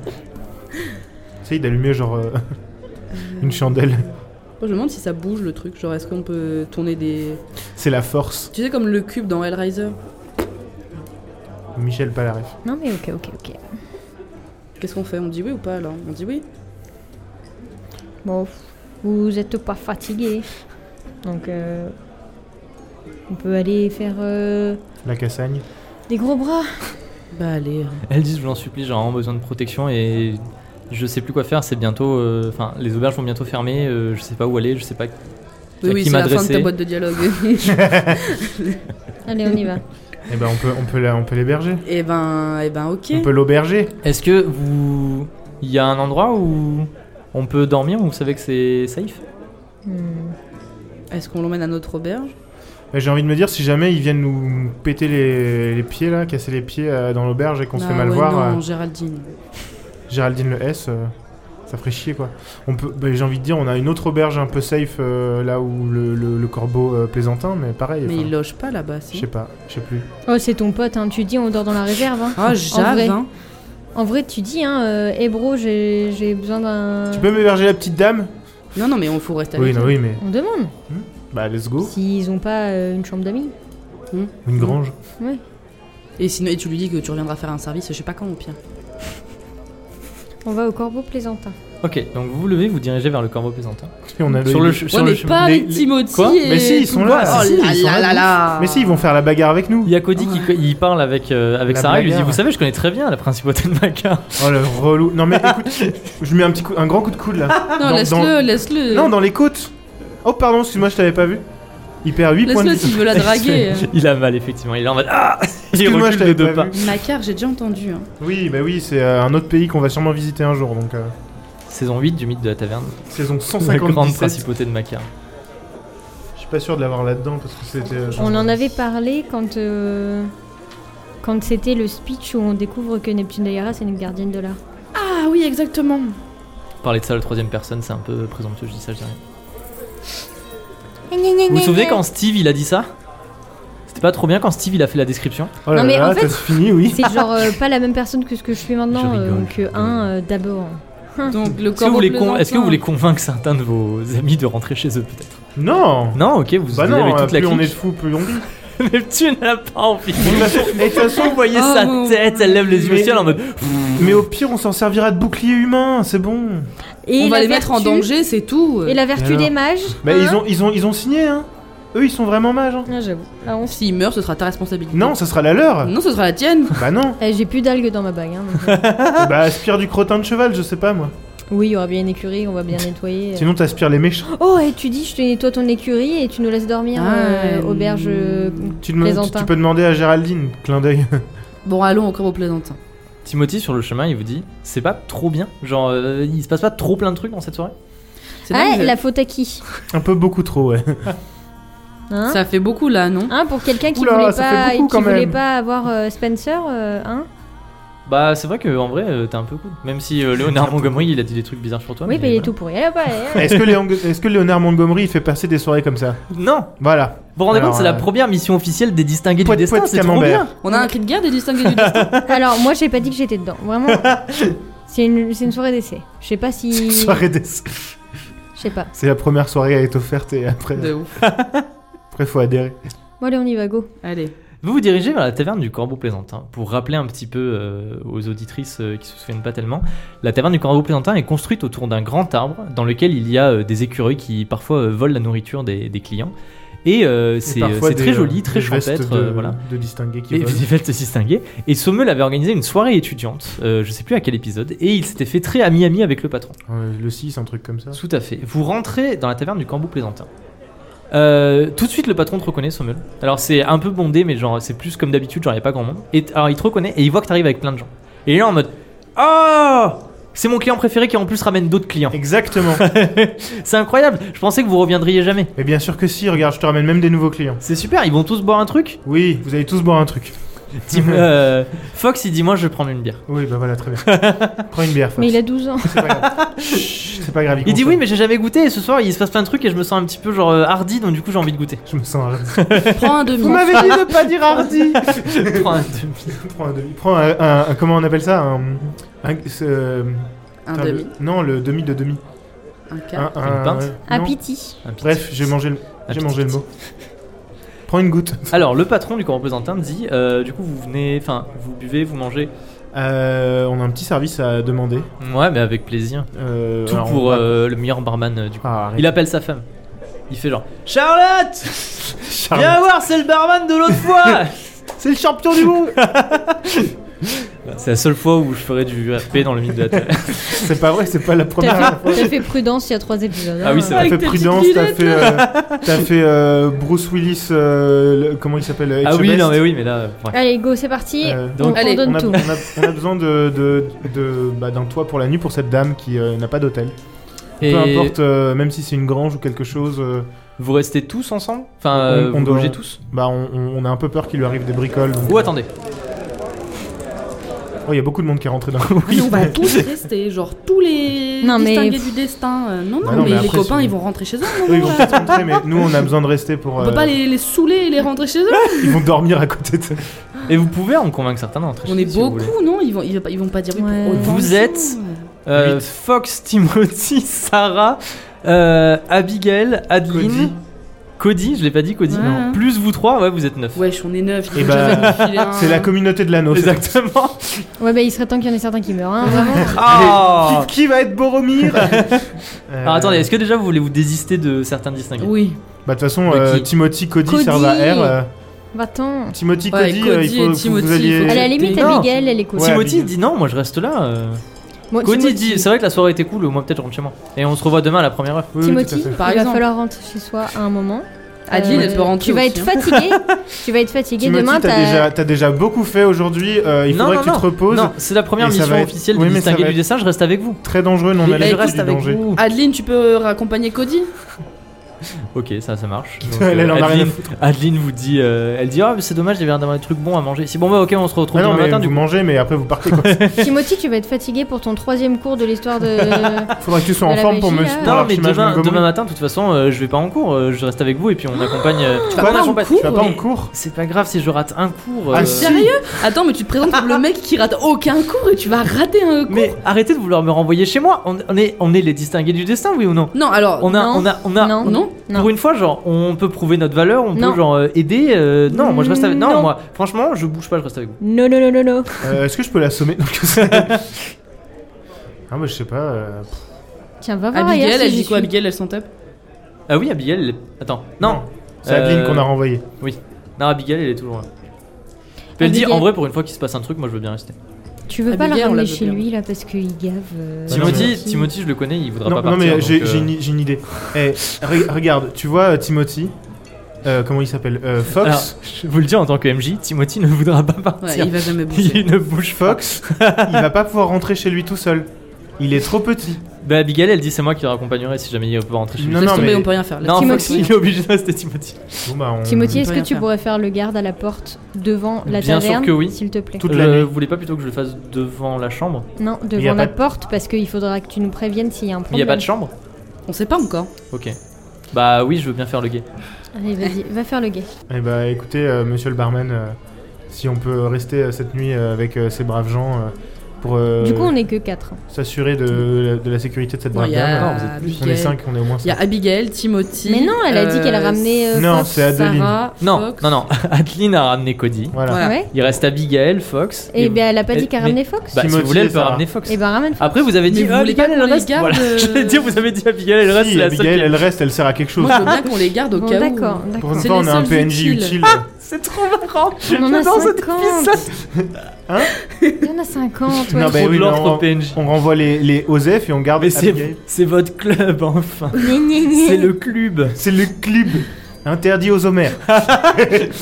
Essaye d'allumer genre euh, [LAUGHS] une chandelle.
Moi, je me demande si ça bouge le truc. Genre, est-ce qu'on peut tourner des.
C'est la force.
Tu sais, comme le cube dans Hellraiser.
Michel Palaref.
Non mais ok, ok, ok.
Qu'est-ce qu'on fait On dit oui ou pas alors On dit oui.
Bon, vous êtes pas fatigué. Donc, euh, on peut aller faire euh,
La Cassagne.
des gros bras.
Bah, allez.
Elles disent, je vous en supplie, j'ai vraiment besoin de protection et je sais plus quoi faire. C'est bientôt, euh, enfin, les auberges vont bientôt fermer. euh, je sais pas où aller, je sais pas.
Oui,
à
oui,
qui
c'est la fin de ta
m'adresser.
boîte de
[LAUGHS]
dialogue.
Allez, on y va.
Eh ben on peut, on peut la- on peut l'héberger.
et ben, et ben, ok.
On peut l'auberger.
Est-ce que vous, il y a un endroit où on peut dormir où vous savez que c'est safe
Hmm.
Est-ce qu'on l'emmène à notre auberge
Mais Eh, J'ai envie de me dire si jamais ils viennent nous péter les, les pieds là, casser les pieds euh, dans l'auberge et qu'on se fait
Ah
mal
ouais,
voir,
Non,
euh,
Géraldine.
Géraldine le S, euh, ça ferait chier quoi. On peut, bah, j'ai envie de dire on a une autre auberge un peu safe euh, là où le, le- le corbeau euh, plaisantin, mais pareil.
Mais
enfin,
il loge pas là-bas,
Je
si.
sais pas, je sais plus.
Oh, c'est ton pote, hein. tu dis on dort dans la réserve. Hein.
Ah, Jade,
vrai.
hein.
En vrai, tu dis, hein, euh, Eh, bro, j'ai j'ai besoin
Ah.
d'un.
Tu peux m'héberger la petite dame
Non, non, mais on faut rester
Oui,
avec
non, oui, mais
On demande
bah let's go.
s'ils ont pas euh, une chambre d'amis.
Une grange.
elle. Et sinon, et tu lui dis que tu reviendras faire un service, je sais pas quand au pire.
On va au corbeau plaisantin.
Ok, donc vous vous levez, vous dirigez vers le corbeau plaisantin.
Et on a
Bah, Sur le, ch- sur
on
le
n'est
chemin.
pas
les-
avec
les-
Timothy
Quoi
et
Mais si, ils
tout
sont
le
là,
reste.
si,
Oh
si,
là
ils sont
là
là
là
de
là
Mais si, ils vont faire la bagarre avec nous.
Il y a Cody qui, il parle avec, euh, avec
La
Sarah, il lui dit
blagueur.
Vous savez, je connais très bien la principauté de Maca.
Oh le relou. Non mais
[LAUGHS]
écoute, je lui mets un petit coup, un grand coup de coude
Ah,
là.
Non,
Dans-
Ah, laisse-le,
dans-
laisse-le
Non, dans les côtes. Oh pardon, excuse-moi, je t'avais pas vu. Il perd 8 points de
Laisse-le s'il
vie.
veut la draguer
il a mal, effectivement. Il est en mode Ah Il
[LAUGHS] Excuse-moi, je
recule de
t'avais
deux
pas
pas.
vu.
Macar, j'ai déjà entendu. hein.
Oui, bah oui, c'est euh, un autre pays qu'on va sûrement visiter un jour donc euh,
Saison 8 du mythe de la
[LAUGHS]
taverne. [LAUGHS]
saison
La
157.
grande principauté de Maca.
Je suis pas sûr de l'avoir là-dedans parce que c'était euh,
On en avait parlé quand. euh, Quand c'était le speech où on découvre que Neptune Dayara c'est une gardienne de l'art.
Ah oui, exactement.
Parler de ça à la troisième personne, c'est un peu présomptueux, je dis ça, je dis rien. Vous vous souvenez quand Steve il a dit ça C'était pas trop bien quand Steve il a fait la description
Oh là
Non, mais
là,
en fait-
t'as fini, oui. [LAUGHS]
C'est genre euh, pas la même personne que ce que je suis maintenant,
Je rigole,
euh,
je
que
rigole.
un euh, d'abord.
Donc le
Est-ce que, vous
corbeau
voulez con- est-ce que vous
plaisantin.
voulez convaincre certains de vos amis de rentrer chez eux peut-être
Non.
Non, ok, vous,
Bah
vous
non,
avez
euh,
toute la
plus on est
clique.
de fous, plus on vit.
[LAUGHS] Neptune elle a pas envie.
De toute façon- et de toute façon,
Vous voyez
Oh,
sa
mon-
tête, elle lève les yeux au
Mais-
ciel en mode
mais au pire, on s'en servira de bouclier humain, c'est bon.
Et
On va
la
les mettre en
vertu-
danger, c'est tout.
Et la vertu
alors
des mages.
Bah
hein
ils ont ils ont ils ont signé hein. Eux, ils sont vraiment mages. hein.
Ah, j'avoue. Là, on s-
S'il meurt, ce sera ta responsabilité.
Non, ça sera la leur.
Non, ce sera la tienne.
[LAUGHS] Bah
[LAUGHS]
non.
Eh, J'ai plus d'algues dans ma bague. hein,
[LAUGHS]
donc, euh,
bah aspire du crottin de cheval, je sais pas moi.
oui, il y aura bien une écurie, on va bien nettoyer. euh.
Sinon t'aspires les méchants.
Oh, et tu dis, je te nettoie ton écurie et tu nous laisses dormir,
Ah,
euh,
euh,
auberge. euh,
Tu, dem- tu,
Plaisantin.
tu peux demander à Géraldine, clin d'œil. [LAUGHS]
Bon, allons encore au plaisantin.
Timothy sur le chemin, il vous dit c'est pas trop bien, genre euh, il se passe pas trop plein de trucs dans cette soirée.
C'est
Ah,
dingue.
la faute à qui
Un peu beaucoup trop, ouais.
Hein
Ça fait beaucoup là, non
Hein, Pour quelqu'un qui
Oula,
voulait
ça fait
pas,
beaucoup,
qui
quand
voulait
même.
pas avoir euh, Spencer, euh, hein
Bah c'est vrai que en vrai euh, t'es un peu cool, même si euh, Léonard Montgomery il a dit des trucs bizarres sur toi.
Oui,
mais
bah eh, il est
voilà.
tout pourri. Allez, hop, allez, allez.
Est-ce que, Léon- est-ce que Léonard Montgomery il fait passer des soirées comme ça
Non,
Voilà.
vous vous rendez
Alors,
compte, c'est la
euh,
première mission officielle des distingués
Poète-
du destin,
poète
c'est trop
camembert.
bien.
On a un cri de guerre des distingués du
[LAUGHS]
destin.
eh. Alors, moi, j'ai pas dit que j'étais dedans. Vraiment. C'est une, c'est une soirée d'essai. Je sais pas si. Je
Soirée des-
sais pas.
C'est la première soirée à être offerte et après,
De ouf.
après faut adhérer.
Bon, allez, on y va, go.
[LAUGHS]
Allez.
Vous vous dirigez vers la taverne du Corbeau Plaisantin. Pour rappeler un petit peu euh, aux auditrices euh, qui se souviennent pas tellement, la taverne du Corbeau Plaisantin est construite autour d'un grand arbre dans lequel il y a euh, des écureuils qui parfois euh, volent la nourriture des, des clients. Et euh, c'est
parfois
c'est
des,
très
euh,
joli, très
des vestes
champêtre.
De,
euh, voilà.
de distinguer qui
Et
volent.
vous fait se distinguer. Et Sommel avait organisé une soirée étudiante, euh, je sais plus à quel épisode, et il s'était fait très ami-ami avec le patron.
Ouais, Euh, le 6, un
[LAUGHS]
truc comme ça.
Tout à fait. Vous rentrez dans la taverne du Cambou Plaisantin. Euh, tout de suite, le patron te reconnaît, Sommel. Alors, c'est un peu bondé, mais genre, c'est plus comme d'habitude, genre, il a pas grand monde. Et t- alors, il te reconnaît et il voit que t'arrives avec plein de gens. Et il est là en mode Oh C'est mon client préféré qui en plus ramène d'autres clients.
Exactement.
C'est incroyable, je pensais que vous reviendriez jamais.
Mais bien sûr que si, regarde, je te ramène même des nouveaux clients.
C'est super, ils vont tous boire un truc.
Oui, vous allez tous boire un truc.
[LAUGHS] Tim- euh, Fox, il dit Moi, je vais prendre une bière.
Oui, bah voilà, très bien.
[LAUGHS]
Prends une bière, Fox.
Mais il a 12 ans.
C'est pas grave. Chut, C'est pas grave.
Il dit
consomme.
oui mais j'ai jamais goûté et ce soir il se passe plein de trucs et je me sens un petit peu genre euh, hardi donc du coup j'ai envie de goûter.
Je me sens.
Prends un demi.
Vous m'avez dit de pas dire Hardy
Je [LAUGHS] prends un demi.
Prends un demi. Prends un, un- un- Comment on appelle ça Un. un- ce-
Un
putain,
demi.
le- non, le demi de demi.
Un quart.
Un, un-
Une pinte
Ah, non.
Apiti.
Un petit-
Bref, j'ai mangé le,
un
j'ai
petit-
mangé le mot. Prends une goutte.
Alors le patron du corps représentant dit euh, du coup vous venez enfin vous buvez vous mangez
Euh, on a un petit service à demander.
Mm. ouais mais avec plaisir
Euh,
tout
alors, on
pour
va-
euh, le meilleur barman euh, du coup.
Ah, arrête.
Il appelle sa femme. Il fait genre Charlotte
Charles-
viens voir c'est le barman de l'autre fois
C'est le champion du monde
[LAUGHS] C'est la seule fois où je ferai du RP dans le milieu de la tête.
C'est pas vrai, c'est pas la
T'as
première.
fait, t'as fait prudence il y a 3 épisodes. hein.
Ah oui, c'est vrai.
T'as fait
tes
Prudence,
petites
t'as
lunettes,
fait, euh, t'as fait euh, Bruce Willis, euh, le- comment il s'appelle euh,
ah oui
Etchebest.
non mais oui mais là euh, ouais.
Allez, go, c'est parti.
Euh,
donc-
on,
Allez,
on donne
on a,
tout.
on a- on a besoin de, de, de- bah, d'un toit pour la nuit pour cette dame qui euh, n'a pas d'hôtel.
Et
Peu importe, euh, même si c'est une grange ou quelque chose, euh,
vous restez tous ensemble Enfin
On-
euh,
on
vous
doit-
logez tous
bah, on, on- on a un peu peur qu'il lui arrive des bricoles. donc-
Ou attendez
Oh, il y a beaucoup de monde qui est rentré d'un coup.
Ah, mais on va tous rester, genre tous [LAUGHS] les
Non, mais-
distingués du destin. euh, non, non,
Bah non,
mais,
mais
les
après,
copains,
c'est-
ils vont rentrer chez eux. non,
Eux, ils
non,
vont
là.
peut-être rentrer, mais nous, on a besoin de rester pour.
On peut
euh,
pas les, les saouler et les rentrer chez eux.
Ils vont dormir à côté de.
Et vous pouvez en convaincre certains d'entrer
On
chez
est
vous, si vous voulez.
beaucoup, non ils vont, ils vont pas- ils vont pas dire oui pour
Ouais.
autant
Vous
de
êtes-
choses.
Euh,
Huit.
Fox, Timothy, [LAUGHS] Sarah, euh, Abigail, Adeline, Cody, je l'ai pas dit Cody,
Ouais.
non. plus vous trois, ouais, vous êtes neuf.
Wesh, on est neuf.
Eh
Et
ben,
bah,
Ah.
c'est la communauté de l'anneau. c'est [LAUGHS]
Exactement.
Ouais, bah il serait temps qu'il y en ait certains qui meurent, hein, vraiment.
tout.
Ah
Qui, qui va être Boromir Euh,
Alors attendez, est-ce que déjà vous voulez vous désister de certains distingués
Oui.
Bah, de toute façon,
Mais
euh,
qui
Timothy, Cody,
Cody
servent à R. euh,
Va-t'en.
Timothy,
Ouais,
Cody, euh,
Cody
il faut
et
que vous
Timothy,
alliez.
faut
À
que-
la limite,
Non.
Abigail, elle écoute.
Ouais,
Timothy
Abigail.
dit non, moi je reste là. euh.
Bon,
Cody
Timothy-
dit c'est vrai que la soirée était cool, au moins peut-être rentre chez moi. Et on se revoit demain à la première heure.
Oui, oui, tout à
Timothy,
fait.
il
Par
va
exemple.
falloir rentrer chez soi à un moment.
Adeline,
Euh,
elle peut rentrer.
Tu vas
aussi,
être
hein. [LAUGHS]
fatigué. tu vas être fatigué.
Timothy,
Demain,
t'as
t'as- [LAUGHS]
déjà, t'as déjà beaucoup fait aujourd'hui. euh, il
Non,
faudrait
non,
que tu te reposes.
Non, c'est la première
Et ça
mission
va être-
officielle
Oui,
du
mais ça
distingué
va
du
être-
dessin, je reste avec vous.
Très dangereux, non, on a
Mais
l'habitude
je reste
du
avec
danger.
vous.
Adeline, tu peux raccompagner Cody
Ok, ça, ça marche. Donc,
[LAUGHS]
euh,
Elle, elle en a rien à
Adeline, Adeline vous dit, euh, elle dit, ah mais c'est dommage, j'avais l'air d'avoir des trucs bons à manger. Si bon, bah ok, on se retrouve
Ah non,
demain
mais
matin.
vous
Du coup.
mangez, mais après vous
[LAUGHS]
partez. Quoi.
Timothy, tu vas être fatigué pour ton troisième cours de
[LAUGHS]
l'histoire de.
Faudrait que tu sois en
De la
forme pour me.
magie, hein. là.
pour
Non, mais
l'archimage
demain,
Montgomery.
demain matin, de toute façon, euh, je vais pas en cours. euh, je reste avec vous et puis on accompagne. euh,
vas
on
pas en
accompagne-
cours
Ah. Tu vas pas en
Mais-
cours
C'est pas grave si je rate un cours.
Ah,
euh,
si.
Sérieux Attends, mais tu te présentes comme le mec qui rate aucun cours et tu vas rater un cours.
Mais arrêtez de vouloir me renvoyer chez moi. On, on est, on est les distingués du destin, oui ou non
Non, alors.
On a,
Non.
on a, on a.
Non.
on-
Non
Non.
Pour une fois, genre, on peut prouver notre valeur, on
Non.
peut genre euh, aider. euh, non, moi je reste avec. Non,
Non.
moi, franchement, je bouge pas, je reste avec vous.
Non, non, non, non, non.
Euh, Est-ce que je peux l'assommer Donc,
[LAUGHS]
c'est- Ah bah je sais pas. euh, pff,
Tiens, va voir
Abigail,
ailleurs si
elle
j'y
dit quoi
suis.
Abigail, elle s'en tape
Ah oui, Abigail. elle est- Attends, non,
C'est Adeline
Euh,
qu'on a renvoyée.
non, Abigail, elle est toujours là. Puis elle dit,
Abigail.
en vrai, pour une fois qu'il se passe un truc, moi je veux bien
Bah,
rester.
Tu veux pas
Abigail,
la
on la hein.
ramener
veut
chez
bien.
lui là parce qu'il gave. euh,
Bah non, mais-
Timothy, Timothy, je le connais, il voudra
Non,
pas
non,
partir.
mais
donc,
j'ai
euh,
j'ai une, j'ai une idée. Eh, re- regarde, tu vois euh, Timothy. euh, comment il s'appelle Euh, Fox.
Alors, je vous le dis en tant que MJ, Timothy ne voudra pas
Ouais,
partir.
il va
[LAUGHS]
jamais bouger.
il ne bouge pas.
Fox, il va pas pouvoir rentrer chez lui tout seul. Il est trop petit.
Bah, Abigail, elle dit c'est moi qui le raccompagnerai si jamais il veut rentrer chez lui.
Non,
Laisse
non,
tomber,
mais-
on peut rien faire. Laisse
Non,
tomber,
Fox,
on peut rien
il est obligé de rester Timothy.
Bon, bah, on-
Timothy,
on
est-ce
peut
que
rien
tu
faire.
pourrais faire le garde à la porte devant la
Bien sûr
taverne
que oui.
S'il te plaît.
Toute
Euh,
la nuit.
Vous voulez pas plutôt que je le fasse devant la chambre
Non,
y a
devant la
pas de-
porte parce qu'il faudra que tu nous préviennes s'il y a
Il y a
un
Oh
problème.
pas de chambre
faire. On sait pas encore.
Ok. Bah oui, je veux bien faire le guet.
Allez, vas-y, va faire le guet.
Eh bah écoutez, euh, monsieur le barman, euh, si on peut rester euh, cette nuit euh, avec euh, ces braves gens, euh, pour euh,
Du coup, on est que 4.
s'assurer de, de la sécurité de cette
Non,
brave
il y a
dame. On est
Abigail.
5, on est au moins
Il y a
5.
Abigail, Timothy.
Mais non, elle a dit qu'elle ramenait. euh,
non,
Fox.
c'est Adeline.
Sarah,
Non,
Fox.
non, [LAUGHS] non. Adeline a ramené Cody.
Voilà.
Voilà.
Ouais.
Il reste Abigail, Fox.
Eh
Et eh bien, elle a pas
elle-
dit qu'elle
mais-
ramenait Fox.
Bah, si vous
Timothy
voulez,
et
elle peut
Sarah.
ramener Fox.
Et ben, ramène Fox.
Après, vous avez dit
vous
ah,
voulez pas
Abigail,
qu'on
elle
les
reste.
garde,
Voilà. [LAUGHS]
euh,
J'allais dire, vous avez dit Abigail, elle reste.
Si,
c'est la seule
Abigail,
qui-
elle reste, elle sert à quelque chose.
Moi, je veux bien qu'on les garde au
Bon,
cas où.
d'accord,
Pour
d'accord.
une
C'est
fois, on
les
a un
seuls
PNJ
utiles.
utile.
C'est trop marrant.
On en a
J'adore cet
50.
épisode.
[LAUGHS] Hein
Il y en a 50. ouais.
Non,
Trop
bah
de
oui, mais
l'ordre
on-
au PNJ.
On renvoie les, les OSEF et on garde
Mais c'est
Abigail.
c'est votre club, enfin.
Gna, gna, gna.
C'est le club.
C'est le club interdit aux homères.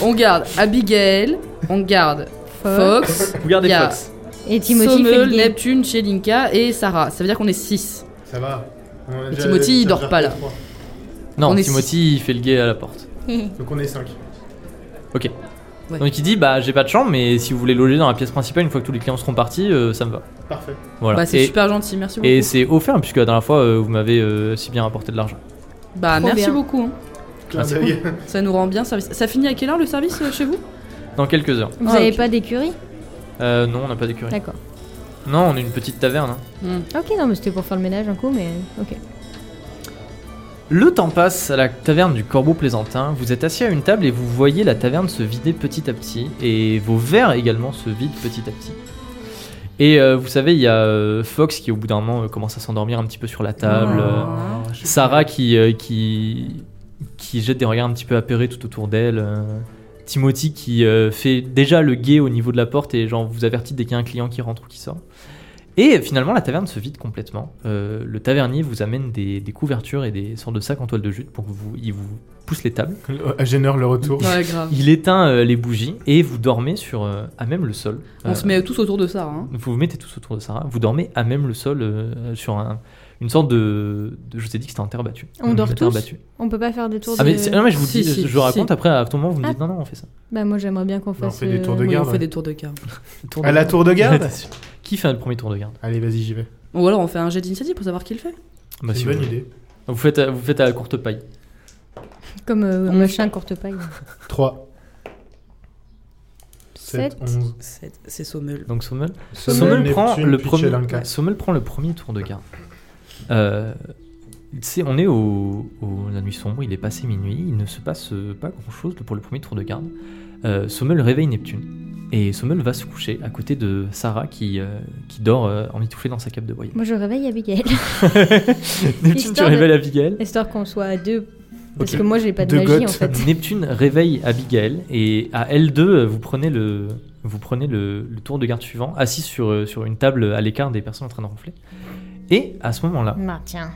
On garde Abigail, on garde Fox,
Vous gardez
Il y a-
Fox.
Et Timothy fait
Sommel,
le game.
Neptune, Chelinka et Sarah. Ça veut dire qu'on est 6.
Ça va. On a
déjà- Timothy, il ça dort déjà pas, là. fait
Non,
On est
Timothy, il fait le guet à la porte.
Donc on est 5.
Ok.
Ouais.
Donc il dit bah j'ai pas de chambre mais si vous voulez loger dans la pièce principale une fois que tous les clients seront partis euh, ça me va.
Parfait.
Voilà.
Bah, c'est
et
super gentil, merci beaucoup.
et c'est offert puisque la dernière fois euh, vous m'avez euh, si bien apporté de l'argent.
Bah,
Trop
merci
bien.
beaucoup. hein.
Ah, c'est
[LAUGHS]
Ça nous rend bien service. Ça finit à quelle heure le service euh, chez vous
Dans quelques heures.
Vous
Ah,
avez
ok.
pas d'écurie
Euh, non on n'a pas d'écurie.
D'accord.
Non on est une petite taverne. hein.
Hmm.
Ok, non, mais c'était pour faire le ménage un coup, mais euh, ok.
Le temps passe à la taverne du Corbeau Plaisantin. Vous êtes assis à une table et vous voyez la taverne se vider petit à petit. Et vos verres également se vident petit à petit. Et euh, vous savez, il y a euh, Fox qui, au bout d'un moment, euh, commence à s'endormir un petit peu sur la table.
Oh.
euh, Sarah qui, euh, qui, qui jette des regards un petit peu apeurés tout autour d'elle. euh, Timothy qui euh, fait déjà le guet au niveau de la porte et genre vous avertit dès qu'il y a un client qui rentre ou qui sort. Et finalement, la taverne se vide complètement. Euh, le tavernier vous amène des, des couvertures et des sortes de sacs en toile de jute pour que vous, il vous pousse les tables.
Génère le retour.
Ouais, grave.
Il éteint euh, les bougies et vous dormez sur euh, à même le sol.
On
Euh,
se met tous autour de ça. Hein.
vous vous mettez tous autour de Sarah, vous dormez à même le sol euh, sur un- une sorte de, de- Je vous ai dit que c'était un terre battue.
On dort
Une terre
tous
battue.
On peut pas faire des tours
Ah,
de.
mais, c'est- non, mais je vous,
Euh, Si,
dis- je
si,
vous raconte,
si.
après, à tout moment, vous me
Ah.
dites non, non, on fait ça.
Bah, moi j'aimerais bien qu'on
Bah, on
fasse.
fait des tours de
euh,
Oui, on
garde,
fait
ouais.
des tours de cartes.
Tour de
À la
garde.
tour
[LAUGHS]
de garde
Qui fait le premier tour de garde
Allez, vas-y, j'y vais.
Ou alors on fait un jet d'initiative pour savoir qui le fait.
Bah,
C'est
si
une
vous
bonne
voulez.
idée.
vous faites, à- vous faites à la courte paille.
Comme euh,
On
machin courte paille.
3, 7,
Sept.
11.
Sept, C'est Sommel.
Donc Sommel,
Sommel,
Sommel
Neptune,
prend le
puis
premier.
Chelanka.
ouais, Sommel prend le premier tour de garde. Euh, c'est- on est au, au- la nuit sombre, il est passé minuit, il ne se passe euh, pas grand chose pour le premier tour de garde. Euh, Sommel réveille Neptune et Sommel va se coucher à côté de Sarah qui, euh, qui dort euh, en mitouflée dans sa cape de voyage.
Moi je réveille Abigail. [LAUGHS]
Neptune, tu
Histoire de-
réveilles Abigail.
Histoire qu'on soit à deux. Parce
Ok.
que moi j'ai pas de
Deux
magie en
gottes.
fait.
Euh, Neptune réveille Abigail et à L2 euh, vous prenez le vous prenez le, le tour de garde suivant assis sur, euh, sur une table à l'écart des personnes en train de ronfler. Et à ce moment-là,
Mm.
Bah, tiens.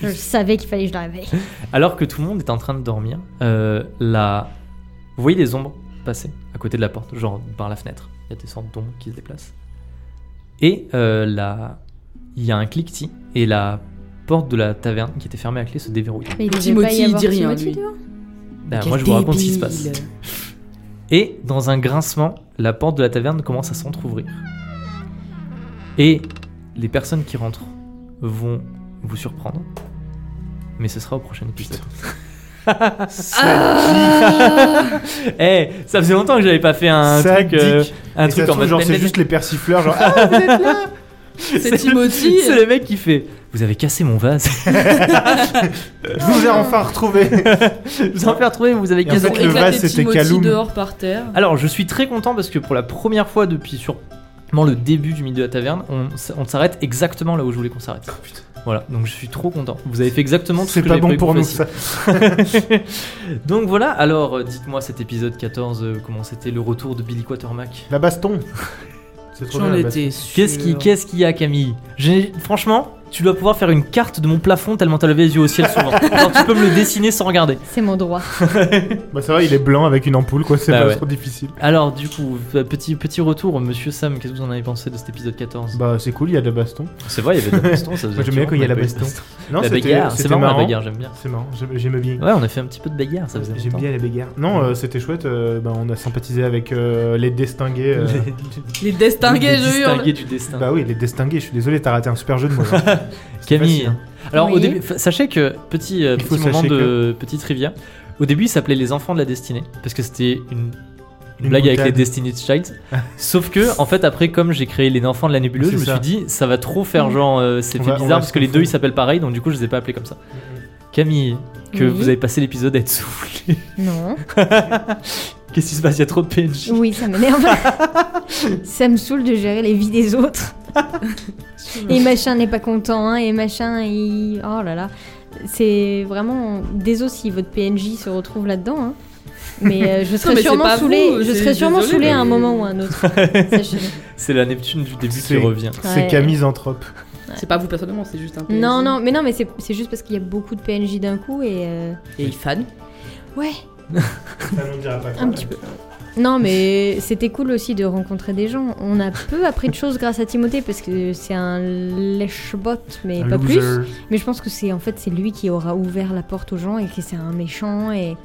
Je savais qu'il fallait que je la réveille.
alors que tout le monde est en train de dormir, euh, la... vous voyez des ombres passer à côté de la porte, genre par la fenêtre. Il y a des sortes d'ombres qui se déplacent. Et euh, la... il y a un cliquetis et la porte de la taverne qui était fermée à clé se déverrouille.
Mais il devait
Timothy,
pas y
il
avoir
dit rien,
Timothy
lui.
dehors
Ah, moi je vous raconte ce qui se passe. Et dans un grincement, la porte de la taverne commence à s'entr'ouvrir. Et les personnes qui rentrent vont vous surprendre. Mais ce sera au prochain épisode. [LAUGHS] Ah.
Ah.
Eh, ça faisait longtemps que j'avais pas fait un
Sac
truc, euh,
dick.
un
Et
truc
ça se
en
trouve,
mode.
genre, c'est juste les persifleurs, genre. Ah, [LAUGHS]
C'est Timothy.
C'est le mec qui fait. Vous avez cassé mon vase.
je vous
[LAUGHS]
ai enfin retrouvé
Je vous en fais retrouver, vous avez
Et en
Ils
cassé.
ont
fait, le
éclaté
vase, c'était
Timothy
Kaloum.
dehors par terre.
Alors, je suis très content parce que pour la première fois depuis sûrement le début du milieu de la taverne, on, s- on s'arrête exactement là où je voulais qu'on s'arrête. Voilà, donc je suis trop content. Vous avez fait exactement tout ce
Oh, C'est
que
pas
j'avais
bon
prévu
pour
que vous
nous,
fassiez.
ça.
[LAUGHS] donc voilà, alors euh, dites-moi cet épisode 14, euh, comment c'était le retour de Billy Quatermack
La baston C'est trop bien,
J'en
la baston.
étais
Qu'est-ce qui- qu'est-ce qu'il y a, Camille J'ai- Franchement, tu dois pouvoir faire une carte de mon plafond tellement t'as levé les yeux au ciel
[LAUGHS]
souvent. Alors tu peux me le dessiner sans regarder.
C'est mon droit.
Bah, ça va, il est blanc avec une ampoule, quoi, c'est
Bah
pas
ouais.
trop difficile.
Alors du coup, euh, petit, petit retour, monsieur Sam, qu'est-ce que vous en avez pensé de cet épisode 14
Bah, c'est cool, il y a de la baston.
C'est vrai, il y avait de
[LAUGHS]
la baston, ça faisait
Moi, j'aime bien quand il y a la baston. Non,
la
c'était-
bagarre,
c'était
c'est marrant,
marrant.
la bagarre, j'aime bien.
C'est marrant, j'aime- j'aimais bien.
Ouais, on a fait un petit peu de bagarre, ça faisait
J'aime
longtemps.
bien les bagarres. Non, euh, c'était chouette. euh, bah, on a sympathisé avec euh, les distingués.
[LAUGHS]
euh,
Les
Les
destingués, je hurle.
distingués du destin.
Bah oui, les distingués. Je suis désolé, t'as raté un super jeu de mots.
[LAUGHS]
là. C'était
Camille.
facile, hein.
Alors, au
Oui.
début, fa- sachez que, petit, euh,
Il faut
petit moment
sachez
de petite rivière, au début, ils s'appelaient les enfants de la destinée, parce que c'était une une blague avec les
boutade.
Destiny's Child.
[LAUGHS]
Sauf que, en fait, après, comme j'ai créé les enfants de la nébuleuse,
C'est
je me
ça.
suis dit, ça va trop faire genre, euh, c'est
On
fait
va- on
bizarre
va
parce
se
que les deux ils
confondre.
s'appellent pareil, donc du coup, je les ai pas appelés comme ça. Camille, que
Oui.
vous avez passé l'épisode à être [LAUGHS] soufflé.
Non.
Qu'est-ce qui se passe Il y a trop de PNJ.
[LAUGHS] Oui,
[LAUGHS]
ça m'énerve. ça me saoule de gérer les vies
[LAUGHS]
des autres. et machin n'est pas content, hein, et machin, il... Oh là là. C'est vraiment... Désolé si votre PNJ se retrouve là-dedans. hein. Mais euh, je
mais
serais
c'est
sûrement
pas
saoulée,
vous,
je
c'est-
serais sûrement
désolée,
saoulée à un
mais-
moment ou à un autre. Sachez-le.
C'est la Neptune du début qui
C'est-
revient.
Ouais.
C'est Camille Anthrope.
C'est pas vous personnellement, c'est juste un peu.
Non, non, mais non, mais c'est c'est juste parce qu'il y a beaucoup de PNJ d'un coup et... euh,
Et fan.
Ouais,
Un
un petit peu. Non, mais c'était cool aussi de rencontrer des gens. On a peu appris de choses grâce à Timothée parce que c'est un lèche-bot, mais pas plus. Mais je pense que c'est en fait c'est lui qui aura ouvert la porte aux gens et que c'est un méchant et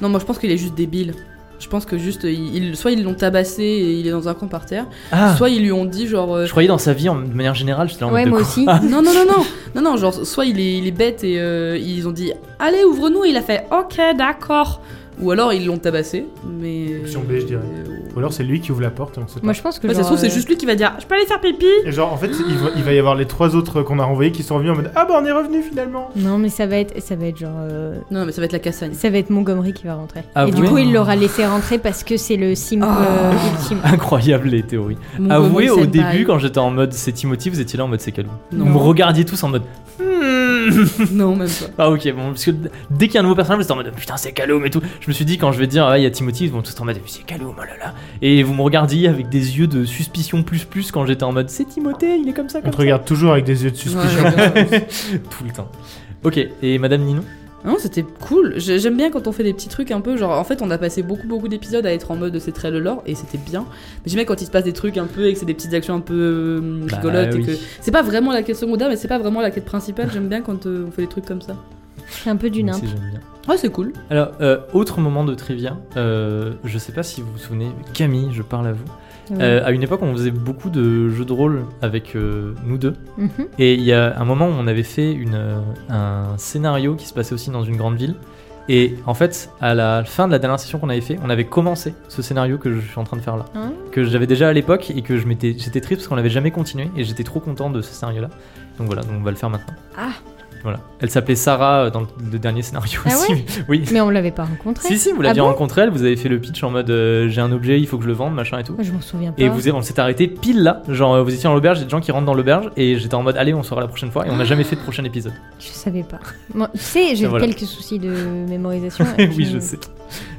Non, moi je pense qu'il est juste débile. Je pense que juste, il, il- soit ils l'ont tabassé et il est dans un coin par terre,
Ah
soit ils lui ont dit genre. euh,
Je croyais dans sa vie, en- de manière générale, j'étais en mode
ouais
de Ah,
moi
quoi
aussi.
Non, non, non, non, non, non, genre, soit il est, il est bête et euh, ils ont dit Allez, ouvre-nous, et il a fait Ok, d'accord. Ou alors ils l'ont tabassé, mais.
Option B, je dirais.
Euh,
Ou alors c'est lui qui ouvre la porte et on sait pas.
Moi je pense que
Ouais, ça se
genre,
trouve, c'est
euh,
juste lui qui va dire Je peux aller faire pipi
Et genre en fait il va, il va y avoir les trois autres qu'on a renvoyés qui sont revenus en mode ah bah on est revenu finalement.
Non mais ça va être ça va être genre euh,
Non, mais ça va être la cassagne.
ça va être Montgomery qui va rentrer.
Ah
et du
ouais
coup il l'aura laissé rentrer parce que c'est le sim
Ah.
euh, ultime.
[LAUGHS] Incroyable les théories. Avouez au début, quand j'étais en mode c'est Timothy, vous étiez là en mode c'est Calou. Vous
Non.
me regardiez tous en mode. hmm.
Non, même pas.
Ah ok bon parce que dès qu'il y a un nouveau personnage vous êtes en mode putain c'est Calum et tout je me suis dit quand je vais dire ah il y a Timothy ils vont tous être en mode c'est Calum oh là là et vous me regardiez avec des yeux de suspicion plus plus quand j'étais en mode c'est Timothée il est comme ça
On
comme
te
ça
regarde toujours avec des yeux de suspicion.
tout le temps ok et Madame Ninon
Non, c'était cool. J'ai- J'aime bien quand on fait des petits trucs un peu. Genre, en fait, on a passé beaucoup, beaucoup d'épisodes à être en mode c'est très le lore et c'était bien. Mais j'aime bien quand il se passe des trucs un peu et que c'est des petites actions un peu euh,
Bah
rigolotes
oui.
et que c'est pas vraiment la quête secondaire, mais c'est pas vraiment la quête principale. J'aime bien quand euh, on fait des trucs comme ça.
C'est un peu du
Moi
nimp.
aussi,
hein.
j'aime bien.
Ouais, c'est cool.
alors euh, autre moment de trivia euh, je sais pas si vous vous souvenez Camille je parle à vous
Ouais.
Euh, à une époque on faisait beaucoup de jeux de rôle avec euh, nous deux
Mhm.
Et il y a un moment où on avait fait une, euh, un scénario qui se passait aussi dans une grande ville. Et en fait, à la fin de la dernière session qu'on avait fait, on avait commencé ce scénario que je suis en train de faire là.
Ah.
Que j'avais déjà à l'époque et que je m'étais- j'étais triste parce qu'on l'avait jamais continué et j'étais trop content de ce scénario-là. Donc voilà, donc on va le faire maintenant.
Ah.
Voilà. Elle s'appelait Sarah euh, dans le, le dernier scénario
Ah
aussi.
ouais
oui.
Mais on l'avait pas rencontré.
Si, si, vous l'aviez
Ah bon
rencontrée, elle vous avez fait le pitch en mode euh, j'ai un objet, il faut que je le vende, machin et tout.
Moi, je m'en souviens pas.
Et vous, on s'est arrêté pile là. Genre, euh, vous étiez dans l'auberge, il y a des gens qui rentrent dans l'auberge, et j'étais en mode, allez, on saura la prochaine fois, et on n'a jamais fait de prochain épisode.
Je savais pas. Moi, tu sais, j'ai
Voilà.
quelques soucis de
[LAUGHS]
mémorisation.
[LAUGHS] oui, je sais.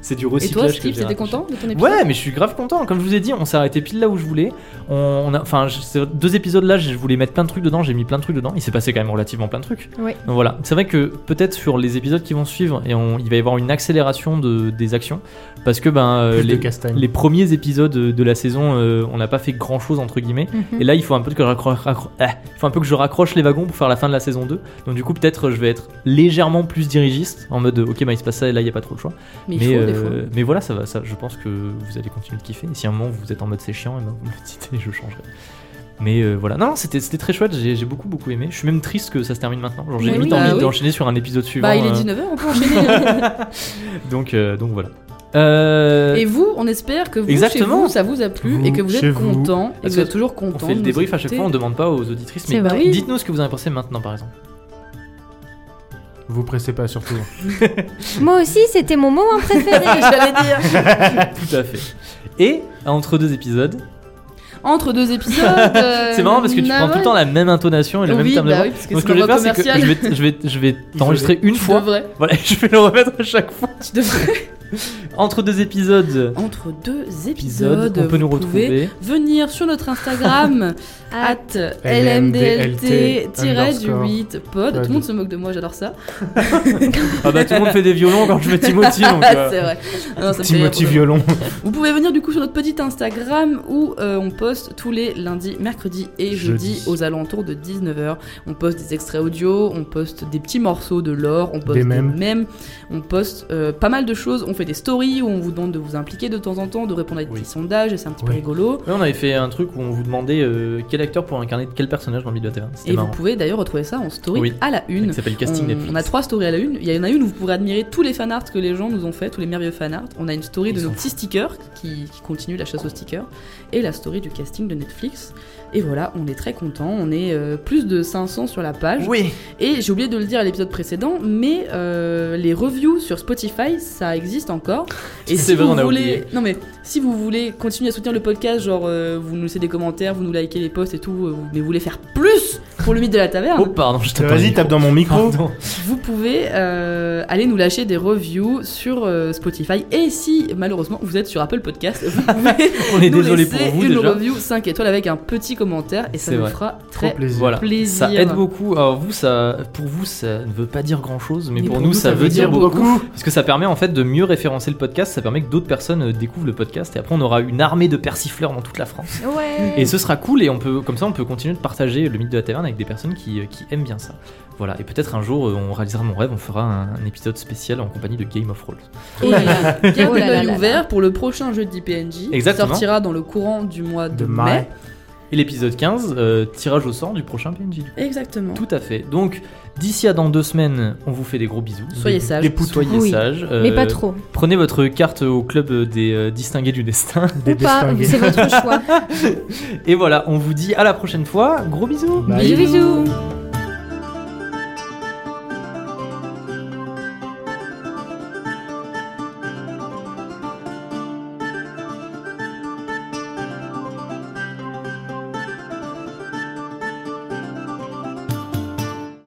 C'est du
Et
recyclage.
toi,
que
Steve,
j'ai
t'étais
rattaché.
content de ton épisode
Ouais, mais je suis grave content. Comme je vous ai dit, on s'est arrêté pile là où je voulais. On, on a, enfin, je- ces deux épisodes là, je voulais mettre plein de trucs dedans. J'ai mis plein de trucs dedans. Il s'est passé quand même relativement plein de trucs.
Ouais.
Donc voilà. C'est vrai que peut-être sur les épisodes qui vont suivre, et on- il va y avoir une accélération de, des actions parce que ben euh,
Plus de
les,
castagne.
les premiers épisodes de la saison, euh, on n'a pas fait grand chose entre guillemets.
Mhm.
Et là, il faut un peu que je raccroche, raccro- ah, il faut un peu que je raccroche les wagons pour faire la fin de la saison 2. Donc du coup, peut-être je vais être légèrement plus dirigiste en mode OK, bah il se passe ça et là il y a pas trop le choix.
Mais il faut, des
euh,
fois.
mais voilà, ça va ça je pense que vous allez continuer de kiffer. Et si à un moment vous êtes en mode c'est chiant, eh ben, vous me le dites et je changerai. Mais euh, voilà, non, non, c'était c'était très chouette, j'ai j'ai beaucoup beaucoup aimé. Je suis même triste que ça se termine maintenant. Genre, J'ai
Mais
limite
oui.
envie
Bah oui.
d'enchaîner sur un épisode suivant.
Bah, il est
euh,
19h, on
[LAUGHS]
peut enchaîner.
donc euh, donc voilà. Euh,
et vous, on espère que vous,
Exactement.
chez vous, ça vous a plu
Vous,
et que vous
chez
êtes
vous.
content et que
Parce
vous
que
êtes toujours
on
content.
fait le
de
débrief à
nous
chaque
écouter.
fois, on demande pas aux auditrices, mais
C'est vrai.
dites-nous ce que vous en avez pensé maintenant par exemple.
Vous pressez pas surtout.
Moi aussi, c'était mon moment
[LAUGHS]
préféré.
J'allais dire.
Tout à fait. Et entre deux épisodes,
Entre deux épisodes. euh,
[LAUGHS] c'est marrant parce que tu prends tout le temps la même intonation et le même
Oui,
terme de
bah
voix.
oui, parce que
Donc
c'est
ce que je
ma
vais
voix
faire, c'est que je
commerciale.
vais, je vais, je
[LAUGHS]
vais t'enregistrer une
Tu
fois.
devrais.
Voilà, [LAUGHS] je vais le remettre à chaque
[LAUGHS]
fois.
Tu devrais.
Entre deux épisodes,
Entre deux
épisodes,
épisodes,
on peut nous
vous pouvez
retrouver.
venir sur notre
[LAUGHS]
Instagram [LAUGHS]
Ah,
at lmdlt-8 pod. Tout
Pod.
le monde se moque de moi, j'adore ça.
Ah bah tout le monde fait des violons quand je fais Timothy.
[LAUGHS]
donc, euh,
c'est vrai. Non, ça me fait rire pour
Timothy
le-
Violon.
Vous pouvez venir du coup sur notre petit Instagram où euh, on poste tous les lundis, mercredis et jeudis
Jeudi.
aux alentours de 19h. On poste des extraits audio, on poste des petits morceaux de lore, on poste des,
mèmes.
on poste euh, pas mal de choses. On fait des stories où on vous demande de vous impliquer de temps en temps, de répondre à des
Oui.
petits sondages, et c'est un petit peu
Oui.
rigolo.
Ouais, on avait fait un truc où on vous demandait euh, quel acteur pour incarner quel personnage dans 2021. C'était
Et vous
marrant.
pouvez d'ailleurs retrouver ça en story
Oui.
à la une.
Ça s'appelle Casting
on,
Netflix.
on a trois stories à la une. Il y en a une où vous pourrez admirer tous les fanarts que les gens nous ont fait, tous les merveilleux fanarts. On a une story de
Ils
nos
sont
petits stickers qui, qui continue la chasse aux stickers et la story du casting de Netflix. Et voilà, on est très content. On est euh, plus de 500 sur la page.
Oui
Et j'ai oublié de le dire à l'épisode précédent, mais euh, les reviews sur Spotify, ça existe encore.
[LAUGHS]
Et
C'est vrai,
vous
on a
voulez,
oublié.
non mais si vous voulez continuer à soutenir le podcast, genre euh, vous nous laissez des commentaires, vous nous likez les posts et tout, euh, mais vous voulez faire plus pour le mythe de la taverne,
Oh, pardon, je t'ai
Vas-y, tape dans mon micro.
Pardon.
vous pouvez euh, aller nous lâcher des reviews sur euh, Spotify. Et si malheureusement vous êtes sur Apple Podcast, [LAUGHS]
[LAUGHS]
vous pouvez
On est
nous
désolé
laisser
pour vous
une
déjà.
review 5 étoiles avec un petit commentaire et ça
C'est
nous
vrai.
fera
Trop
très
plaisir.
Voilà.
plaisir.
Ça aide beaucoup. Alors vous, ça, pour vous, ça ne veut pas dire grand-chose, mais, pour, nous, ça, veut dire beaucoup. Parce que ça permet en fait de mieux référencer le podcast, ça permet que d'autres personnes euh, découvrent le podcast, et après on aura une armée de persifleurs dans toute la France.
Ouais.
Et ce sera cool, et on peut, comme ça, on peut continuer de partager le mythe de la taverne avec des personnes qui, euh, qui aiment bien ça. Voilà, et peut-être un jour, euh, on réalisera mon rêve, on fera un, un épisode spécial en compagnie de Game of Thrones.
Et [LAUGHS]
Oh
gardez
là là
l'œil
là
ouvert pour le prochain jeu de PNJ qui
Exactement.
sortira dans le courant du mois de,
De
mai.
mai.
Et l'épisode 15, euh, tirage au sort du prochain PNJ. du coup.
Exactement.
Tout à fait. Donc, d'ici à dans deux semaines, on vous fait des gros bisous.
Soyez sages.
Des poutous.
Soyez
Oui.
sages.
Mais pas
euh,
trop.
Prenez votre carte au club des euh, distingués du destin. [LAUGHS]
Des
Ou pas,
distingués.
c'est votre choix.
Et voilà, on vous dit à la prochaine fois. Gros bisous
Bye.
Bisous, bisous.